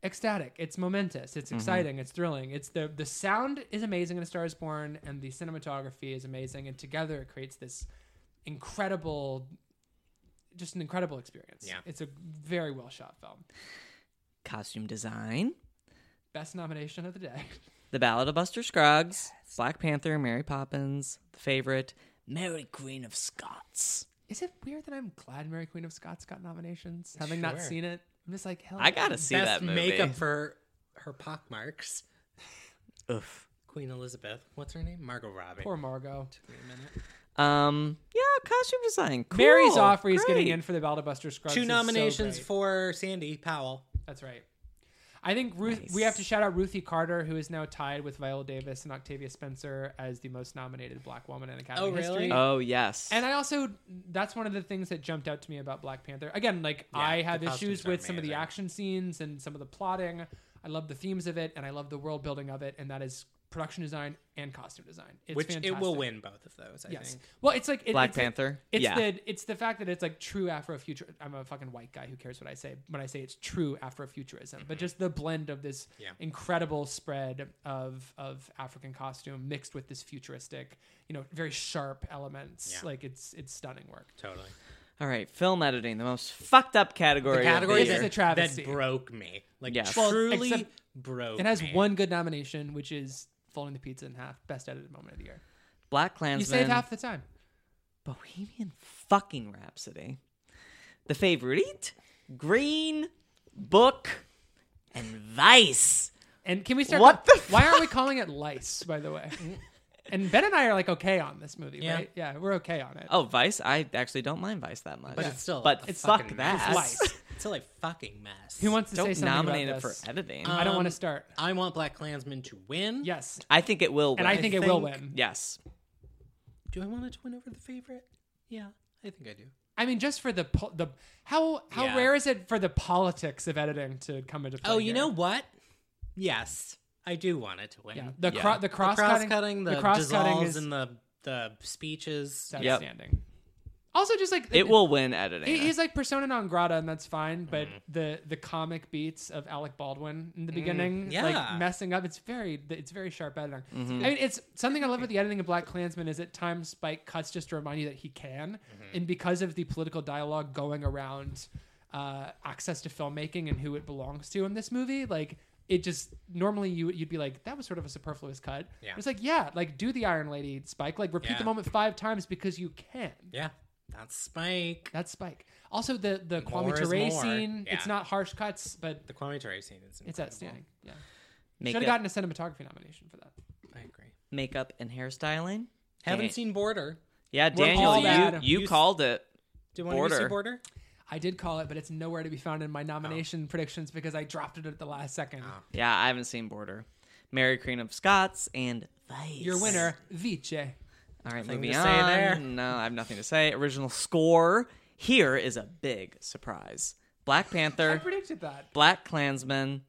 Speaker 1: ecstatic. It's momentous. It's exciting. It's thrilling. It's the the sound is amazing in A Star is Born, and the cinematography is amazing, and together it creates this incredible. Just an incredible experience.
Speaker 3: Yeah.
Speaker 1: it's a very well shot film.
Speaker 2: Costume Design,
Speaker 1: Best nomination of the day. [LAUGHS]
Speaker 2: The Ballad of Buster Scruggs, Black Panther, Mary Poppins, The Favorite, Mary Queen of Scots.
Speaker 1: Is it weird that I'm glad Mary Queen of Scots got nominations, having not
Speaker 3: Sure.
Speaker 1: seen it? I'm just like, hell,
Speaker 2: I gotta see
Speaker 3: Best
Speaker 2: that movie.
Speaker 3: makeup for [LAUGHS] her pockmarks.
Speaker 2: Oof.
Speaker 3: Queen Elizabeth. What's her name? Margot Robbie.
Speaker 1: poor Margot.
Speaker 2: Um, yeah, costume design. Cool.
Speaker 1: Mary Zoffrey's getting
Speaker 2: Great.
Speaker 1: in for the Ballad of Buster Scruggs.
Speaker 3: Two
Speaker 1: is so
Speaker 3: nominations
Speaker 1: great.
Speaker 3: for Sandy Powell.
Speaker 1: That's right. I think Ruth. We have to shout out Ruthie Carter, who is now tied with Viola Davis and Octavia Spencer as the most nominated Black woman in Academy
Speaker 3: Oh, really?
Speaker 1: history.
Speaker 2: Oh yes.
Speaker 1: And I also that's one of the things that jumped out to me about Black Panther. Again, like I have
Speaker 3: the costumes
Speaker 1: issues
Speaker 3: are
Speaker 1: with some of the
Speaker 3: amazing.
Speaker 1: action scenes and some of the plotting. I love the themes of it and I love the world building of it and that is production design and costume design. It's
Speaker 3: which
Speaker 1: fantastic.
Speaker 3: it will win both of those, I
Speaker 1: Yes.
Speaker 3: think.
Speaker 1: Well, it's like it-
Speaker 2: Black
Speaker 1: it's like-
Speaker 2: Panther?
Speaker 1: it's
Speaker 2: Yeah.
Speaker 1: the it's the fact that it's like true Afrofuture. I'm a fucking white guy who cares what I say when I say it's true Afrofuturism, but just the blend of this
Speaker 3: Yeah.
Speaker 1: incredible spread of of African costume mixed with this futuristic, you know, very sharp elements.
Speaker 3: Yeah.
Speaker 1: Like it's it's stunning work.
Speaker 3: Totally.
Speaker 2: All right, film editing, the most fucked up category.
Speaker 3: The
Speaker 2: of
Speaker 3: category
Speaker 2: year.
Speaker 1: This is a
Speaker 3: that,
Speaker 1: travesty.
Speaker 3: that broke me. Like
Speaker 2: Yes. Well,
Speaker 3: truly
Speaker 1: except-
Speaker 3: broke
Speaker 1: It has
Speaker 3: me.
Speaker 1: one good nomination, which is folding the pizza in half, best edited moment of the year.
Speaker 2: Black
Speaker 1: You
Speaker 2: Klansman.
Speaker 1: save half the time.
Speaker 2: Bohemian fucking Rhapsody, The Favorite, Green Book, and Vice.
Speaker 1: And can we start?
Speaker 2: What
Speaker 1: with-
Speaker 2: the
Speaker 1: why aren't we calling it lice? By the way. And Ben and I are like okay on this movie,
Speaker 3: Yeah.
Speaker 1: right? Yeah, we're okay on it.
Speaker 2: Oh, Vice. I actually don't mind Vice that much.
Speaker 3: But it's still
Speaker 2: But
Speaker 3: a
Speaker 2: fuck
Speaker 3: fucking
Speaker 2: that.
Speaker 3: mess. [LAUGHS] It's still a fucking mess.
Speaker 1: Who wants to say
Speaker 2: Don't
Speaker 1: something
Speaker 2: nominate
Speaker 1: about
Speaker 2: it for
Speaker 1: this?
Speaker 2: editing.
Speaker 1: I don't want to
Speaker 3: Um,
Speaker 1: start.
Speaker 3: I want Black Klansman to win.
Speaker 1: Yes,
Speaker 2: I think it will. Win.
Speaker 1: and I think, it will
Speaker 3: think-
Speaker 1: win.
Speaker 2: Yes.
Speaker 3: Do I want it to win over the favorite? Yeah, I think I do.
Speaker 1: I mean, just for the po- the how how
Speaker 3: Yeah.
Speaker 1: rare is it for the politics of editing to come into play?
Speaker 3: Oh, you
Speaker 1: here?
Speaker 3: know what? Yes, I do want it to win.
Speaker 1: yeah, the
Speaker 2: Yeah.
Speaker 1: Cro- the cross
Speaker 3: cutting, the,
Speaker 1: cross cutting
Speaker 3: dissolves,
Speaker 1: is
Speaker 3: and the the speeches.
Speaker 1: it's
Speaker 2: Yep.
Speaker 1: outstanding. Also, just like
Speaker 2: It will win editing.
Speaker 1: He- He's like persona non grata, and that's fine. But
Speaker 3: Mm-hmm.
Speaker 1: the the comic beats of Alec Baldwin in the beginning,
Speaker 3: Mm, yeah. Mm-hmm.
Speaker 1: like messing up, it's very it's very sharp editing. I mean, it's something I love
Speaker 3: [LAUGHS]
Speaker 1: with the editing of Black Klansman is at times Spike cuts just to remind you that he can,
Speaker 3: Mm-hmm.
Speaker 1: and because of the political dialogue going around uh, access to filmmaking and who it belongs to in this movie, like. It just normally you you'd be like that was sort of a superfluous cut.
Speaker 3: Yeah.
Speaker 1: It's like yeah, like do the Iron Lady Spike, like repeat
Speaker 3: Yeah.
Speaker 1: the moment five times because you can.
Speaker 3: yeah, that's Spike.
Speaker 1: That's Spike. Also, the the Kwame
Speaker 3: More is
Speaker 1: Ture
Speaker 3: more.
Speaker 1: scene. It's
Speaker 3: Yeah.
Speaker 1: not harsh cuts, but
Speaker 3: The Kwame Ture scene is incredible.
Speaker 1: it's outstanding. Yeah,
Speaker 2: Make
Speaker 1: should have
Speaker 2: up-
Speaker 1: gotten a cinematography nomination for that.
Speaker 3: I agree.
Speaker 2: makeup and hairstyling.
Speaker 3: Haven't
Speaker 2: Dan-
Speaker 3: seen Border.
Speaker 2: Yeah,
Speaker 1: all
Speaker 2: Daniel, you,
Speaker 1: bad.
Speaker 2: you,
Speaker 3: You-
Speaker 2: called it.
Speaker 3: Do you want to see
Speaker 2: Border.
Speaker 3: Border?
Speaker 1: I did call it, but it's nowhere to be found in my
Speaker 3: Oh.
Speaker 1: nomination predictions because I dropped it at the last second.
Speaker 2: Yeah, I haven't seen Border. Mary Queen of Scots and Vice.
Speaker 1: Your winner, Vice.
Speaker 2: All right, moving
Speaker 3: to
Speaker 2: on.
Speaker 3: say there.
Speaker 2: No, I have nothing to say. Original score. Here is a big surprise. Black
Speaker 1: [LAUGHS] I
Speaker 2: Panther,
Speaker 1: predicted that.
Speaker 2: Black Klansman,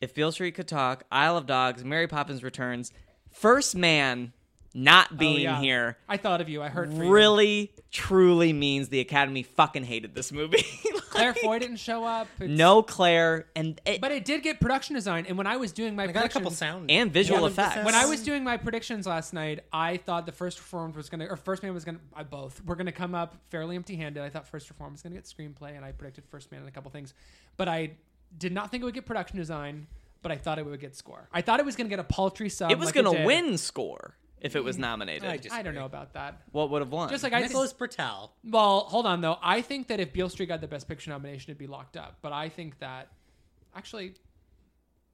Speaker 2: If Beale Street Could Talk, Isle of Dogs, Mary Poppins Returns, First Man, not being
Speaker 1: Oh, yeah.
Speaker 2: here
Speaker 1: I thought of you. I heard for you.
Speaker 2: really truly means the Academy fucking hated this movie.
Speaker 1: Claire Foy didn't show up. It's-
Speaker 2: no Claire and it,
Speaker 1: but it did get production design. And when I was doing my
Speaker 3: I got a couple
Speaker 1: predictions-
Speaker 3: sound
Speaker 2: and visual
Speaker 3: Yeah.
Speaker 2: effects.
Speaker 1: when I was doing my predictions last night, I thought the first reformed was gonna, or first man was gonna, I both were gonna come up fairly empty-handed. I thought first reformed was gonna get screenplay, and I predicted first man and a couple things, but I did not think it would get production design. But I thought it would get score. I thought it was gonna get a paltry sub.
Speaker 2: it
Speaker 1: like
Speaker 2: was gonna
Speaker 1: did.
Speaker 2: win score if it was nominated.
Speaker 3: I just-
Speaker 1: I don't know about that.
Speaker 2: what would have won?
Speaker 1: Just like I
Speaker 3: Nicholas
Speaker 1: think,
Speaker 3: Patel.
Speaker 1: well, hold on though. I think that if Beale Street got the best picture nomination, it'd be locked up. But I think that actually,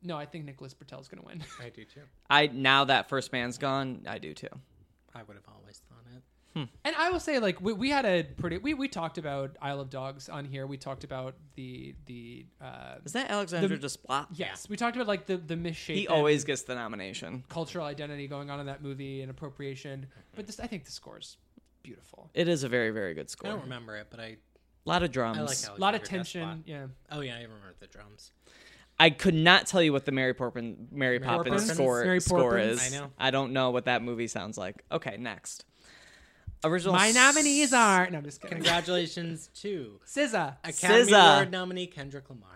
Speaker 1: no, I think Nicholas Bertel's gonna win. [LAUGHS]
Speaker 3: I do too.
Speaker 2: I now that first man's gone, I do too.
Speaker 3: I would have always thought it.
Speaker 1: And I will say, like, we, we had a pretty we, we talked about Isle of Dogs on here. We talked about the the uh,
Speaker 2: Is that Alexander Desplat?
Speaker 1: yes, we talked about like the the misshapen
Speaker 2: He always gets the nomination.
Speaker 1: cultural identity going on in that movie and appropriation. But this, I think, the score's beautiful.
Speaker 2: It is a very, very good
Speaker 3: I
Speaker 2: score.
Speaker 3: don't remember it, but I
Speaker 2: A lot of drums.
Speaker 3: I
Speaker 1: A
Speaker 3: like
Speaker 1: lot of tension. Yeah,
Speaker 3: Oh yeah, I remember the drums.
Speaker 2: I could not tell you what the Mary Porpin Mary Poppins
Speaker 1: Porpins?
Speaker 2: score
Speaker 1: Mary
Speaker 2: score
Speaker 1: Porpins?
Speaker 2: is.
Speaker 3: I know.
Speaker 2: don't know what that movie sounds like. Okay, next. Original.
Speaker 1: my
Speaker 2: s-
Speaker 1: nominees are no, I'm just kidding.
Speaker 3: [LAUGHS] Congratulations to
Speaker 1: SZA.
Speaker 3: Academy
Speaker 2: SZA.
Speaker 3: Award nominee Kendrick Lamar.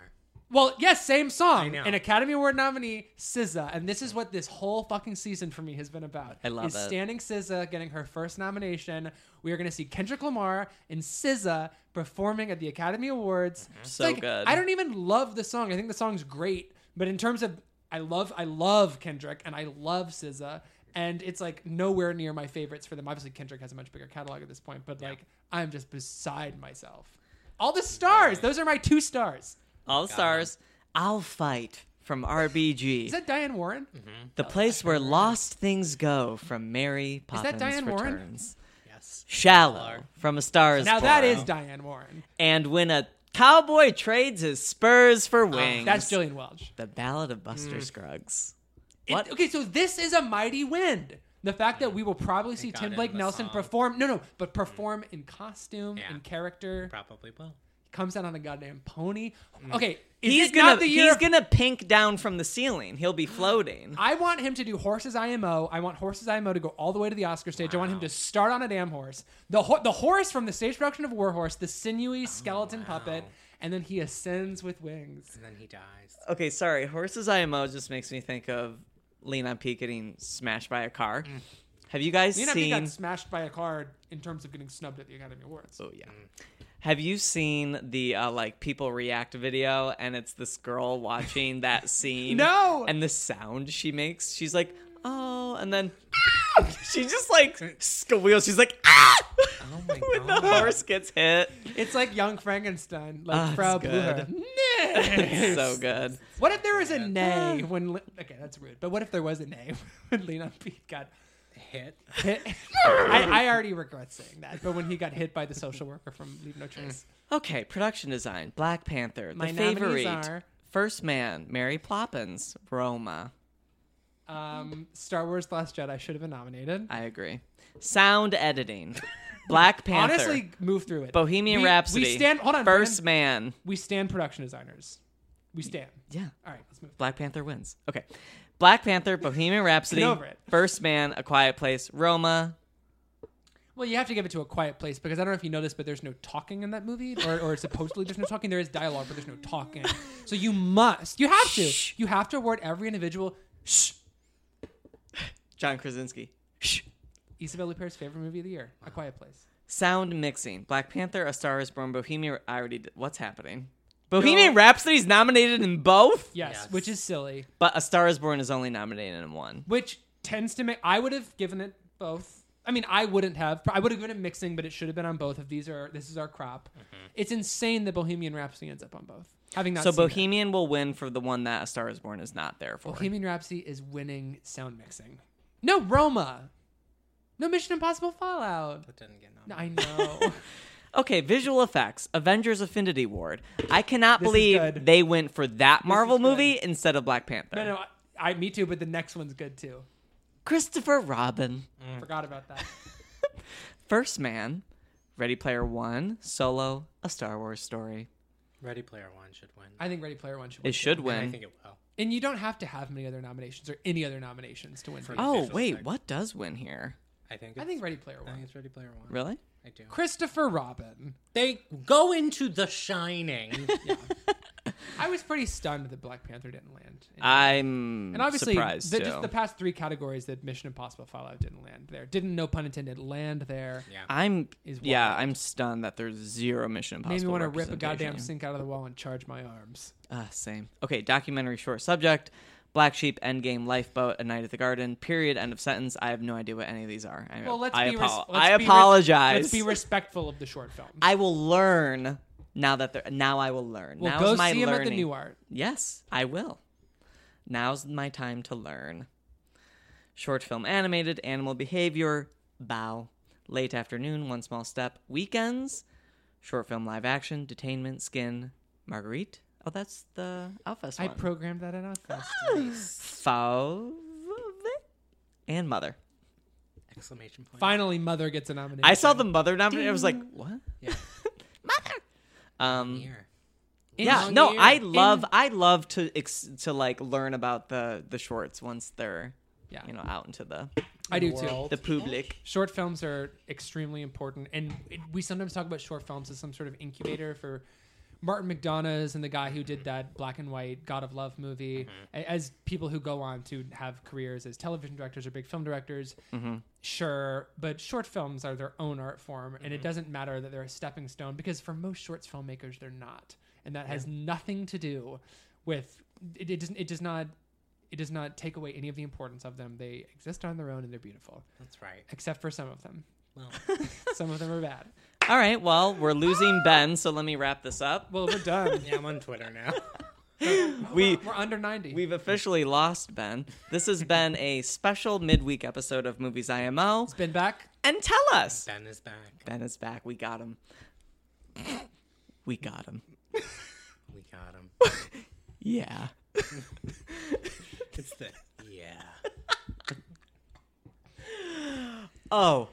Speaker 1: Well, yes, same song.
Speaker 3: know.
Speaker 1: An Academy Award nominee, SZA, and this is what this whole fucking season for me has been about.
Speaker 2: I love
Speaker 1: is
Speaker 2: it.
Speaker 1: Standing SZA getting her first nomination. We are going to see Kendrick Lamar and SZA performing at the Academy Awards. It's
Speaker 2: Mm-hmm. So good.
Speaker 1: I don't even love the song. I think the song's great, but in terms of I love I love Kendrick and I love SZA. And it's like nowhere near my favorites for them. Obviously, Kendrick has a much bigger catalog at this point, but like I'm just beside myself. All the stars. Those are my two stars.
Speaker 2: all the stars. I'll fight
Speaker 1: [LAUGHS]
Speaker 2: from RBG.
Speaker 1: Is that Diane Warren?
Speaker 3: Mm-hmm.
Speaker 2: the place where lost things go from Mary Poppins
Speaker 1: Diane Warren?
Speaker 2: returns.
Speaker 3: Yes.
Speaker 2: Shallow from A Star Is
Speaker 1: Now that
Speaker 2: Born.
Speaker 1: is Diane Warren.
Speaker 2: And when a cowboy trades his spurs for wings.
Speaker 1: Oh, That's Jillian Hmm. Welch.
Speaker 2: The Ballad of Buster Scruggs.
Speaker 1: It-
Speaker 2: What?
Speaker 1: okay, so this is a mighty wind. The fact that we will probably see
Speaker 3: got
Speaker 1: Tim
Speaker 3: it
Speaker 1: Blake
Speaker 3: in the
Speaker 1: Nelson
Speaker 3: song.
Speaker 1: perform, no, no, but perform in costume,
Speaker 3: Yeah.
Speaker 1: in character,
Speaker 3: Probably Mm. will.
Speaker 1: comes out on a goddamn pony. Okay, is
Speaker 2: He's
Speaker 1: it not
Speaker 2: gonna
Speaker 1: the year
Speaker 2: he's
Speaker 1: of-
Speaker 2: gonna pink down from the ceiling.
Speaker 1: [GASPS]
Speaker 2: He'll be floating.
Speaker 1: I want him to do horses IMO. I want horses IMO to go all the way to the Oscar stage. I want him to start on a damn horse. The ho- the horse from the stage production of War Horse, the
Speaker 3: Oh,
Speaker 1: sinewy skeleton puppet, and then he ascends with wings.
Speaker 3: And then he dies.
Speaker 2: Okay, sorry. Horses IMO just makes me think of Lean on Pete getting smashed by a car. Have you guys
Speaker 1: You know, he
Speaker 2: seen?
Speaker 1: Mm. got smashed by a car in terms of getting snubbed at the Academy Awards.
Speaker 2: oh yeah.
Speaker 1: Mm.
Speaker 2: Have you seen the uh, like people react video? And it's this girl watching
Speaker 1: [LAUGHS]
Speaker 2: that scene.
Speaker 1: No!
Speaker 2: And the sound she makes, she's like, oh, and then
Speaker 1: Ah!
Speaker 2: [LAUGHS] she just like squeals. She's like, ah, [LAUGHS]
Speaker 3: Oh my
Speaker 2: when the
Speaker 3: god.
Speaker 2: horse gets hit.
Speaker 1: It's like Young Frankenstein,
Speaker 2: Ah,
Speaker 1: like
Speaker 2: it's
Speaker 1: Frau Blücher.
Speaker 2: good.
Speaker 1: Nay.
Speaker 2: It's so good.
Speaker 1: What if there was a [LAUGHS] nay when? Le- Okay, that's rude. But what if there was a nay [LAUGHS] when Leon Pete got
Speaker 3: Hit.
Speaker 1: [LAUGHS] hit? I, I already regret saying that. But when he got hit by the social worker from Leave No Trace,
Speaker 2: Okay, production design, Black Panther,
Speaker 1: My
Speaker 2: The
Speaker 1: nominees
Speaker 2: Favorite,
Speaker 1: are-
Speaker 2: First Man, Mary Ploppins, Roma.
Speaker 1: um, Star Wars: The Last Jedi should have been nominated.
Speaker 2: I agree. Sound editing, Black
Speaker 1: [LAUGHS]
Speaker 2: Panther,
Speaker 1: Honestly, move through it.
Speaker 2: Bohemian
Speaker 1: We-
Speaker 2: Rhapsody.
Speaker 1: We stand. Hold on.
Speaker 2: First
Speaker 1: man.
Speaker 2: Man.
Speaker 1: We stand production designers. We stand.
Speaker 2: Yeah,
Speaker 1: All right, let's move.
Speaker 2: Black Panther wins. Okay, Black Panther, Bohemian Rhapsody,
Speaker 1: over it.
Speaker 2: First Man, A Quiet Place, Roma.
Speaker 1: Well, you have to give it to a quiet place because I don't know if you noticed, but there's no talking in that movie, or, or supposedly there's no talking. There is dialogue, but there's no talking. So you must, you have to, you have to award every individual. Shh.
Speaker 2: John Krasinski. Shh.
Speaker 1: Isabel Lupert's favorite movie of the year, A Quiet Place.
Speaker 2: Sound mixing, Black Panther, A Star Is Born, Bohemian. I already. Did, what's happening? Bohemian Rhapsody's nominated in both,
Speaker 1: Yes,
Speaker 3: Yes.
Speaker 1: which is silly.
Speaker 2: but A Star Is Born is only nominated in one.
Speaker 1: Which tends to make. I would have given it both. I mean, I wouldn't have. I would have given it mixing, but it should have been on both. If these are, this is our crop. It's insane that Bohemian Rhapsody ends up on both. Having not
Speaker 2: Mm-hmm.
Speaker 1: seen it.
Speaker 2: So Bohemian will win for the one that A Star Is Born is not there for.
Speaker 1: Bohemian Rhapsody is winning sound mixing. No Roma. No Mission Impossible Fallout.
Speaker 3: That didn't get
Speaker 1: No,
Speaker 3: nominated.
Speaker 1: I
Speaker 3: [LAUGHS]
Speaker 1: know. [LAUGHS]
Speaker 2: Okay, visual effects, Avengers Affinity Ward. I cannot
Speaker 1: This is
Speaker 2: believe
Speaker 1: good.
Speaker 2: they went for that Marvel
Speaker 1: good.
Speaker 2: movie instead of Black Panther.
Speaker 1: no, no. I, I, me too. But the next one's good too.
Speaker 2: Christopher Robin,
Speaker 3: Mm.
Speaker 1: Forgot about that.
Speaker 2: First Man, Ready Player One, Solo, A Star Wars Story.
Speaker 3: Ready Player One should win.
Speaker 1: I think Ready Player One should win.
Speaker 2: It should
Speaker 3: And I
Speaker 2: win.
Speaker 3: think it will.
Speaker 1: And you don't have to have many other nominations or any other nominations to win.
Speaker 3: For-
Speaker 1: Best
Speaker 2: Oh
Speaker 3: Official
Speaker 2: wait,
Speaker 3: pick.
Speaker 2: what does win here?
Speaker 3: I think.
Speaker 1: I
Speaker 3: It's,
Speaker 1: think Ready Player
Speaker 3: I think
Speaker 1: One.
Speaker 3: it's Ready Player One.
Speaker 2: Really?
Speaker 3: I do.
Speaker 1: Christopher Robin.
Speaker 3: They go into The [LAUGHS] Shining.
Speaker 1: I was pretty stunned that Black Panther didn't land. in-
Speaker 2: I'm
Speaker 1: and obviously,
Speaker 2: surprised
Speaker 1: the,
Speaker 2: too.
Speaker 1: just the past three categories that Mission Impossible Fallout didn't land there. Didn't, no pun intended, land there.
Speaker 3: Yeah.
Speaker 2: I'm
Speaker 1: is
Speaker 2: yeah,
Speaker 1: wild.
Speaker 2: I'm stunned that there's zero Mission Impossible.
Speaker 1: Made me want to rip a goddamn
Speaker 2: representation.
Speaker 1: sink out of the wall and charge my arms.
Speaker 2: Ah, same. Okay, documentary short subject. Black Sheep, Endgame, Lifeboat, A Night at the Garden. Period. End of sentence. I have no idea what any of these are. I,
Speaker 1: Well, let's
Speaker 2: I,
Speaker 1: be.
Speaker 2: apo-
Speaker 1: Res- let's
Speaker 2: I
Speaker 1: be res-
Speaker 2: apologize.
Speaker 1: let's be respectful of the short film.
Speaker 2: I will learn now that they're, now I will learn.
Speaker 1: Well,
Speaker 2: now
Speaker 1: go
Speaker 2: is my
Speaker 1: see him
Speaker 2: learning.
Speaker 1: at the New Art.
Speaker 2: Yes, I will. Now's my time to learn. Short film animated, animal behavior, bow. Late afternoon, one small step. Weekends, short film live action, detainment, skin, Marguerite. Oh, that's the Outfest
Speaker 1: I
Speaker 2: one. Ah.
Speaker 1: programmed that in Outcast.
Speaker 2: Fauve and Mother.
Speaker 3: Exclamation point.
Speaker 1: Finally, Mother gets a nomination.
Speaker 2: I saw the Mother nomination. I was like, what? [LAUGHS] Mother. Um,
Speaker 3: Here.
Speaker 2: yeah,
Speaker 3: Long
Speaker 2: no,
Speaker 3: year.
Speaker 2: I love, I love to ex- to like learn about the the shorts once they're,
Speaker 1: Yeah.
Speaker 2: you know, out into the
Speaker 1: I do too.
Speaker 3: World.
Speaker 2: the public.
Speaker 1: Short films are extremely important, and it, we sometimes talk about short films as some sort of incubator for Martin McDonough's and the guy who did that black and white God of Love movie, a- as people who go on to have careers as television directors or big film directors. Sure, but short films are their own art form, and it doesn't matter that they're a stepping stone because for most shorts filmmakers, they're not, and that has nothing to do with it. It does, it does not. It does not take away any of the importance of them. They exist on their own and they're beautiful
Speaker 3: That's right.
Speaker 1: except for some of them.
Speaker 3: Well,
Speaker 1: [LAUGHS] Some of them are bad.
Speaker 2: All right, well, we're losing Ben, so let me wrap this up.
Speaker 1: Well, we're done.
Speaker 3: yeah, I'm on Twitter [LAUGHS] now.
Speaker 2: [LAUGHS] We
Speaker 1: We're under 90.
Speaker 2: we've officially lost Ben. This has been a special midweek episode of Movies IMO.
Speaker 1: been back.
Speaker 2: And tell us,
Speaker 3: ben is back.
Speaker 2: Ben is back. We got him. We got him.
Speaker 3: We got [LAUGHS] him.
Speaker 2: Yeah.
Speaker 3: It's the yeah.
Speaker 2: Oh,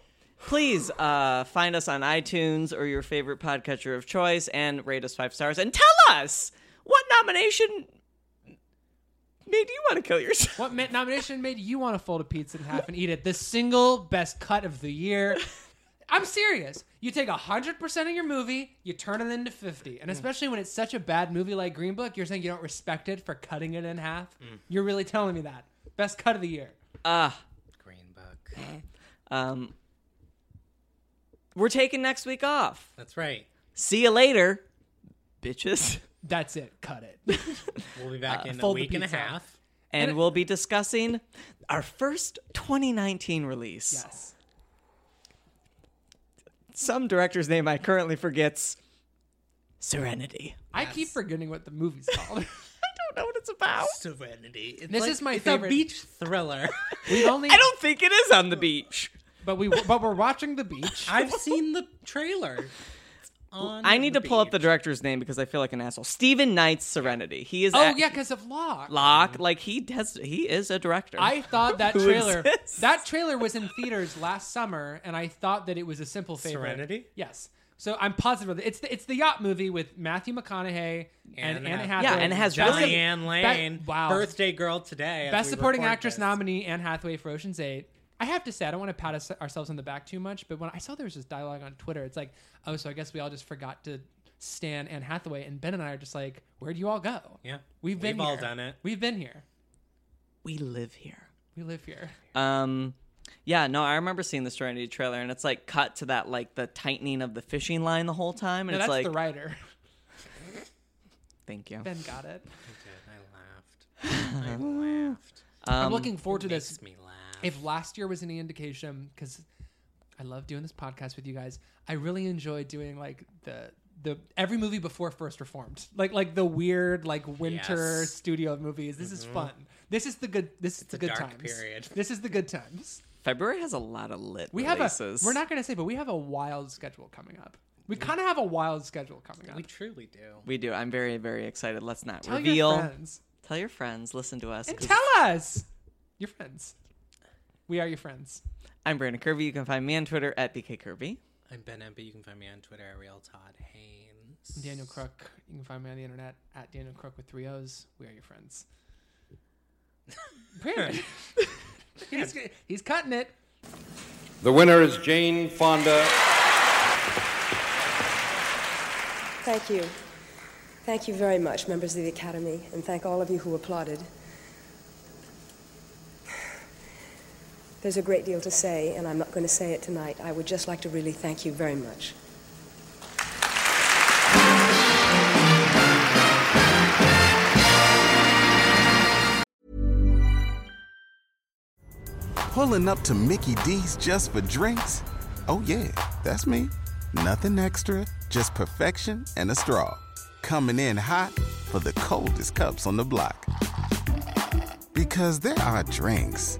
Speaker 2: please uh, find us on iTunes or your favorite podcatcher of choice and rate us five stars and tell us what nomination made you want to kill yourself.
Speaker 1: What ma- nomination made you want to fold a pizza in half and eat it? The single best cut of the
Speaker 2: [LAUGHS]
Speaker 1: year. I'm serious. You take 100% of your movie, you turn it into 50. And especially when it's such a bad movie like Green Book, you're saying you don't respect it for cutting it in half?
Speaker 2: Mm.
Speaker 1: You're really telling me that. Best cut of the year.
Speaker 2: Ah,
Speaker 3: Green book.
Speaker 2: um, we're taking next week off.
Speaker 3: That's right.
Speaker 2: See you later, bitches.
Speaker 1: That's it. Cut
Speaker 2: [LAUGHS]
Speaker 1: it.
Speaker 3: We'll be back in a
Speaker 1: Uh, fold the
Speaker 3: week and a
Speaker 1: pizza.
Speaker 3: half.
Speaker 2: And we'll be discussing our first 2019 release.
Speaker 1: Yes.
Speaker 2: Some director's name I currently forgets Serenity.
Speaker 1: I keep forgetting what the movie's called.
Speaker 2: [LAUGHS] I don't know what it's about.
Speaker 3: Oh. Serenity. It's
Speaker 1: This
Speaker 3: like-
Speaker 1: is my
Speaker 3: it's
Speaker 1: favorite.
Speaker 3: a beach thriller. [LAUGHS]
Speaker 1: We've only,
Speaker 2: I don't think it is on the beach.
Speaker 1: but we, but we're watching the beach.
Speaker 3: I've seen the trailer. It's on
Speaker 2: I need
Speaker 3: the
Speaker 2: to pull up the
Speaker 3: beach.
Speaker 2: director's name because I feel like an asshole. Stephen Knight's Serenity. He is
Speaker 1: Oh
Speaker 2: at-
Speaker 1: yeah, because of Locke.
Speaker 2: Locke. Like he has, he is a director.
Speaker 1: I thought that
Speaker 2: [LAUGHS] Who
Speaker 1: trailer
Speaker 2: exists.
Speaker 1: that trailer was in theaters last summer, and I thought that it was a simple favorite.
Speaker 3: Serenity?
Speaker 1: Yes. So I'm positive it's the, it's the yacht movie with Matthew McConaughey and, Anna
Speaker 3: Anna Hathaway.
Speaker 1: Hathaway.
Speaker 2: Yeah, and it has
Speaker 1: best,
Speaker 2: Ryan-
Speaker 3: Diane Lane.
Speaker 1: wow.
Speaker 3: Birthday girl today. as
Speaker 1: best
Speaker 3: we
Speaker 1: supporting
Speaker 3: record
Speaker 1: actress
Speaker 3: this.
Speaker 1: nominee Anne Hathaway for Ocean's Eight. I have to say, I don't want to pat us, ourselves on the back too much, but when I saw there was this dialogue on Twitter, it's like, oh, so I guess we all just forgot to stand Anne Hathaway, and Ben and I are just like, where'd you all go?
Speaker 3: Yeah.
Speaker 1: we've been
Speaker 3: We've all
Speaker 1: here.
Speaker 3: done it.
Speaker 1: We've been here.
Speaker 2: we live here.
Speaker 1: We live here.
Speaker 2: Um, yeah, no, I remember seeing the Serenity trailer, and it's like cut to that like the tightening of the fishing line the whole time,
Speaker 1: No,
Speaker 2: and it's
Speaker 1: that's
Speaker 2: like,
Speaker 1: the writer.
Speaker 2: thank you.
Speaker 1: Ben got it.
Speaker 3: I did. I laughed. I
Speaker 1: [LAUGHS]
Speaker 3: laughed.
Speaker 1: I'm looking forward to this.
Speaker 3: Um, Makes me laugh.
Speaker 1: If last year was any indication, because I love doing this podcast with you guys, I really enjoy doing like the the every movie before First Reformed, like like the weird like winter
Speaker 3: Yes. Mm-hmm.
Speaker 1: studio movies. This is fun. This is the good. This is the
Speaker 3: a
Speaker 1: good
Speaker 3: dark
Speaker 1: times.
Speaker 3: period.
Speaker 1: This is the good times.
Speaker 2: February has a lot of lit.
Speaker 1: We
Speaker 2: releases.
Speaker 1: have a. We're not going to say, but we have a wild schedule coming up. We kind of have a wild schedule coming up.
Speaker 3: Mm. we truly do.
Speaker 2: We do. I'm very, very excited. Let's not
Speaker 1: Tell
Speaker 2: reveal.
Speaker 1: your friends
Speaker 2: Tell your friends. Listen to us.
Speaker 1: and
Speaker 2: 'cause
Speaker 1: tell us your friends. We are your friends.
Speaker 2: I'm Brandon Kirby. You can find me on Twitter at bkcurby.
Speaker 3: I'm Ben Empey. You can find me on Twitter at Real Todd Haynes.
Speaker 1: I'm Daniel Crook. You can find me on the internet at Daniel Crook with three O's. We are your friends. Brandon. he's, he's cutting it.
Speaker 5: The winner is Jane Fonda.
Speaker 6: Thank you. Thank you very much, members of the Academy, and thank all of you who applauded. There's a great deal to say, and I'm not going to say it tonight. I would just like to really thank you very much.
Speaker 7: Pulling up to Mickey D's just for drinks? Oh, yeah, that's me. Nothing extra, just perfection and a straw. Coming in hot for the coldest cups on the block. Because there are drinks,